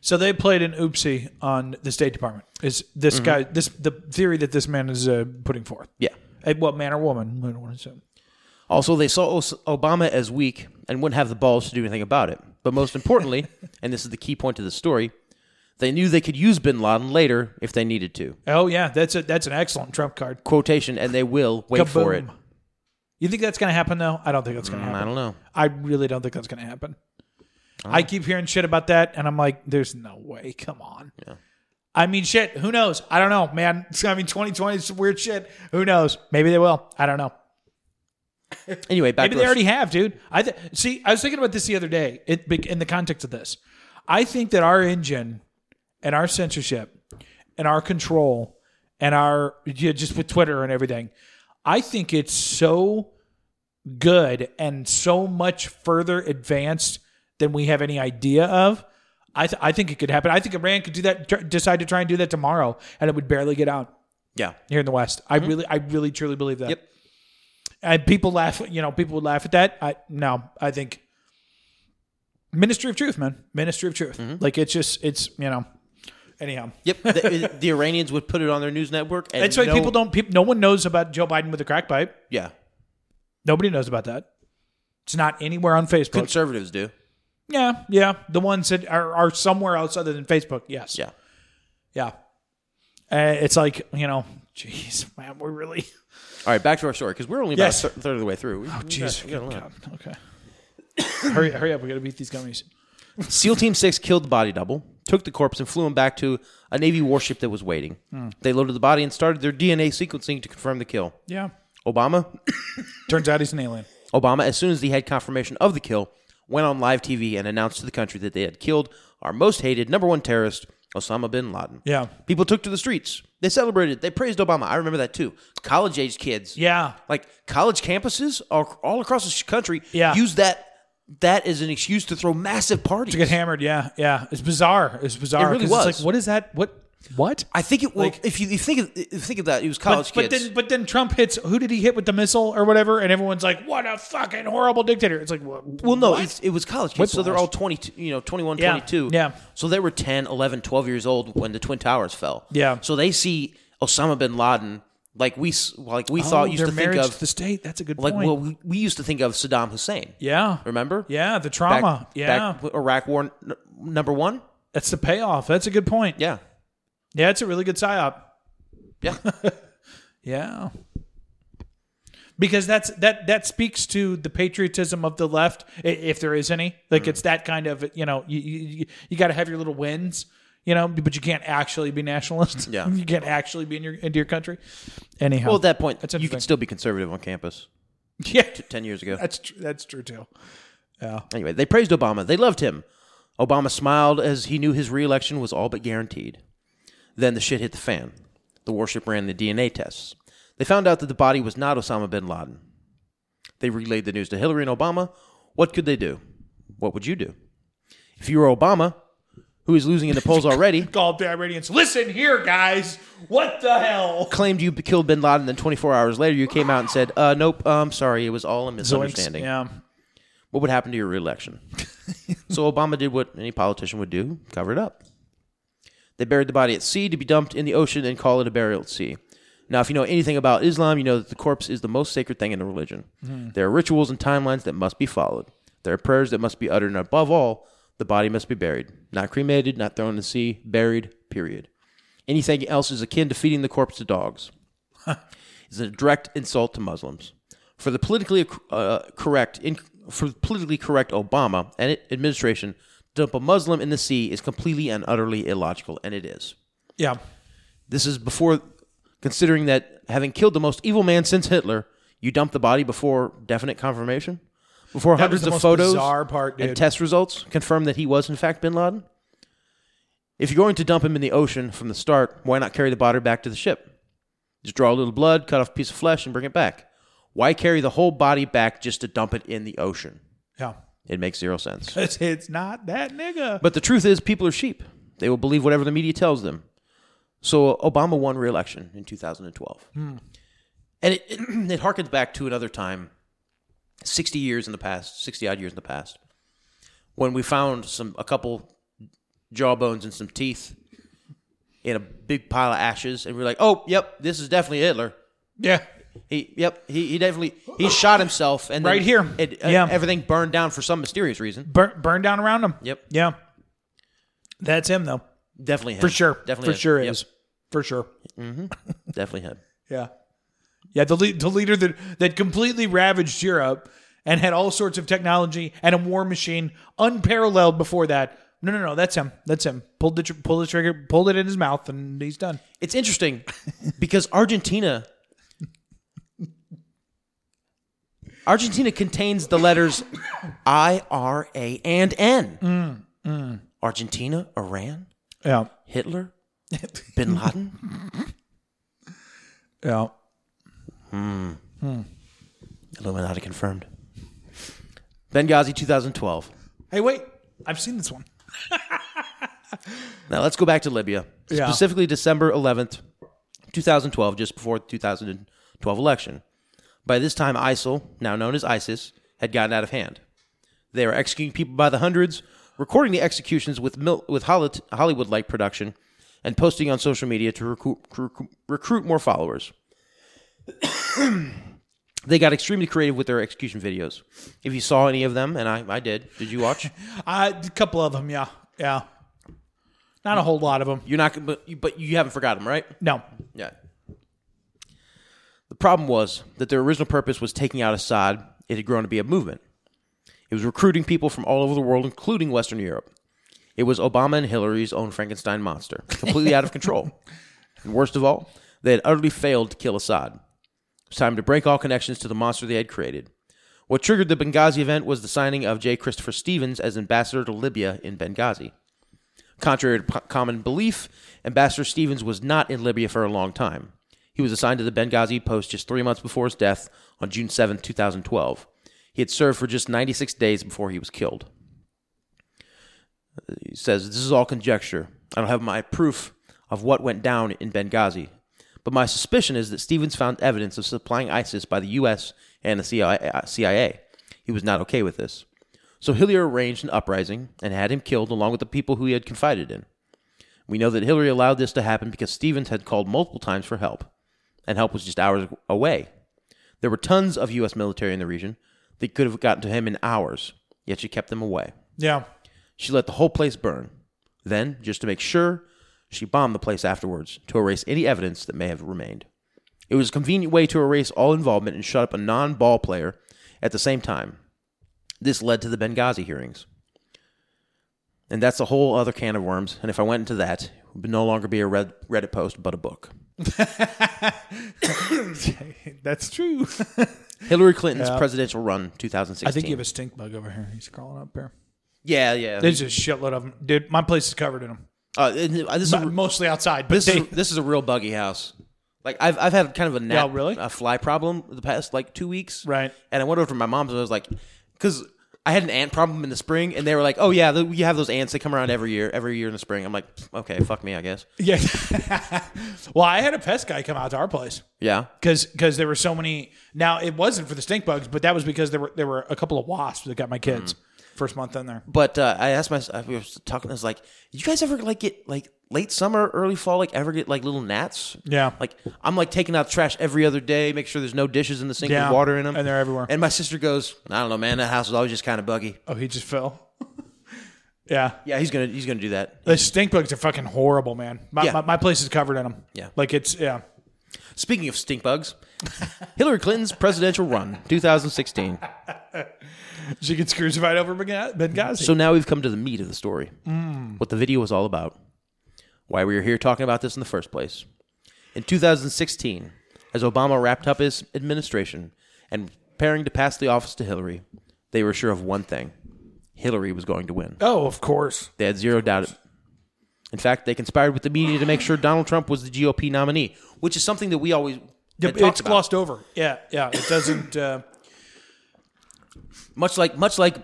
Speaker 1: So they played an oopsie on the State Department. Is this
Speaker 2: Mm-hmm.
Speaker 1: guy this the theory that this man is uh, putting forth?
Speaker 2: Yeah.
Speaker 1: Uh, Well, man or woman? I don't want to assume.
Speaker 2: Also, they saw Os- Obama as weak and wouldn't have the balls to do anything about it. But most importantly, and this is the key point to the story, they knew they could use bin Laden later if they needed to.
Speaker 1: Oh yeah, that's a that's an excellent trump card.
Speaker 2: Quotation, and they will wait for it.
Speaker 1: Kaboom. You think that's going to happen though? I don't think that's going to
Speaker 2: Mm, I
Speaker 1: happen.
Speaker 2: don't know.
Speaker 1: I really don't think that's going to happen. I keep hearing shit about that, and I'm like, there's no way. Come on. I mean, shit. Who knows? I don't know, man. I mean, 2020 is some weird shit. Who knows? Maybe they will. I don't know.
Speaker 2: Anyway, back
Speaker 1: Maybe
Speaker 2: to
Speaker 1: they
Speaker 2: us.
Speaker 1: already have, dude. I th- see. I was thinking about this the other day. It be- in the context of this, I think that our engine and our censorship and our control and our yeah, just with Twitter and everything, I think it's so good and so much further advanced than we have any idea of. I th- I think it could happen. I think Iran could do that. tr- decide to try and do that tomorrow, and it would barely get out
Speaker 2: Yeah.
Speaker 1: here in the West. I really, I really, truly believe that.
Speaker 2: Mm-hmm. Yep.
Speaker 1: And people laugh. You know, people would laugh at that. I no, I think Ministry of Truth, man, Ministry of Truth.
Speaker 2: Mm-hmm.
Speaker 1: Like it's just, it's you know. Anyhow,
Speaker 2: Yep. the, the Iranians would put it on their news network. And
Speaker 1: that's why
Speaker 2: no-
Speaker 1: people don't. People, no one knows about Joe Biden with a crack pipe.
Speaker 2: Yeah.
Speaker 1: Nobody knows about that. It's not anywhere on Facebook.
Speaker 2: Conservatives do.
Speaker 1: yeah, yeah. The ones that are, are somewhere else other than Facebook. Yes.
Speaker 2: Yeah.
Speaker 1: Yeah. Uh, it's like you know, jeez, man, we're really.
Speaker 2: All right, back to our story because we're only about
Speaker 1: Yes. Oh,
Speaker 2: a thir- third of the way through. We- we
Speaker 1: Jeez,
Speaker 2: got- we got a lot.
Speaker 1: God, okay. hurry, hurry up! We got to beat these gummies.
Speaker 2: SEAL Team 6 killed the body double, took the corpse, and flew him back to a Navy warship that was waiting.
Speaker 1: Hmm.
Speaker 2: They loaded the body and started their DNA sequencing to confirm the kill.
Speaker 1: Yeah.
Speaker 2: Obama,
Speaker 1: Turns out he's an alien.
Speaker 2: Obama, as soon as he had confirmation of the kill, went on live TV and announced to the country that they had killed our most hated number one terrorist, Osama bin Laden.
Speaker 1: Yeah.
Speaker 2: People took to the streets. They celebrated. They praised Obama. I remember that too. College age kids.
Speaker 1: Yeah.
Speaker 2: Like college campuses all, all across the country
Speaker 1: Yeah.
Speaker 2: use that that as an excuse to throw massive parties.
Speaker 1: To get hammered. Yeah. Yeah. It's bizarre. It's bizarre.
Speaker 2: It really
Speaker 1: 'cause
Speaker 2: was.
Speaker 1: It's like, what is that? What? What?
Speaker 2: I think it was.
Speaker 1: Like-
Speaker 2: if you, you think of, if you think of that, it was college
Speaker 1: but, but
Speaker 2: kids.
Speaker 1: then, but then Trump hits. Who did he hit with the missile or whatever? And everyone's like, "What a fucking horrible dictator!" It's like, well,
Speaker 2: well, no, it's, it was college kids. So they're
Speaker 1: Whiplash.
Speaker 2: all 22, you know, 21,
Speaker 1: Yeah,
Speaker 2: 22.
Speaker 1: yeah.
Speaker 2: So they were 10, 11, 12 years old when the Twin Towers fell.
Speaker 1: Yeah.
Speaker 2: So they see Osama bin Laden like we s- like we thought used
Speaker 1: their
Speaker 2: to think
Speaker 1: marriage
Speaker 2: of
Speaker 1: Oh, to the state. That's a good
Speaker 2: like
Speaker 1: point.
Speaker 2: well we, we used to think of Saddam Hussein.
Speaker 1: yeah.
Speaker 2: Remember?
Speaker 1: Yeah. The
Speaker 2: Back-
Speaker 1: trauma. yeah.
Speaker 2: Back w- Iraq War n- number one.
Speaker 1: that's the payoff. That's a good point.
Speaker 2: Yeah.
Speaker 1: Yeah. It's a really good psyop.
Speaker 2: Yeah.
Speaker 1: Yeah. Because that's that that speaks to the patriotism of the left, i- if there is any.
Speaker 2: Mm.
Speaker 1: Like it's that kind of you know you you, you got to have your little wins, you know, but you can't actually be nationalist.
Speaker 2: Yeah.
Speaker 1: you can't actually be in your into your country. Anyhow,
Speaker 2: well, at that point,
Speaker 1: That's
Speaker 2: you
Speaker 1: interesting.
Speaker 2: could still be conservative on campus.
Speaker 1: yeah,
Speaker 2: Ten years ago.
Speaker 1: that's true. That's true too.
Speaker 2: Anyway, they praised Obama. They loved him. Obama smiled as he knew his reelection was all but guaranteed. Then the shit hit the fan. The warship ran the DNA tests. They found out that the body was not Osama bin Laden. They relayed the news to Hillary and Obama. What could they do? What would you do? If you were Obama, who is losing in the polls already,
Speaker 1: Called the Iranians. Listen here, guys. What the hell?
Speaker 2: claimed you killed bin Laden, then 24 hours later you came out and said, uh, nope, I'm sorry, it was all a misunderstanding.
Speaker 1: Yeah.
Speaker 2: What would happen to your reelection? so Obama did what any politician would do cover it up. They buried the body at sea to be dumped in the ocean and call it a burial at sea. Now, if you know anything about Islam, you know that the corpse is the most sacred thing in the religion. There are rituals and timelines that must be followed. There are prayers that must be uttered, and above all, the body must be buried. Not cremated, not thrown in the sea, buried, period. Anything else is akin to feeding the corpse to dogs. is a direct insult to Muslims. For the politically uh, correct, in, for the politically correct Obama and it, administration, to dump a Muslim in the sea is completely and utterly illogical, and it is.
Speaker 1: Yeah.
Speaker 2: This is before considering that having killed the most evil man since Hitler, you dump the body before definite confirmation, before
Speaker 1: That
Speaker 2: hundreds
Speaker 1: was the
Speaker 2: of
Speaker 1: most
Speaker 2: photos
Speaker 1: bizarre part, dude.
Speaker 2: and test results confirm that he was in fact Bin Laden. If you're going to dump him in the ocean from the start, why not carry the body back to the ship? Just draw a little blood, cut off a piece of flesh, and bring it back. Why carry the whole body back just to dump it in the ocean?
Speaker 1: yeah.
Speaker 2: It makes zero sense.
Speaker 1: It's, it's not that nigga.
Speaker 2: But the truth is, people are sheep. They will believe whatever the media tells them. So Obama won re-election in 2012,
Speaker 1: Hmm.
Speaker 2: and it, it harkens back to another time, 60 years in the past, 60 odd years in the past, when we found some a couple jawbones and some teeth in a big pile of ashes, and we are like, "Oh, yep, this is definitely Hitler."
Speaker 1: Yeah.
Speaker 2: He, yep, he, he definitely he shot himself, and then
Speaker 1: Right here.
Speaker 2: it, uh,
Speaker 1: Yeah.
Speaker 2: everything burned down for some mysterious reason.
Speaker 1: Burn, burn down around him.
Speaker 2: Yep.
Speaker 1: Yeah. That's him though.
Speaker 2: Definitely him.
Speaker 1: For sure.
Speaker 2: Definitely
Speaker 1: For
Speaker 2: him.
Speaker 1: sure
Speaker 2: Yep.
Speaker 1: is. For sure.
Speaker 2: Definitely him.
Speaker 1: Yeah. Yeah, the, le- the leader that, that completely ravaged Europe and had all sorts of technology and a war machine unparalleled before that. No, no, no, that's him. That's him. Pulled the, tr- pulled the trigger, pulled it in his mouth, and he's done.
Speaker 2: It's interesting because Argentina Argentina contains the letters I, R, A, and N. Argentina, Iran,
Speaker 1: Yeah.
Speaker 2: Hitler, Bin Laden.
Speaker 1: Yeah.
Speaker 2: Illuminati confirmed. Benghazi 2012.
Speaker 1: Hey, wait. I've seen this one.
Speaker 2: Now let's go back to Libya,
Speaker 1: Yeah.
Speaker 2: specifically December 11th, 2012, just before the 2012 election. By this time, ISIL, now known as ISIS, had gotten out of hand. They were executing people by the hundreds, recording the executions with mil- with Hollywood like production, and posting on social media to recruit, recruit- recruit more followers. they got extremely creative with their execution videos. If you saw any of them, and I, I did, did you watch?
Speaker 1: Uh, a couple of them, yeah. Yeah. Not a whole lot of them.
Speaker 2: You're not, gonna- but you, but you haven't forgot them, right?
Speaker 1: No.
Speaker 2: Yeah. The problem was that their original purpose was taking out Assad. It had grown to be a movement. It was recruiting people from all over the world, including Western Europe. It was Obama and Hillary's own Frankenstein monster, completely out of control. And worst of all, they had utterly failed to kill Assad. It was time to break all connections to the monster they had created. What triggered the Benghazi event was the signing of J. Christopher Stevens as ambassador to Libya in Benghazi. Contrary to p- common belief, Ambassador Stevens was not in Libya for a long time. He was assigned to the Benghazi post just three months before his death on June 7, 2012. He had served for just 96 days before he was killed. He says, This is all conjecture. I don't have my proof of what went down in Benghazi, but my suspicion is that Stevens found evidence of supplying ISIS by the U.S. and the uh, CIA. He was not okay with this. So Hillier arranged an uprising and had him killed along with the people who he had confided in. We know that Hillary allowed this to happen because Stevens had called multiple times for help, and help was just hours away. There were tons of U.S. military in the region that could have gotten to him in hours, yet she kept them away.
Speaker 1: Yeah.
Speaker 2: She let the whole place burn. Then, just to make sure, she bombed the place afterwards to erase any evidence that may have remained. It was a convenient way to erase all involvement and shut up a non ball player at the same time. This led to the Benghazi hearings. And that's a whole other can of worms, and if I went into that, it would no longer be a red, Reddit post, but a book.
Speaker 1: That's true.
Speaker 2: Hillary Clinton's presidential run, 2016.
Speaker 1: I think you have a stink bug over here. He's crawling up here.
Speaker 2: yeah, yeah.
Speaker 1: There's a shitload of them. Dude, my place is covered in them.
Speaker 2: Uh, and, uh, this is a-
Speaker 1: mostly outside, but
Speaker 2: This
Speaker 1: they,
Speaker 2: is this is a real buggy house. Like I've I've had kind of a gnat,
Speaker 1: Yeah, really?
Speaker 2: a fly problem the past like two weeks,
Speaker 1: Right.
Speaker 2: And I went over to my mom's and I was like, because I had an ant problem in the spring, and they were like, "Oh yeah, th- you have those ants. They come around every year, every year in the spring." I'm like, "Okay, fuck me, I guess."
Speaker 1: Yeah. well, I had a pest guy come out to our place.
Speaker 2: Yeah,
Speaker 1: because because there were so many. Now it wasn't for the stink bugs, but that was because there were there were a couple of wasps that got my kids first month in there.
Speaker 2: but uh, I asked myself, we were talking. I was like, "You guys ever like get like late summer, early fall, like ever get like little gnats?"
Speaker 1: Yeah.
Speaker 2: Like I'm like taking out trash every other day, make sure there's no dishes in the sink
Speaker 1: Yeah.
Speaker 2: with water in them,
Speaker 1: And they're everywhere.
Speaker 2: And my sister goes, "I don't know, man. That house is always just kind of buggy."
Speaker 1: Oh, he just fell. yeah,
Speaker 2: Yeah, he's gonna he's gonna do that.
Speaker 1: the stink bugs are fucking horrible, man. My,
Speaker 2: Yeah.
Speaker 1: my, my place is covered in them.
Speaker 2: Yeah.
Speaker 1: like it's yeah.
Speaker 2: Speaking of stink bugs, Hillary Clinton's presidential run, 2016.
Speaker 1: She gets crucified over Bengha- Benghazi.
Speaker 2: So now we've come to the meat of the story.
Speaker 1: Mm.
Speaker 2: What the video was all about. Why we were here talking about this in the first place. In 2016, as Obama wrapped up his administration and preparing to pass the office to Hillary, they were sure of one thing Hillary was going to win.
Speaker 1: oh, of course.
Speaker 2: They had zero doubt. It. In fact, they conspired with the media to make sure Donald Trump was the GOP nominee, which is something that we always. had
Speaker 1: Yep,
Speaker 2: talked
Speaker 1: it's
Speaker 2: about.
Speaker 1: glossed over. Yeah, yeah. It doesn't. Uh,
Speaker 2: Much like, much like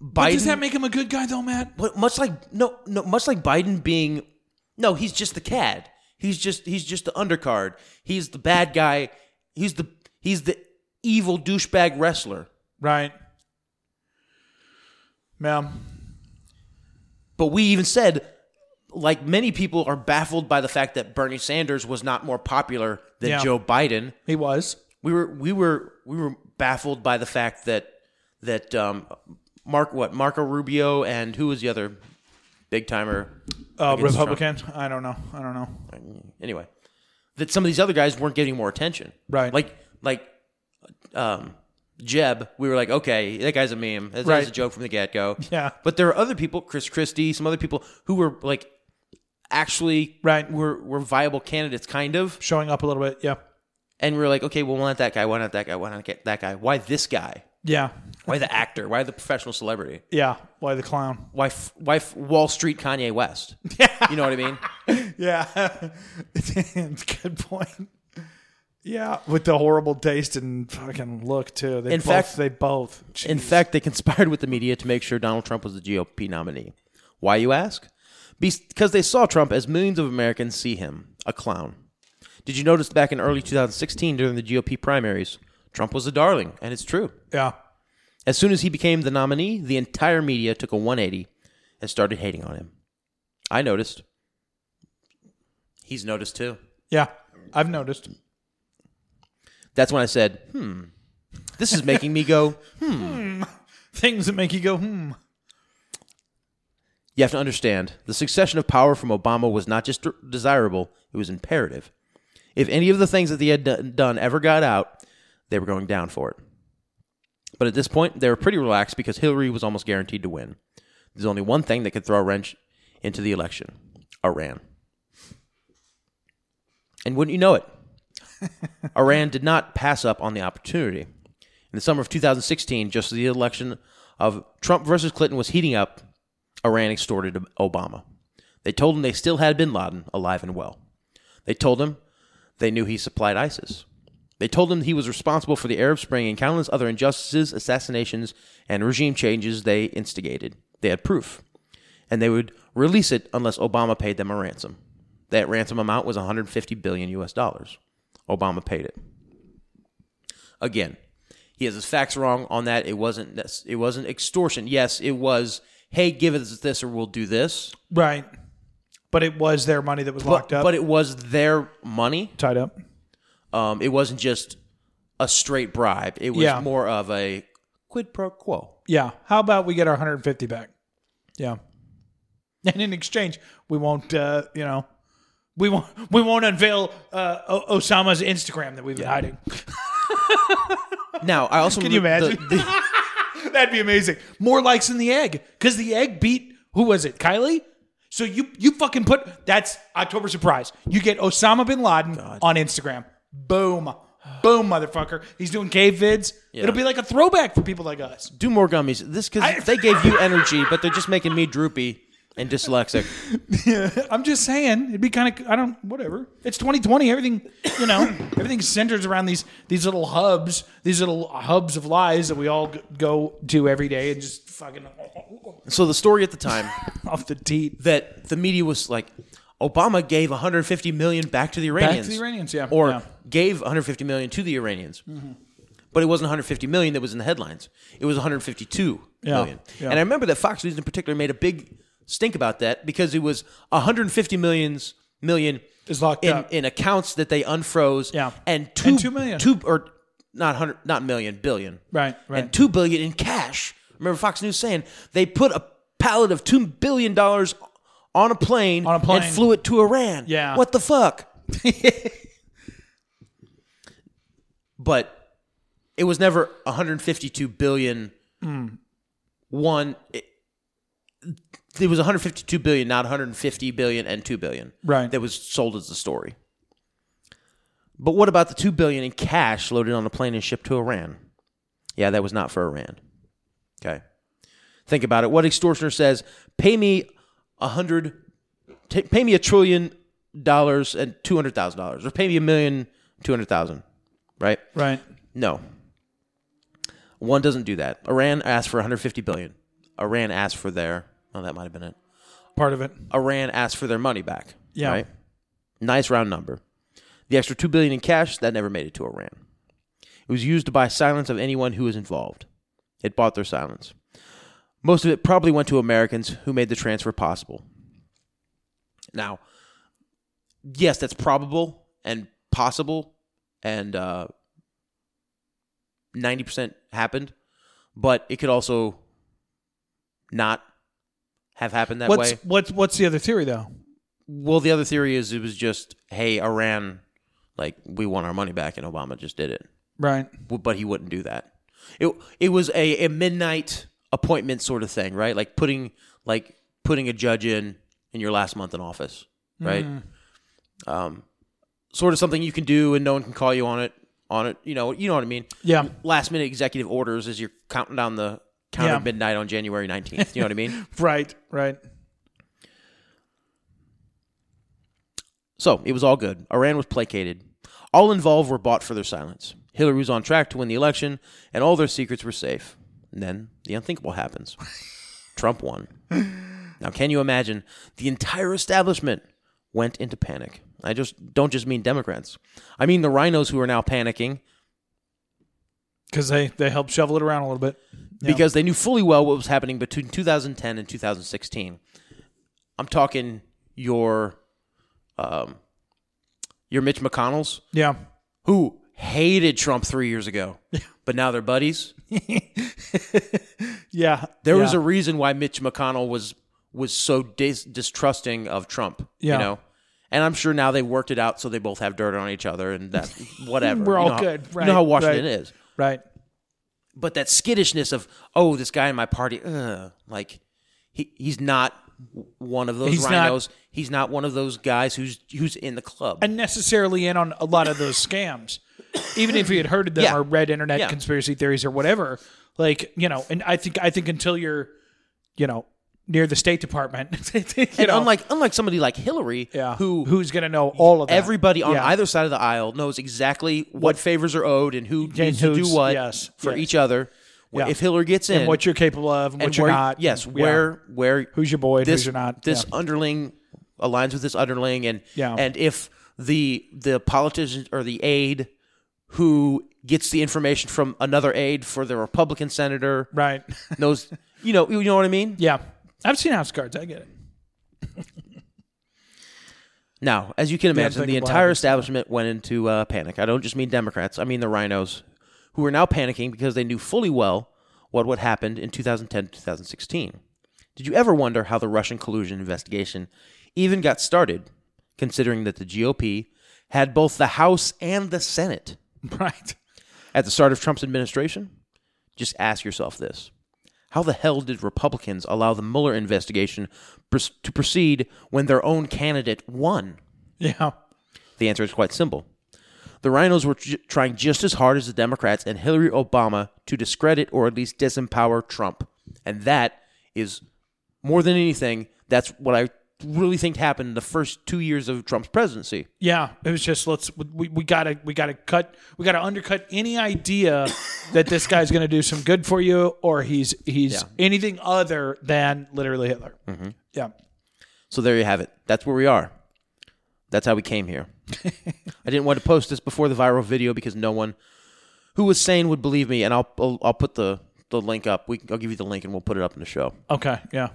Speaker 2: Biden.
Speaker 1: does that make him a good guy though, Matt?
Speaker 2: But much like no, no, much like Biden being, no, he's just the cad. He's just he's just the undercard. He's the bad guy. He's the he's the evil douchebag wrestler.
Speaker 1: Right. Ma'am.
Speaker 2: But we even said, like many people are baffled by the fact that Bernie Sanders was not more popular than
Speaker 1: Yeah.
Speaker 2: Joe Biden.
Speaker 1: He was.
Speaker 2: We were we were we were baffled by the fact that that um, Mark what Marco Rubio and who was the other big timer
Speaker 1: Uh,
Speaker 2: against Trump?
Speaker 1: Republican. I don't know. I don't know.
Speaker 2: anyway, that some of these other guys weren't getting more attention.
Speaker 1: Right.
Speaker 2: Like like um Jeb, we were like, okay, that guy's a meme. That
Speaker 1: Right.
Speaker 2: guy's a joke from the get go.
Speaker 1: Yeah.
Speaker 2: But there are other people, Chris Christie, some other people who were like actually
Speaker 1: Right.
Speaker 2: were were viable candidates kind of.
Speaker 1: Showing up a little bit. Yeah.
Speaker 2: And we were like, okay, well why not that guy? Why not that guy? Why not get that guy? Why this guy?
Speaker 1: Yeah.
Speaker 2: Why the actor? Why the professional celebrity?
Speaker 1: Yeah. Why the clown?
Speaker 2: Why f- why f- Wall Street Kanye West? You know what I mean?
Speaker 1: Yeah. Good point. Yeah, with the horrible taste and fucking look too. They
Speaker 2: In
Speaker 1: both,
Speaker 2: fact-
Speaker 1: they both.
Speaker 2: In fact, they conspired with the media to make sure Donald Trump was the GOP nominee. Why, you ask? Because they saw Trump as millions of Americans see him, a clown. Did you notice back in early 2016 during the GOP primaries, Trump was a darling, and it's true.
Speaker 1: yeah,
Speaker 2: As soon as he became the nominee, the entire media took a 180 and started hating on him. I noticed. He's noticed too.
Speaker 1: yeah. I've noticed.
Speaker 2: That's when I said, hmm, this is making me go,
Speaker 1: Things that make you go, hmm.
Speaker 2: You have to understand, the succession of power from Obama was not just de- desirable, it was imperative. If any of the things that they had d- done ever got out, they were going down for it. But at this point, they were pretty relaxed because Hillary was almost guaranteed to win. There's only one thing that could throw a wrench into the election Iran. And wouldn't you know it, Iran did not pass up on the opportunity. In the summer of 2016, just as the election of Trump versus Clinton was heating up, Iran extorted Obama. They told him they still had bin Laden alive and well. They told him they knew he supplied ISIS. They told him he was responsible for the Arab Spring and countless other injustices, assassinations, and regime changes they instigated. They had proof. And they would release it unless Obama paid them a ransom. That ransom amount was 150 billion US dollars. Obama paid it. Again, he has his facts wrong on that. It wasn't that's- it wasn't extortion. Yes, it was. Hey, give us this or we'll do this.
Speaker 1: Right. But it was their money that was
Speaker 2: But,
Speaker 1: locked up,
Speaker 2: but it was their money.
Speaker 1: tied up.
Speaker 2: Um, it wasn't just a straight bribe. It was
Speaker 1: Yeah.
Speaker 2: more of a quid pro quo.
Speaker 1: Yeah. How about we get our 150 back? Yeah. And in exchange, we won't, uh, you know, we won't, we won't unveil uh, o- Osama's Instagram that we've been hiding.
Speaker 2: Now, I also
Speaker 1: Can you
Speaker 2: remember
Speaker 1: imagine? That'd be amazing. More likes than the egg, because the egg beat who was it? Kylie. So you you fucking put that's October surprise. You get Osama bin Laden on Instagram. Boom, boom, motherfucker. He's doing cave vids. It'll be like a throwback for people like us.
Speaker 2: do more gummies. This because
Speaker 1: I-
Speaker 2: they gave you energy, but they're just making me droopy. and dyslexic.
Speaker 1: I'm just saying it'd be kind of I don't whatever. It's 2020. Everything you know, everything centers around these these little hubs, these little hubs of lies that we all g- go to every day and just fucking
Speaker 2: So the story at the time
Speaker 1: off the teeth.
Speaker 2: that the media was like, Obama gave 150 million back to the Iranians.
Speaker 1: Back to the Iranians, yeah.
Speaker 2: or
Speaker 1: yeah. Mm-hmm.
Speaker 2: gave 150 million to the Iranians. But it wasn't 150 million that was in the headlines. It was 152 million.
Speaker 1: Yeah, yeah.
Speaker 2: And I remember that Fox News in particular made a big stink about that because it was 150 millions million
Speaker 1: Is locked
Speaker 2: in,
Speaker 1: up.
Speaker 2: in accounts that they unfroze.
Speaker 1: Yeah.
Speaker 2: And two,
Speaker 1: And two million.
Speaker 2: Two or not hundred, not million, billion.
Speaker 1: Right, right.
Speaker 2: And two billion in cash. Remember Fox News saying they put a pallet of two billion dollars on a plane
Speaker 1: On a plane.
Speaker 2: and flew it to Iran.
Speaker 1: Yeah.
Speaker 2: What the fuck? but it was never 152 billion one it, it was 152 billion not 150 billion and 2 billion
Speaker 1: Right.
Speaker 2: that was sold as the story but what about the 2 billion in cash loaded on a plane and shipped to iran yeah that was not for iran okay think about it what extortioner says pay me a hundred ta pay me a trillion dollars and two hundred thousand dollars or pay me a million two hundred thousand right
Speaker 1: right.
Speaker 2: no. One doesn't do that. Iran asked for 150 billion. Iran asked for their oh that might have been it.
Speaker 1: Part of it.
Speaker 2: Iran asked for their money back.
Speaker 1: Yeah.
Speaker 2: Right? Nice round number. The extra 2 billion in cash that never made it to Iran. It was used to buy silence of anyone who was involved. It bought their silence. Most of it probably went to Americans who made the transfer possible. Now, yes, that's probable and possible and uh, 90% happened, but it could also not have happened that
Speaker 1: What's
Speaker 2: way.
Speaker 1: what's what's the other theory though?
Speaker 2: Well, the other theory is it was just, hey, Iran, like we want our money back, and Obama just did it,
Speaker 1: Right.
Speaker 2: W- but he wouldn't do that. It it was a, a midnight appointment sort of thing, right? Like putting like putting a judge in in your last month in office, right?
Speaker 1: Mm-hmm.
Speaker 2: Um, sort of something you can do, and no one can call you on it. On it, you know, you know what I mean.
Speaker 1: Yeah.
Speaker 2: Last minute executive orders as you're counting down the count
Speaker 1: Yeah.
Speaker 2: of midnight on January nineteenth. You know what I mean?
Speaker 1: Right. Right.
Speaker 2: So it was all good. Iran was placated. All involved were bought for their silence. Hillary was on track to win the election, and all their secrets were safe. And then the unthinkable happens Trump won. Now, can you imagine? The entire establishment went into panic. I just don't just mean Democrats. I mean the rhinos who are now panicking
Speaker 1: Because they they help shovel it around a little bit.
Speaker 2: because they knew fully well what was happening between 2010 and 2016. I'm talking your, um, your Mitch McConnell's
Speaker 1: Yeah.
Speaker 2: who hated Trump three years ago, but now they're buddies.
Speaker 1: Yeah.
Speaker 2: There
Speaker 1: yeah.
Speaker 2: was a reason why Mitch McConnell was was so dis- distrusting of Trump.
Speaker 1: Yeah.
Speaker 2: You know, and I'm sure now they worked it out so they both have dirt on each other and that whatever.
Speaker 1: We're
Speaker 2: You
Speaker 1: all
Speaker 2: know how-
Speaker 1: good,
Speaker 2: You know how
Speaker 1: right,
Speaker 2: Washington
Speaker 1: right.
Speaker 2: is.
Speaker 1: right.
Speaker 2: But that skittishness of oh, this guy in my party, ugh, like he he's not one of those
Speaker 1: He's not-
Speaker 2: rhinos. he's not one of those guys who's who's in the club.
Speaker 1: unnecessarily in on a lot of those scams, even if we had heard of them
Speaker 2: Yeah.
Speaker 1: or read internet
Speaker 2: Yeah.
Speaker 1: conspiracy theories or whatever. Like you know, and I think I think until you're, you know, near the State Department, you
Speaker 2: and
Speaker 1: know,
Speaker 2: unlike unlike somebody like Hillary,
Speaker 1: yeah,
Speaker 2: who
Speaker 1: who's gonna know all of that.
Speaker 2: Everybody on
Speaker 1: Yeah.
Speaker 2: either side of the aisle knows exactly what, favors are owed and who needs to do
Speaker 1: who's-
Speaker 2: what
Speaker 1: yes,
Speaker 2: for
Speaker 1: yes.
Speaker 2: each other.
Speaker 1: Yeah.
Speaker 2: If Hillary gets in,
Speaker 1: and what you're capable of, and,
Speaker 2: and
Speaker 1: what you're
Speaker 2: where-
Speaker 1: not.
Speaker 2: Yes,
Speaker 1: and- yeah.
Speaker 2: where where
Speaker 1: Who's your boy and who's
Speaker 2: this-
Speaker 1: your not,
Speaker 2: This
Speaker 1: yeah.
Speaker 2: underling aligns with this underling, and
Speaker 1: Yeah.
Speaker 2: and if the the politician or the aide who gets the information from another aide for the Republican senator
Speaker 1: right?
Speaker 2: knows, you know, you know what I mean.
Speaker 1: yeah, I've seen house cards. I get it.
Speaker 2: Now, as you can imagine, the
Speaker 1: thinking about
Speaker 2: entire
Speaker 1: it.
Speaker 2: establishment went into uh, panic. I don't just mean Democrats, I mean the rhinos, who are now panicking because they knew fully well what would happen in 2010 2016. Did you ever wonder how the Russian collusion investigation even got started, considering that the GOP had both the House and the Senate?
Speaker 1: Right.
Speaker 2: at the start of Trump's administration? Just ask yourself this. How the hell did Republicans allow the Mueller investigation pers- to proceed when their own candidate won?
Speaker 1: Yeah.
Speaker 2: The answer is quite simple. The rhinos were tr- trying just as hard as the Democrats and Hillary Obama to discredit or at least disempower Trump. And that is more than anything That's what I really think happened in the first two years of Trump's presidency.
Speaker 1: Yeah, it was just let's we, we gotta we gotta cut we gotta undercut any idea that this guy's gonna do some good for you or he's he's anything other than literally Hitler.
Speaker 2: Mm-hmm.
Speaker 1: Yeah,
Speaker 2: So there you have it. That's where we are. That's how we came here. I didn't want to post this before the viral video because no one who was sane would believe me, and I'll I'll, I'll put the, the link up. We I'll give you the link and we'll put it up in the show.
Speaker 1: okay, yeah.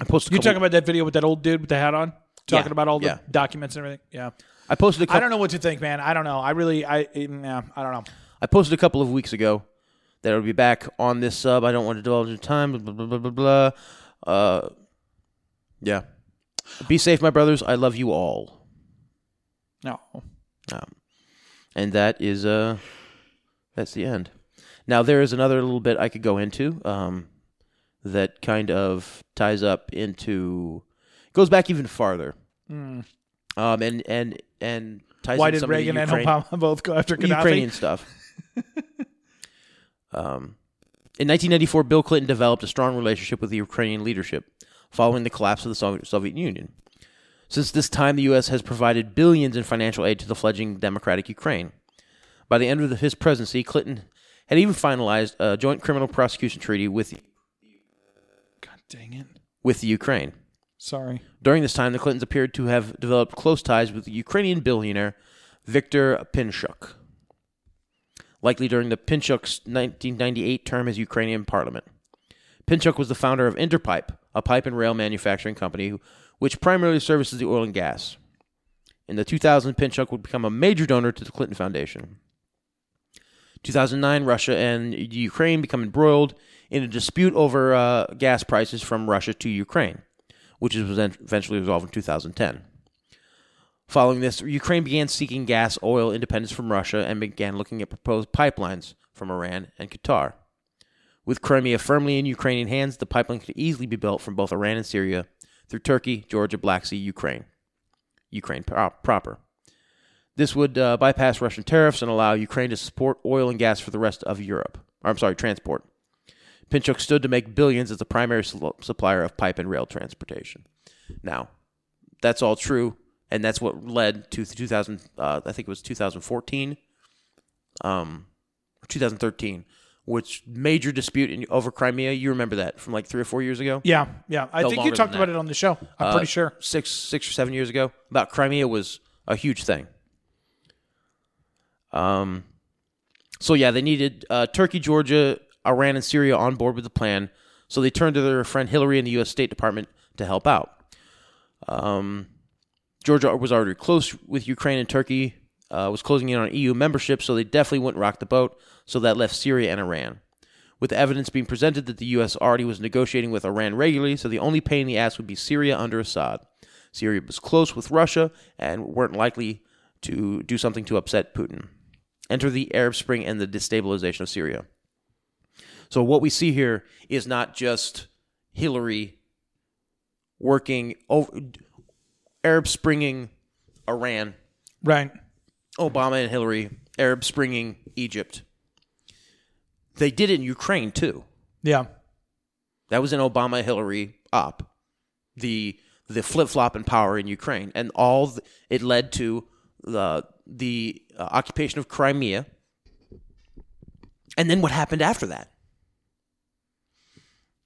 Speaker 2: I posted. A
Speaker 1: You
Speaker 2: couple,
Speaker 1: talking about that video with that old dude with the hat on, talking
Speaker 2: Yeah,
Speaker 1: about all the
Speaker 2: yeah.
Speaker 1: documents and everything. Yeah,
Speaker 2: I posted. A couple,
Speaker 1: I don't know what to think, man. I don't know. I really, I yeah, I don't know.
Speaker 2: I posted a couple of weeks ago that I would be back on this sub. I don't want to dwell on your time. Blah blah blah blah blah. Uh, yeah. Be safe, my brothers. I love you all.
Speaker 1: No,
Speaker 2: and that is uh that's the end now there is another little bit i could go into um that kind of ties up into goes back even farther um and and and ties
Speaker 1: Hmm. why
Speaker 2: in
Speaker 1: did
Speaker 2: some of the
Speaker 1: Reagan and
Speaker 2: Ukraine-
Speaker 1: Obama both go after Gaddafi?
Speaker 2: Ukrainian stuff. um, in 1994, Bill Clinton developed a strong relationship with the Ukrainian leadership following the collapse of the Soviet, Soviet Union. Since this time, the U.S. has provided billions in financial aid to the fledgling democratic Ukraine. By the end of his presidency, Clinton had even finalized a joint criminal prosecution treaty with
Speaker 1: God dang it!
Speaker 2: with the Ukraine.
Speaker 1: Sorry.
Speaker 2: During this time, the Clintons appeared to have developed close ties with the Ukrainian billionaire Viktor Pinchuk, likely during the Pinchuk's 1998 term as Ukrainian parliament. Pinchuk was the founder of Interpipe, a pipe and rail manufacturing company which primarily services the oil and gas. In the 2000, Pinchuk would become a major donor to the Clinton Foundation. 2009, Russia and Ukraine become embroiled in a dispute over uh, gas prices from Russia to Ukraine which was then eventually resolved in 2010. Following this, Ukraine began seeking gas oil independence from Russia and began looking at proposed pipelines from Iran and Qatar. With Crimea firmly in Ukrainian hands, the pipeline could easily be built from both Iran and Syria through Turkey, Georgia, Black Sea, Ukraine. Ukraine pro- proper. This would uh, bypass Russian tariffs and allow Ukraine to support oil and gas for the rest of Europe. Or, I'm sorry, transport. Pinchuk stood to make billions as the primary sl- supplier of pipe and rail transportation. Now, that's all true, and that's what led to the 2000. Uh, I think it was 2014, um, or 2013, which major dispute in, over Crimea. You remember that from like three or four years ago?
Speaker 1: Yeah, yeah. I
Speaker 2: No
Speaker 1: think you
Speaker 2: longer than
Speaker 1: talked
Speaker 2: that.
Speaker 1: about it on the show. I'm
Speaker 2: Uh,
Speaker 1: pretty sure.
Speaker 2: six six or seven years ago about Crimea was a huge thing. Um, so yeah, they needed uh, Turkey, Georgia, Iran, and Syria on board with the plan. So they turned to their friend Hillary and the U.S. State Department to help out. Um, Georgia was already close with Ukraine and Turkey uh, was closing in on EU membership, so they definitely wouldn't rock the boat. So that left Syria and Iran. With the evidence being presented that the U.S. already was negotiating with Iran regularly, so the only pain in the ass would be Syria under Assad. Syria was close with Russia and weren't likely to do something to upset Putin. Enter the Arab Spring and the destabilization of Syria. So, what we see here is not just Hillary working, over, Arab Springing Iran
Speaker 1: Right.
Speaker 2: Obama and Hillary, Arab Springing Egypt. They did it in Ukraine too.
Speaker 1: Yeah.
Speaker 2: That was an Obama Hillary op. The the flip flop in power in Ukraine, and all th- it led to the the uh, occupation of Crimea, and then what happened after that.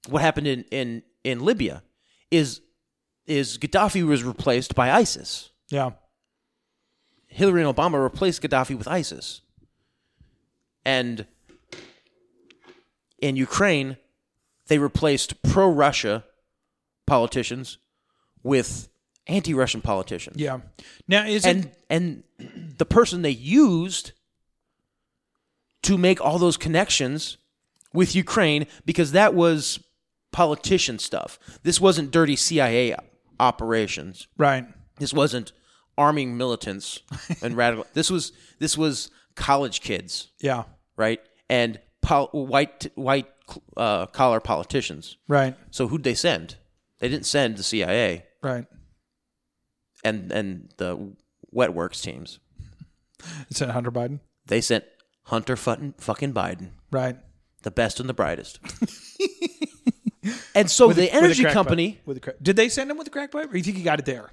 Speaker 2: What happened in in in Libya is is Gaddafi was replaced by ISIS.
Speaker 1: Yeah.
Speaker 2: Hillary and Obama replaced Gaddafi with ISIS. And in Ukraine, they replaced pro Russia politicians with anti Russian politicians.
Speaker 1: Yeah. Now is it
Speaker 2: And and the person they used to make all those connections with Ukraine because that was politician stuff. This wasn't dirty CIA operations
Speaker 1: right?
Speaker 2: this wasn't arming militants and radical this was this was college kids
Speaker 1: Yeah.
Speaker 2: right and pol- white white uh, collar politicians
Speaker 1: Right.
Speaker 2: so who'd they send they didn't send the cia
Speaker 1: Right.
Speaker 2: and and the wet works teams
Speaker 1: It's in Hunter Biden.
Speaker 2: they sent hunter fucking, fucking biden
Speaker 1: Right.
Speaker 2: the best and the brightest And so
Speaker 1: With a-
Speaker 2: the
Speaker 1: with a
Speaker 2: energy
Speaker 1: crack pipe.
Speaker 2: company,
Speaker 1: With a crack, did they send him with a crack pipe, or you think he got it there?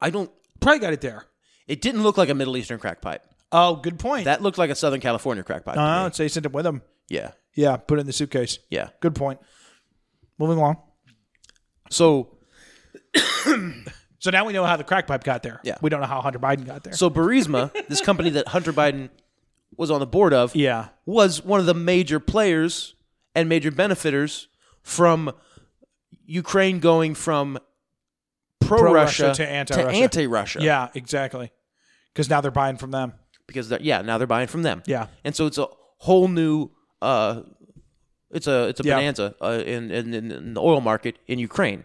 Speaker 2: I don't.
Speaker 1: Probably got it there.
Speaker 2: It didn't look like a Middle Eastern crack pipe.
Speaker 1: Oh, good point.
Speaker 2: That looked like a Southern California crack pipe. to
Speaker 1: uh,
Speaker 2: me.
Speaker 1: so he sent him with him.
Speaker 2: yeah,
Speaker 1: Yeah, put it in the suitcase.
Speaker 2: yeah.
Speaker 1: Good point. Moving along.
Speaker 2: So
Speaker 1: So now we know how the crack pipe got there.
Speaker 2: Yeah.
Speaker 1: We don't know how Hunter Biden got there.
Speaker 2: so Burisma, this company that Hunter Biden was on the board of,
Speaker 1: yeah.
Speaker 2: was one of the major players and major benefiters from Ukraine going from pro
Speaker 1: Pro-Russia
Speaker 2: Russia
Speaker 1: to anti-Russia.
Speaker 2: Russia.
Speaker 1: Yeah, exactly. Because now they're buying from them.
Speaker 2: because they're, yeah, now they're buying from them.
Speaker 1: Yeah.
Speaker 2: and so it's a whole new. Uh, it's a it's a
Speaker 1: Yeah.
Speaker 2: bonanza uh, in, in in the oil market in Ukraine,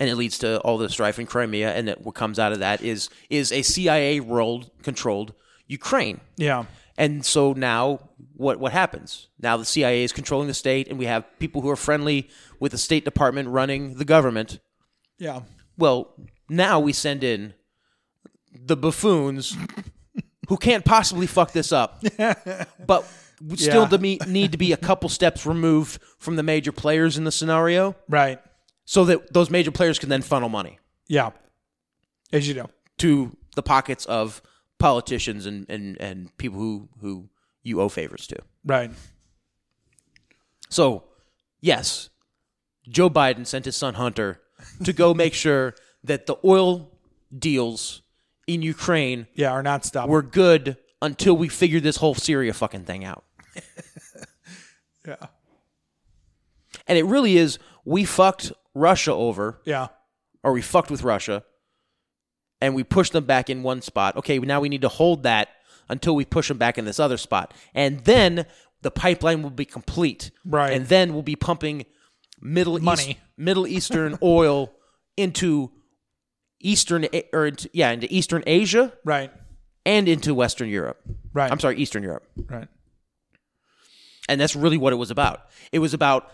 Speaker 2: and it leads to all the strife in Crimea, and that what comes out of that is is a CIA world controlled Ukraine.
Speaker 1: Yeah.
Speaker 2: And so now what what happens? Now the CIA is controlling the state and we have people who are friendly with the State Department running the government.
Speaker 1: Yeah.
Speaker 2: Well, now we send in the buffoons who can't possibly fuck this up. But would still
Speaker 1: Yeah.
Speaker 2: to me, need to be a couple steps removed from the major players in the scenario
Speaker 1: Right.
Speaker 2: so that those major players can then funnel money
Speaker 1: Yeah. As you know.
Speaker 2: to the pockets of politicians and, and, and people who, who you owe favors to.
Speaker 1: Right.
Speaker 2: So, yes, Joe Biden sent his son Hunter to go make sure that the oil deals in Ukraine
Speaker 1: Yeah, or not stop.
Speaker 2: were good until we figured this whole Syria fucking thing out.
Speaker 1: yeah.
Speaker 2: And it really is we fucked Russia over,
Speaker 1: Yeah.
Speaker 2: or we fucked with Russia, and we pushed them back in one spot. Okay, now we need to hold that until we push them back in this other spot. And then the pipeline will be complete.
Speaker 1: Right.
Speaker 2: And then we'll be pumping Middle East,
Speaker 1: Money.
Speaker 2: Middle Eastern oil into Eastern A- or into, yeah, into Eastern Asia
Speaker 1: Right.
Speaker 2: and into Western Europe.
Speaker 1: Right.
Speaker 2: I'm sorry, Eastern Europe.
Speaker 1: Right.
Speaker 2: and that's really what it was about it was about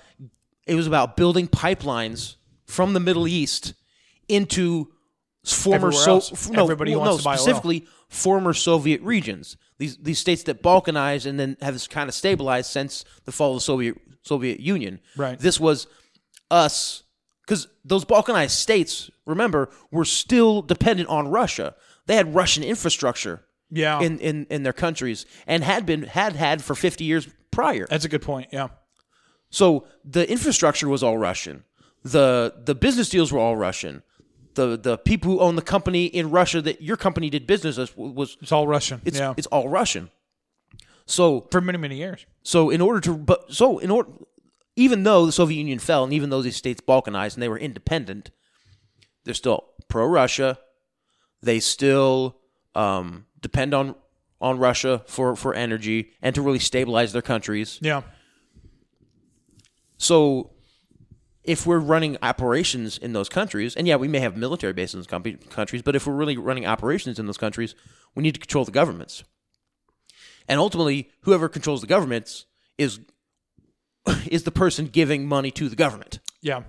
Speaker 2: it was about building pipelines from the middle east into former
Speaker 1: Everywhere
Speaker 2: so
Speaker 1: else.
Speaker 2: f- no,
Speaker 1: Everybody who
Speaker 2: well,
Speaker 1: wants
Speaker 2: no,
Speaker 1: to buy oil.
Speaker 2: specifically former soviet regions these these states that balkanized and then have kind of stabilized since the fall of the soviet soviet union
Speaker 1: Right.
Speaker 2: this was us because those balkanized states remember were still dependent on russia they had russian infrastructure
Speaker 1: Yeah.
Speaker 2: in, in, in their countries and had been had had for 50 years prior
Speaker 1: That's a good point. Yeah.
Speaker 2: so the infrastructure was all Russian. The the business deals were all Russian. The the people who own the company in Russia that your company did business with was
Speaker 1: It's all Russian.
Speaker 2: it's
Speaker 1: yeah.
Speaker 2: it's all Russian. So
Speaker 1: for many, many years.
Speaker 2: so in order to but so in order even though the Soviet Union fell and even though these states balkanized and they were independent, they're still pro Russia. They still um, depend on on Russia for, for energy and to really stabilize their countries.
Speaker 1: Yeah.
Speaker 2: So if we're running operations in those countries, and yeah, we may have military bases in those com- countries, but if we're really running operations in those countries, we need to control the governments. And ultimately, whoever controls the governments is is the person giving money to the government.
Speaker 1: Yeah.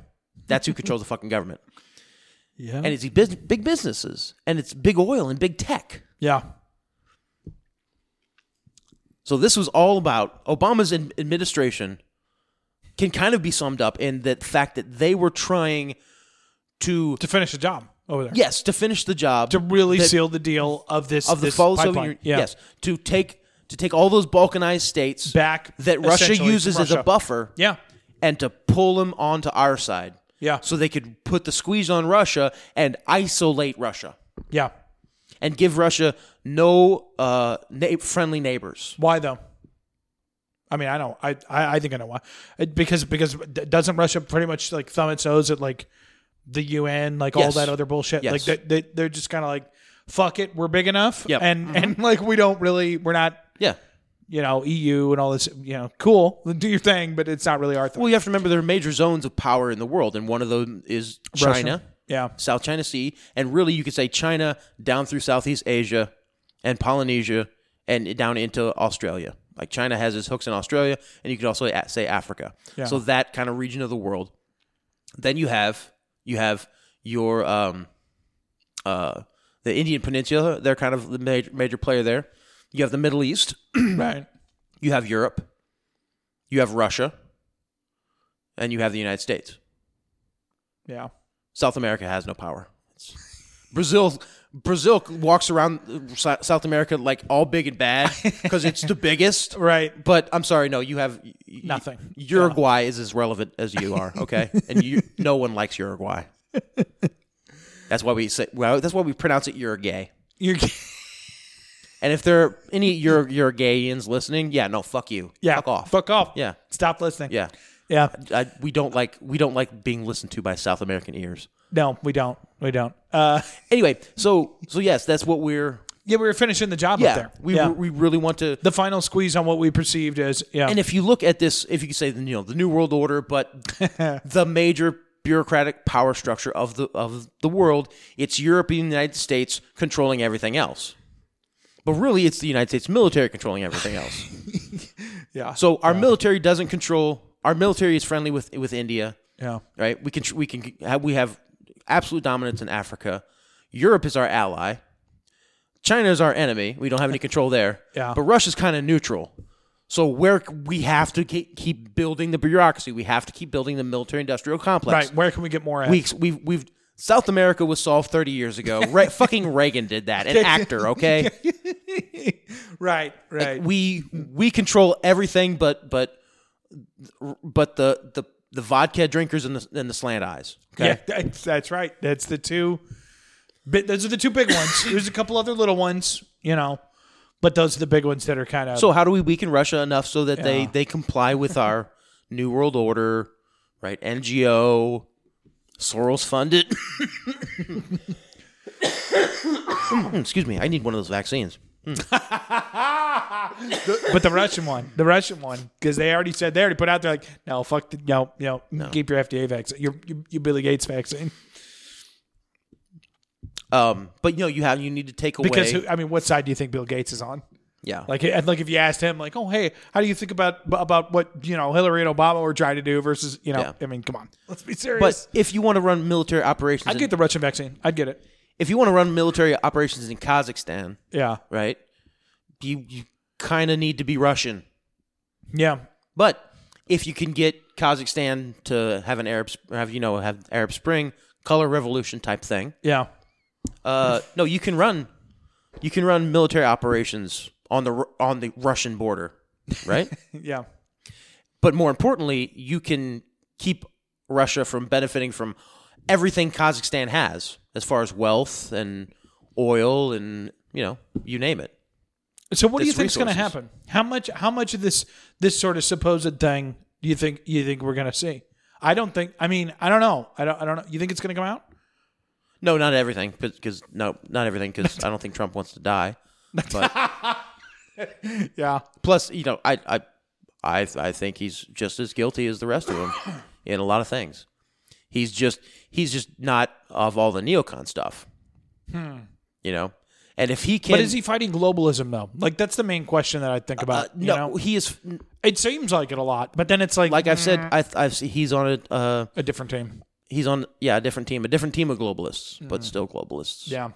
Speaker 2: That's who controls the fucking government.
Speaker 1: Yeah.
Speaker 2: And it's the bus- big businesses, and it's big oil and big tech.
Speaker 1: yeah.
Speaker 2: So this was all about Obama's ad- administration can kind of be summed up in the fact that they were trying to
Speaker 1: To finish the job over there.
Speaker 2: Yes, to finish the job.
Speaker 1: To really
Speaker 2: that-
Speaker 1: seal the deal of this
Speaker 2: of the
Speaker 1: this
Speaker 2: fall of
Speaker 1: pipeline.
Speaker 2: Soviet Union.
Speaker 1: Yeah.
Speaker 2: Yes, to take to take all those Balkanized states
Speaker 1: Back,
Speaker 2: that Russia
Speaker 1: essentially, from
Speaker 2: uses as
Speaker 1: Russia.
Speaker 2: a buffer.
Speaker 1: Yeah.
Speaker 2: and to pull them onto our side.
Speaker 1: Yeah.
Speaker 2: so they could put the squeeze on Russia and isolate Russia
Speaker 1: Yeah.
Speaker 2: and give Russia no uh, na- friendly neighbors.
Speaker 1: Why though? I mean, I know. I I, I think I know why. It- because because d- doesn't Russia pretty much like thumb its nose at like the UN, like all
Speaker 2: Yes.
Speaker 1: that other bullshit?
Speaker 2: Yes.
Speaker 1: Like they, they they're just kind of like, fuck it, we're big enough,
Speaker 2: Yep. Mm-hmm.
Speaker 1: and and like we don't really, we're not,
Speaker 2: Yeah.
Speaker 1: you know, EU and all this, you know, cool, do your thing, but it's not really our thing.
Speaker 2: Well, you have to remember there are major zones of power in the world, and one of them is
Speaker 1: Russia.
Speaker 2: China,
Speaker 1: Yeah.
Speaker 2: South China Sea, and really you could say China down through Southeast Asia and Polynesia and down into Australia. Like China has its hooks in Australia, and you could also a- say Africa.
Speaker 1: Yeah.
Speaker 2: So that kind of region of the world. Then you have you have your um, uh, the Indian Peninsula. They're kind of the major, major player there. You have the Middle East.
Speaker 1: right.
Speaker 2: You have Europe. You have Russia. and you have the United States.
Speaker 1: Yeah.
Speaker 2: South America has no power. Brazil, Brazil walks around uh, Sou- South America like all big and bad because it's the biggest.
Speaker 1: Right.
Speaker 2: But I'm sorry, no, you have y- y-
Speaker 1: Nothing.
Speaker 2: Uruguay is as relevant as you are, okay? and you, no one likes Uruguay. That's why we say. Well, that's why we pronounce it Uruguay.
Speaker 1: You're,
Speaker 2: And if there are any Ur- Uruguayans listening, yeah, no, fuck you.
Speaker 1: yeah.
Speaker 2: fuck off.
Speaker 1: Fuck off.
Speaker 2: Yeah.
Speaker 1: Stop listening.
Speaker 2: Yeah,
Speaker 1: Yeah.
Speaker 2: I, we don't like we don't like being listened to by South American ears.
Speaker 1: No, we don't. We don't. Uh,
Speaker 2: Anyway, so so yes, that's what we're
Speaker 1: yeah, we were finishing the job up
Speaker 2: yeah
Speaker 1: there.
Speaker 2: we
Speaker 1: yeah.
Speaker 2: we really want to.
Speaker 1: the final squeeze on what we perceived as yeah.
Speaker 2: and if you look at this, if you could say the you know the New World Order, but the major bureaucratic power structure of the of the world, it's Europe and the United States controlling everything else. But really, it's the United States military controlling everything else.
Speaker 1: yeah.
Speaker 2: So our military doesn't control. Our military is friendly with with India.
Speaker 1: yeah.
Speaker 2: right? We can we can have, we have absolute dominance in Africa. Europe is our ally. China is our enemy. We don't have any control there.
Speaker 1: Yeah.
Speaker 2: But Russia's kind of neutral. So where c- we have to ke- keep building the bureaucracy, we have to keep building the military-industrial complex.
Speaker 1: Right. Where can we get more at?
Speaker 2: We we've, we've South America was solved 30 years ago. Re- fucking Reagan did that. An actor, okay?
Speaker 1: right. Right.
Speaker 2: we we control everything but but but the the the vodka drinkers and the and the slant eyes. Okay?
Speaker 1: Yeah, that's, that's right. That's the two. But those are the two big ones. There's a couple other little ones, you know, but those are the big ones that are kind of
Speaker 2: So how do we weaken Russia enough so that they
Speaker 1: Yeah.
Speaker 2: they comply with our new world order, right? NGO, Soros funded. Excuse me, I need one of those vaccines.
Speaker 1: But the Russian one, the Russian one, because they already said they already put out there like, no, fuck, the, no, no, keep your FDA vaccine, your, your your Billy Gates vaccine,
Speaker 2: Um, but you know you have you need to take away.
Speaker 1: because who, I mean, what side do you think Bill Gates is on?
Speaker 2: yeah,
Speaker 1: Like, and like if you asked him, like, oh hey, how do you think about about what you know Hillary and Obama were trying to do versus you know,
Speaker 2: Yeah.
Speaker 1: I mean, come on, let's be serious.
Speaker 2: but if you want to run military operations,
Speaker 1: I'd
Speaker 2: in-
Speaker 1: get the Russian vaccine. I'd get it.
Speaker 2: if you want to run military operations in Kazakhstan,
Speaker 1: Yeah,
Speaker 2: right? You you kind of need to be Russian,
Speaker 1: yeah,
Speaker 2: but if you can get Kazakhstan to have an Arab, Sp- have you know, have Arab Spring, color revolution type thing,
Speaker 1: yeah.
Speaker 2: Uh, no, you can run, you can run military operations on the Ru- on the Russian border, right?
Speaker 1: Yeah.
Speaker 2: but more importantly, you can keep Russia from benefiting from everything Kazakhstan has, as far as wealth and oil and you know, you name it.
Speaker 1: So what do you
Speaker 2: This
Speaker 1: think is going to
Speaker 2: resources.
Speaker 1: happen? How much how much of this this sort of supposed thing do you think you think we're going to see? I don't think I mean, I don't know. I don't I don't know. You think it's going to come out?
Speaker 2: No, not everything, because no, not everything, because I don't think Trump wants to die.
Speaker 1: Yeah.
Speaker 2: Plus, you know, I I I I think he's just as guilty as the rest of them in a lot of things. He's just he's just not of all the neocon stuff. You know, and if he can,
Speaker 1: Hmm. But is he fighting globalism though? Like that's the main question that I think
Speaker 2: Uh,
Speaker 1: about, you
Speaker 2: no,
Speaker 1: know.
Speaker 2: he is.
Speaker 1: It seems like it a lot, but then it's like
Speaker 2: Like I've said, I I've se- he's on a uh,
Speaker 1: a different team.
Speaker 2: he's on yeah a different team, a different team of globalists, but still globalists.
Speaker 1: Hmm. Yeah.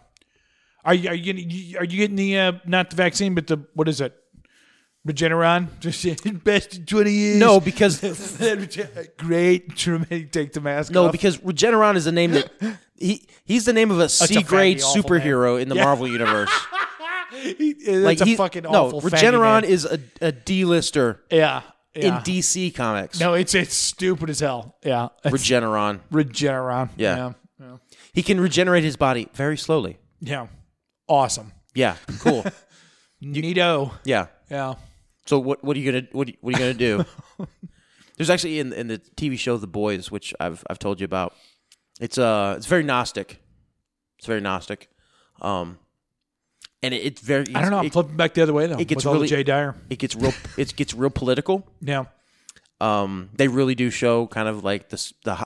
Speaker 1: Are you are you getting, you- are you getting the uh, not the vaccine but the what is it? Regeneron just best in 20 years.
Speaker 2: No, because
Speaker 1: great traumatic take the mask
Speaker 2: no,
Speaker 1: off.
Speaker 2: because Regeneron is the name that he he's the name of a C grade
Speaker 1: faggy, awful name.
Speaker 2: superhero in the Marvel universe.
Speaker 1: He- that's
Speaker 2: like
Speaker 1: a
Speaker 2: he-
Speaker 1: fucking
Speaker 2: no,
Speaker 1: awful faggy
Speaker 2: Regeneron
Speaker 1: name.
Speaker 2: is a a D lister.
Speaker 1: Yeah.
Speaker 2: in
Speaker 1: yeah.
Speaker 2: DC Comics.
Speaker 1: No, it's it's stupid as hell. Yeah.
Speaker 2: Regeneron.
Speaker 1: Regeneron.
Speaker 2: Yeah.
Speaker 1: yeah.
Speaker 2: He can regenerate his body very slowly.
Speaker 1: Yeah. Awesome.
Speaker 2: Yeah, cool.
Speaker 1: Neato.
Speaker 2: yeah.
Speaker 1: Yeah.
Speaker 2: So what what are you gonna what are you- what are you gonna do? There's actually in in the TV show The Boys, which I've I've told you about. It's uh it's very gnostic. It's very gnostic. Um, and it, it's very
Speaker 1: I don't know. I'm
Speaker 2: It,
Speaker 1: flipping back the other way though.
Speaker 2: it gets
Speaker 1: with all the
Speaker 2: really-
Speaker 1: Jay Dyer.
Speaker 2: it gets real it gets real political.
Speaker 1: Yeah.
Speaker 2: um, they really do show kind of like the the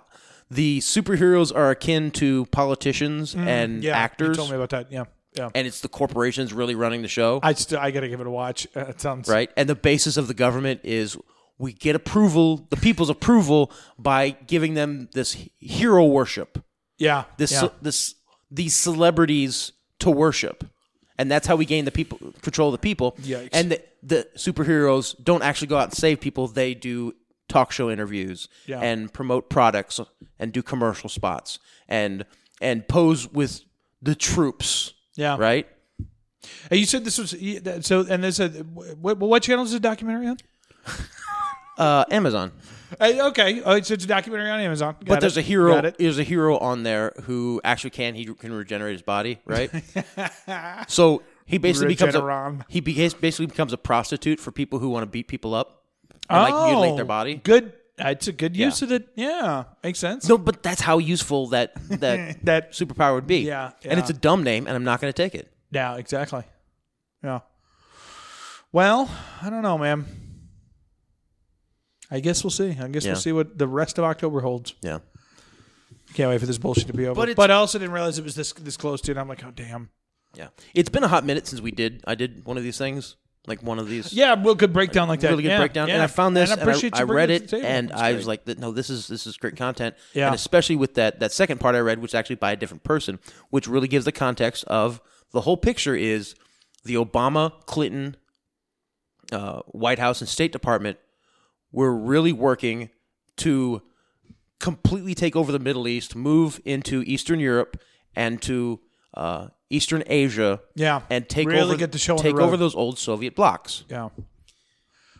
Speaker 2: the superheroes are akin to politicians and
Speaker 1: Mm, Yeah. You
Speaker 2: Mm. actors,
Speaker 1: told me about that. Yeah. Yeah.
Speaker 2: and it's the corporations really running the show,
Speaker 1: I still I gotta give it a watch. Uh, it sounds
Speaker 2: right? And the basis of the government is we get approval, the people's approval, by giving them this hero worship,
Speaker 1: Yeah.
Speaker 2: this
Speaker 1: yeah.
Speaker 2: this these celebrities to worship. And that's how we gain the people control of the people.
Speaker 1: Yikes.
Speaker 2: And the, the superheroes don't actually go out and save people; they do talk show interviews
Speaker 1: Yeah.
Speaker 2: and promote products and do commercial spots and and pose with the troops,
Speaker 1: Yeah.
Speaker 2: right?
Speaker 1: Hey, you said this was you- that- so, and there's a what, what channel is the documentary on?
Speaker 2: Uh, Amazon.
Speaker 1: Hey, okay, oh, it's, it's a documentary on Amazon. Got
Speaker 2: But there's
Speaker 1: it.
Speaker 2: a hero.
Speaker 1: Got it.
Speaker 2: There's a hero on there who actually can he can regenerate his body, right? so he basically becomes a,
Speaker 1: Regeneron.
Speaker 2: he beca- basically becomes a prostitute for people who want to beat people up and like mutilate their
Speaker 1: Oh,
Speaker 2: body.
Speaker 1: Good. It's a good use of it. Yeah, makes sense.
Speaker 2: No, but that's how useful that that
Speaker 1: That-
Speaker 2: that superpower would be.
Speaker 1: Yeah,
Speaker 2: and it's a
Speaker 1: yeah.
Speaker 2: dumb name, and I'm not going to take it.
Speaker 1: Yeah, exactly. Yeah. Well, I don't know, man. I guess we'll see. I guess
Speaker 2: Yeah.
Speaker 1: we'll see what the rest of October holds.
Speaker 2: Yeah.
Speaker 1: Can't wait for this bullshit to be over.
Speaker 2: But
Speaker 1: But,
Speaker 2: it's-
Speaker 1: I also didn't realize it was this this close to, and I'm like, oh damn.
Speaker 2: Yeah. It's been a hot minute since we did I did one of these things. Like one of these
Speaker 1: Yeah, real good breakdown like that.
Speaker 2: really good
Speaker 1: Yeah,
Speaker 2: breakdown.
Speaker 1: yeah.
Speaker 2: And I found this and I,
Speaker 1: appreciate
Speaker 2: I
Speaker 1: you bringing
Speaker 2: read
Speaker 1: to
Speaker 2: it
Speaker 1: the table.
Speaker 2: and
Speaker 1: That's
Speaker 2: I
Speaker 1: great.
Speaker 2: was like, no, this is this is great content.
Speaker 1: Yeah.
Speaker 2: And especially with that that second part I read, which is actually by a different person, which really gives the context of the whole picture is the Obama, Clinton, uh, White House and State Department were really working to completely take over the Middle East, move into Eastern Europe and to uh, Eastern Asia,
Speaker 1: Yeah.
Speaker 2: and take
Speaker 1: Really
Speaker 2: over
Speaker 1: get the show on the
Speaker 2: take
Speaker 1: road.
Speaker 2: over those old Soviet blocks.
Speaker 1: Yeah.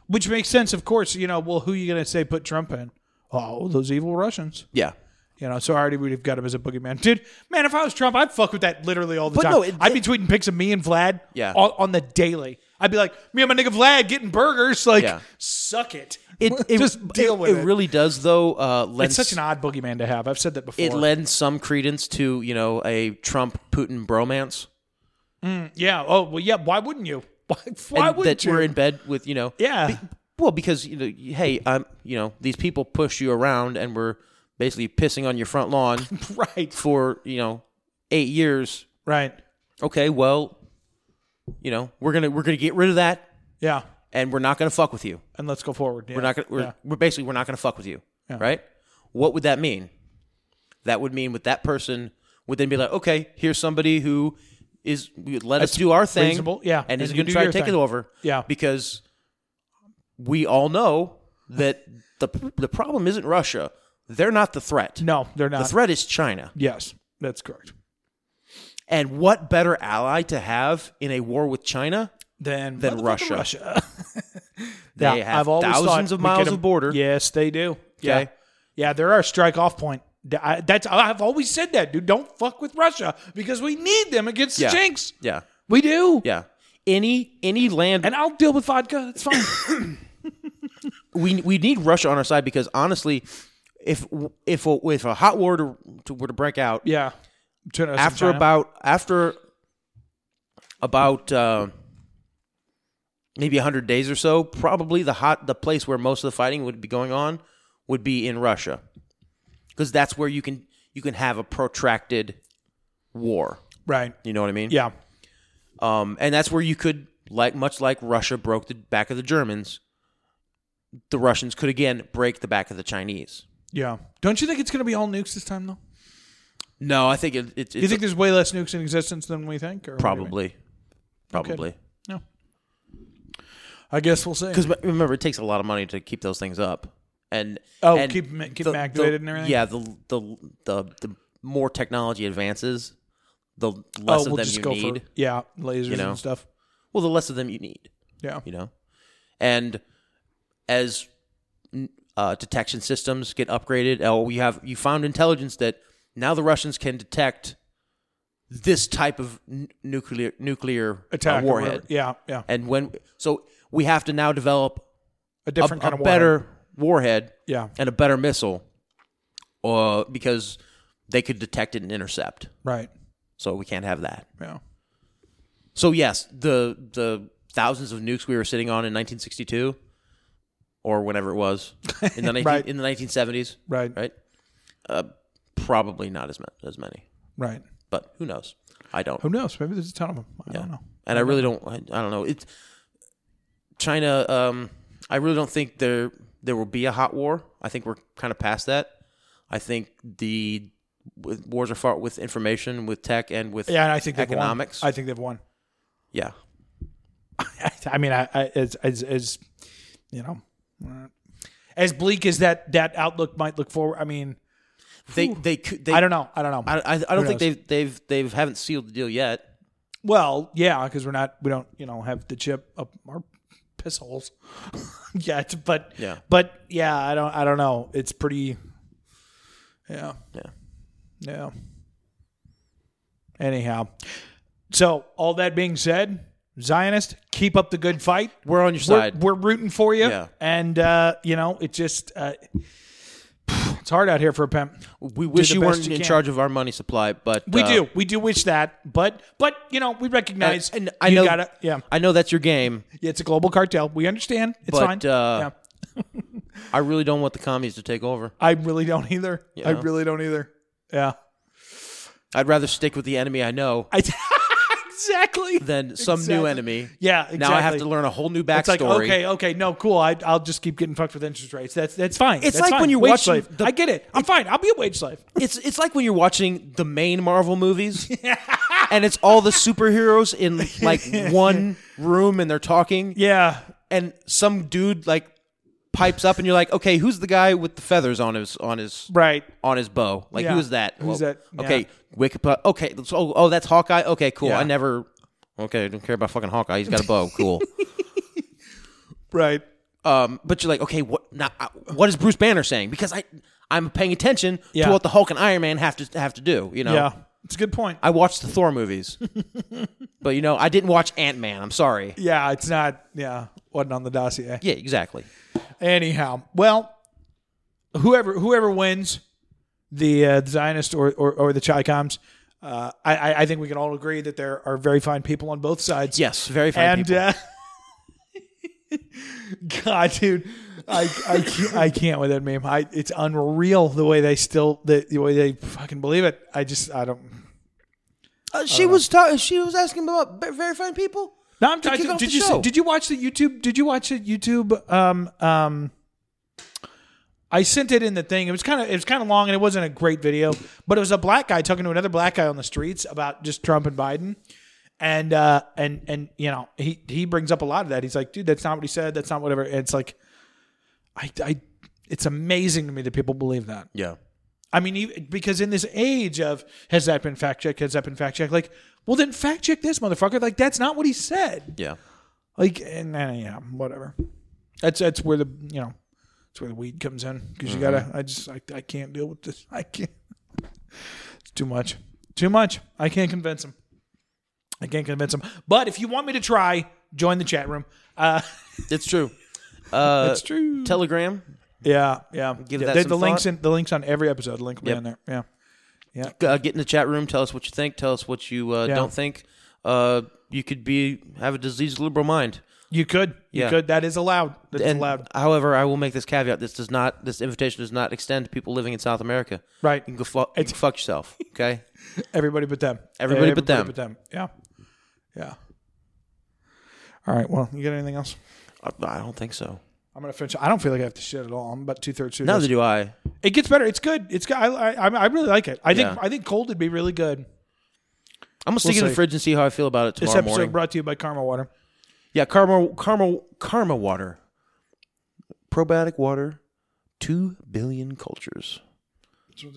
Speaker 1: Which makes sense, of course. You know, well, who are you going to say put Trump in? Oh, those evil Russians.
Speaker 2: Yeah,
Speaker 1: You know, so already we'd have got him as a boogeyman. Dude, man, if I was Trump, I'd fuck with that literally all the
Speaker 2: But
Speaker 1: time.
Speaker 2: no, it-
Speaker 1: I'd be tweeting pics of me and Vlad
Speaker 2: Yeah.
Speaker 1: on, on the daily. I'd be like, me and my nigga Vlad getting burgers. Like,
Speaker 2: Yeah.
Speaker 1: suck it.
Speaker 2: it, it
Speaker 1: Just deal
Speaker 2: it,
Speaker 1: with it.
Speaker 2: It really does, though. Uh, lend,
Speaker 1: it's such an odd boogeyman to have. I've said that before.
Speaker 2: it lends some credence to you know a Trump Putin bromance.
Speaker 1: yeah. Oh, well, yeah. Why wouldn't you? Why, why
Speaker 2: and
Speaker 1: wouldn't
Speaker 2: that
Speaker 1: you?
Speaker 2: we're in bed with you know
Speaker 1: Yeah.
Speaker 2: be- well because you know you- hey I'm you know these people push you around and we're basically pissing on your front lawn
Speaker 1: right.
Speaker 2: for you know eight years.
Speaker 1: Right.
Speaker 2: Okay, well, you know we're gonna we're gonna get rid of that
Speaker 1: Yeah.
Speaker 2: and we're not gonna fuck with you.
Speaker 1: And let's go forward.
Speaker 2: We're not gonna we're, we're basically we're not gonna fuck with you, right? What would that mean? That would mean with that person would then be like, okay, here's somebody who is would let us do our thing,
Speaker 1: reasonable, yeah,
Speaker 2: and,
Speaker 1: and
Speaker 2: is
Speaker 1: you
Speaker 2: going
Speaker 1: do
Speaker 2: to try to
Speaker 1: your
Speaker 2: take
Speaker 1: thing.
Speaker 2: it over,
Speaker 1: Yeah.
Speaker 2: because we all know that the the problem isn't Russia; they're not the threat.
Speaker 1: No, they're not.
Speaker 2: the threat is China,
Speaker 1: Yes, that's correct.
Speaker 2: and what better ally to have in a war with China?
Speaker 1: Then
Speaker 2: Than
Speaker 1: motherfucking
Speaker 2: Russia.
Speaker 1: Russia.
Speaker 2: They have thousands of
Speaker 1: we could
Speaker 2: miles
Speaker 1: have-
Speaker 2: of border.
Speaker 1: Yes, they do. Yeah.
Speaker 2: Okay.
Speaker 1: Yeah, they're our strike off point. D- I- that's I've always said that, dude. Don't fuck with Russia because we need them against
Speaker 2: Yeah.
Speaker 1: the Jinx.
Speaker 2: yeah,
Speaker 1: We do.
Speaker 2: yeah. Any any land
Speaker 1: And I'll deal with vodka. It's fine.
Speaker 2: we we need Russia on our side because honestly, if if a, if a hot war to, to, were to break out
Speaker 1: yeah. Between us and
Speaker 2: after
Speaker 1: China.
Speaker 2: about after about uh, maybe hundred days or so, probably the hot the place where most of the fighting would be going on would be in Russia because that's where you can you can have a protracted war.
Speaker 1: right.
Speaker 2: You know what I mean?
Speaker 1: Yeah.
Speaker 2: Um, and that's where you could, like much like Russia broke the back of the Germans, the Russians could again break the back of the Chinese.
Speaker 1: Yeah. Don't you think it's going to be all nukes this time though?
Speaker 2: No, I think it, it, it's
Speaker 1: Do you think there's way less nukes in existence than we think? Or what do you mean?
Speaker 2: probably, probably
Speaker 1: No. I guess we'll see.
Speaker 2: because remember it takes a lot of money to keep those things up. And
Speaker 1: Oh,
Speaker 2: and
Speaker 1: keep 'em- keep
Speaker 2: the-
Speaker 1: 'em activated
Speaker 2: the-
Speaker 1: and everything?
Speaker 2: Yeah, the the the the more technology advances, the less
Speaker 1: oh,
Speaker 2: of
Speaker 1: we'll
Speaker 2: them
Speaker 1: just
Speaker 2: you
Speaker 1: go
Speaker 2: need.
Speaker 1: for yeah, lasers
Speaker 2: know?
Speaker 1: and stuff.
Speaker 2: Well, the less of them you need.
Speaker 1: Yeah.
Speaker 2: you know and as uh, detection systems get upgraded oh you have you found intelligence that now the russians can detect this type of n- nuclear nuclear uh,
Speaker 1: Attack or
Speaker 2: warhead
Speaker 1: whatever. Yeah, yeah.
Speaker 2: and when so we have to now develop
Speaker 1: A
Speaker 2: a,
Speaker 1: different kind
Speaker 2: a
Speaker 1: of warhead.
Speaker 2: better warhead
Speaker 1: Yeah.
Speaker 2: and a better missile uh, because they could detect it and intercept
Speaker 1: Right.
Speaker 2: so we can't have that
Speaker 1: Yeah.
Speaker 2: So yes, the the thousands of nukes we were sitting on in 1962, or whenever it was in the 19,
Speaker 1: Right.
Speaker 2: in the 1970s,
Speaker 1: Right.
Speaker 2: right? Uh, probably not as ma- as many,
Speaker 1: Right.
Speaker 2: but who knows? I don't.
Speaker 1: Who knows? Maybe there's a ton of them. I
Speaker 2: Yeah.
Speaker 1: don't know.
Speaker 2: And I really don't. I, I don't know. It's China. Um, I really don't think there there will be a hot war. I think we're kind of past that. I think the with, wars are fought with information, with tech, and with
Speaker 1: Yeah, and I think they've won.
Speaker 2: economics.
Speaker 1: I think they've won.
Speaker 2: yeah,
Speaker 1: I mean, I, I as, as as you know, uh, as bleak as that that outlook might look forward. I mean,
Speaker 2: They they could. They,
Speaker 1: I don't know. I don't know.
Speaker 2: I, I, I don't
Speaker 1: Who
Speaker 2: think
Speaker 1: knows?
Speaker 2: they've they've they've haven't sealed the deal yet.
Speaker 1: Well, yeah, because we're not, we don't, you know, have the chip up our piss holes yet. But
Speaker 2: Yeah.
Speaker 1: but yeah, I don't, I don't know. It's pretty. Yeah.
Speaker 2: Yeah.
Speaker 1: Yeah. Anyhow, so all that being said, Zionist, keep up the good fight.
Speaker 2: We're on your side.
Speaker 1: We're, we're rooting for you.
Speaker 2: Yeah.
Speaker 1: And uh, you know, it just uh, it's hard out here for a pimp.
Speaker 2: We wish
Speaker 1: the
Speaker 2: you
Speaker 1: best
Speaker 2: weren't
Speaker 1: you
Speaker 2: in
Speaker 1: can.
Speaker 2: charge of our money supply, but
Speaker 1: We
Speaker 2: uh,
Speaker 1: do, we do wish that, but but you know, we recognize
Speaker 2: And, and I
Speaker 1: you
Speaker 2: know,
Speaker 1: gotta, yeah.
Speaker 2: I know that's your game.
Speaker 1: Yeah, it's a global cartel. We understand. It's
Speaker 2: But,
Speaker 1: fine.
Speaker 2: uh,
Speaker 1: yeah.
Speaker 2: I really don't want the commies to take over.
Speaker 1: I really don't either. I
Speaker 2: Yeah.
Speaker 1: really don't either. Yeah.
Speaker 2: I'd rather stick with the enemy I know
Speaker 1: I exactly.
Speaker 2: than some new
Speaker 1: Exactly.
Speaker 2: enemy.
Speaker 1: Yeah,
Speaker 2: Now I have
Speaker 1: exactly.
Speaker 2: to learn a whole new
Speaker 1: It's
Speaker 2: backstory.
Speaker 1: like okay, okay, no, cool. I, I'll just keep getting fucked with interest rates. That's that's fine.
Speaker 2: It's
Speaker 1: That's
Speaker 2: like
Speaker 1: fine.
Speaker 2: when you're
Speaker 1: wage
Speaker 2: watching
Speaker 1: slave.
Speaker 2: the-
Speaker 1: I get it. I'm fine. I'll be a wage slave.
Speaker 2: It's it's like when you're watching the main Marvel movies, and it's all the superheroes in like one room, and they're talking,
Speaker 1: Yeah,
Speaker 2: and some dude like pipes up, and you're like, okay, who's the guy with the feathers on his on his
Speaker 1: right.
Speaker 2: on his bow? Like
Speaker 1: Yeah.
Speaker 2: who is that?
Speaker 1: Who's that?
Speaker 2: Okay,
Speaker 1: Yeah.
Speaker 2: Wikipedia. Okay, so, oh, oh, that's Hawkeye. Okay, cool.
Speaker 1: Yeah.
Speaker 2: I never. Okay, I don't care about fucking Hawkeye. He's got a bow. Cool.
Speaker 1: Right.
Speaker 2: Um, but you're like, okay, what now? uh, What is Bruce Banner saying? Because I, I'm paying attention
Speaker 1: Yeah.
Speaker 2: to what the Hulk and Iron Man have to have to do. You know,
Speaker 1: Yeah. It's a good point.
Speaker 2: I watched the Thor movies, but you know, I didn't watch Ant Man. I'm sorry.
Speaker 1: yeah, it's not. Yeah, wasn't on the dossier.
Speaker 2: Yeah, exactly.
Speaker 1: Anyhow, well, whoever whoever wins, the, uh, the Zionist or or, or the Chicoms, uh, I- I I think we can all agree that there are very fine people on both sides.
Speaker 2: Yes, very fine
Speaker 1: and
Speaker 2: people.
Speaker 1: uh, God, dude, I I can't, I can't with that meme. I it's unreal the way they still the, the way they fucking believe it. I just I don't.
Speaker 2: Uh, she was ta- she was asking about b- very fine people.
Speaker 1: No, I'm
Speaker 2: kick off
Speaker 1: did
Speaker 2: the
Speaker 1: you
Speaker 2: show.
Speaker 1: did you watch the YouTube? Did you watch the YouTube? Um, um, I sent it in the thing. It was kind of it was kind of long and it wasn't a great video, but it was a black guy talking to another black guy on the streets about just Trump and Biden, and uh, and and you know he he brings up a lot of that. He's like, dude, that's not what he said. That's not whatever. And it's like, I I, it's amazing to me that people believe that.
Speaker 2: Yeah,
Speaker 1: I mean, even, because in this age of has that been fact checked? Has that been fact checked? Like, well, then fact check this motherfucker. Like, that's not what he said.
Speaker 2: yeah.
Speaker 1: Like, and, and, yeah, whatever. That's that's where the you know, that's where the weed comes in because you gotta.
Speaker 2: Mm-hmm.
Speaker 1: I just I, I can't deal with this. I can't. It's too much. Too much. I can't convince him. I can't convince him. But if you want me to try, join the chat room. Uh,
Speaker 2: It's true. Uh,
Speaker 1: It's true.
Speaker 2: Telegram.
Speaker 1: yeah, yeah.
Speaker 2: Give
Speaker 1: yeah
Speaker 2: that
Speaker 1: the,
Speaker 2: some
Speaker 1: the links
Speaker 2: thought.
Speaker 1: in the links on every episode. The link will
Speaker 2: Yep.
Speaker 1: be in there. Yeah.
Speaker 2: Uh, get in the chat room. Tell us what you think. Tell us what you uh,
Speaker 1: Yeah.
Speaker 2: don't think. Uh, you could be have a diseased liberal mind.
Speaker 1: You could. You
Speaker 2: Yeah.
Speaker 1: could. That is allowed. That's
Speaker 2: and
Speaker 1: allowed.
Speaker 2: however, I will make this caveat: this does not, this invitation does not extend to people living in South America.
Speaker 1: Right.
Speaker 2: You can go, fu- you can fuck yourself. Okay.
Speaker 1: Everybody but them.
Speaker 2: Everybody but them.
Speaker 1: Yeah. Yeah. All right. Well, you got anything else?
Speaker 2: I, I don't think so.
Speaker 1: I'm gonna finish. I don't feel like I have to shit at all. I'm about two thirds through.
Speaker 2: Neither
Speaker 1: this.
Speaker 2: do I.
Speaker 1: It gets better. It's good. It's good. I I, I- I really like it. I
Speaker 2: Yeah.
Speaker 1: think I think cold would be really good.
Speaker 2: I'm gonna stick it in
Speaker 1: see.
Speaker 2: the fridge and see how I feel about it
Speaker 1: This
Speaker 2: tomorrow
Speaker 1: episode
Speaker 2: morning.
Speaker 1: brought to you by Karma Water.
Speaker 2: yeah, karma, karma, karma water, probiotic water, two billion cultures.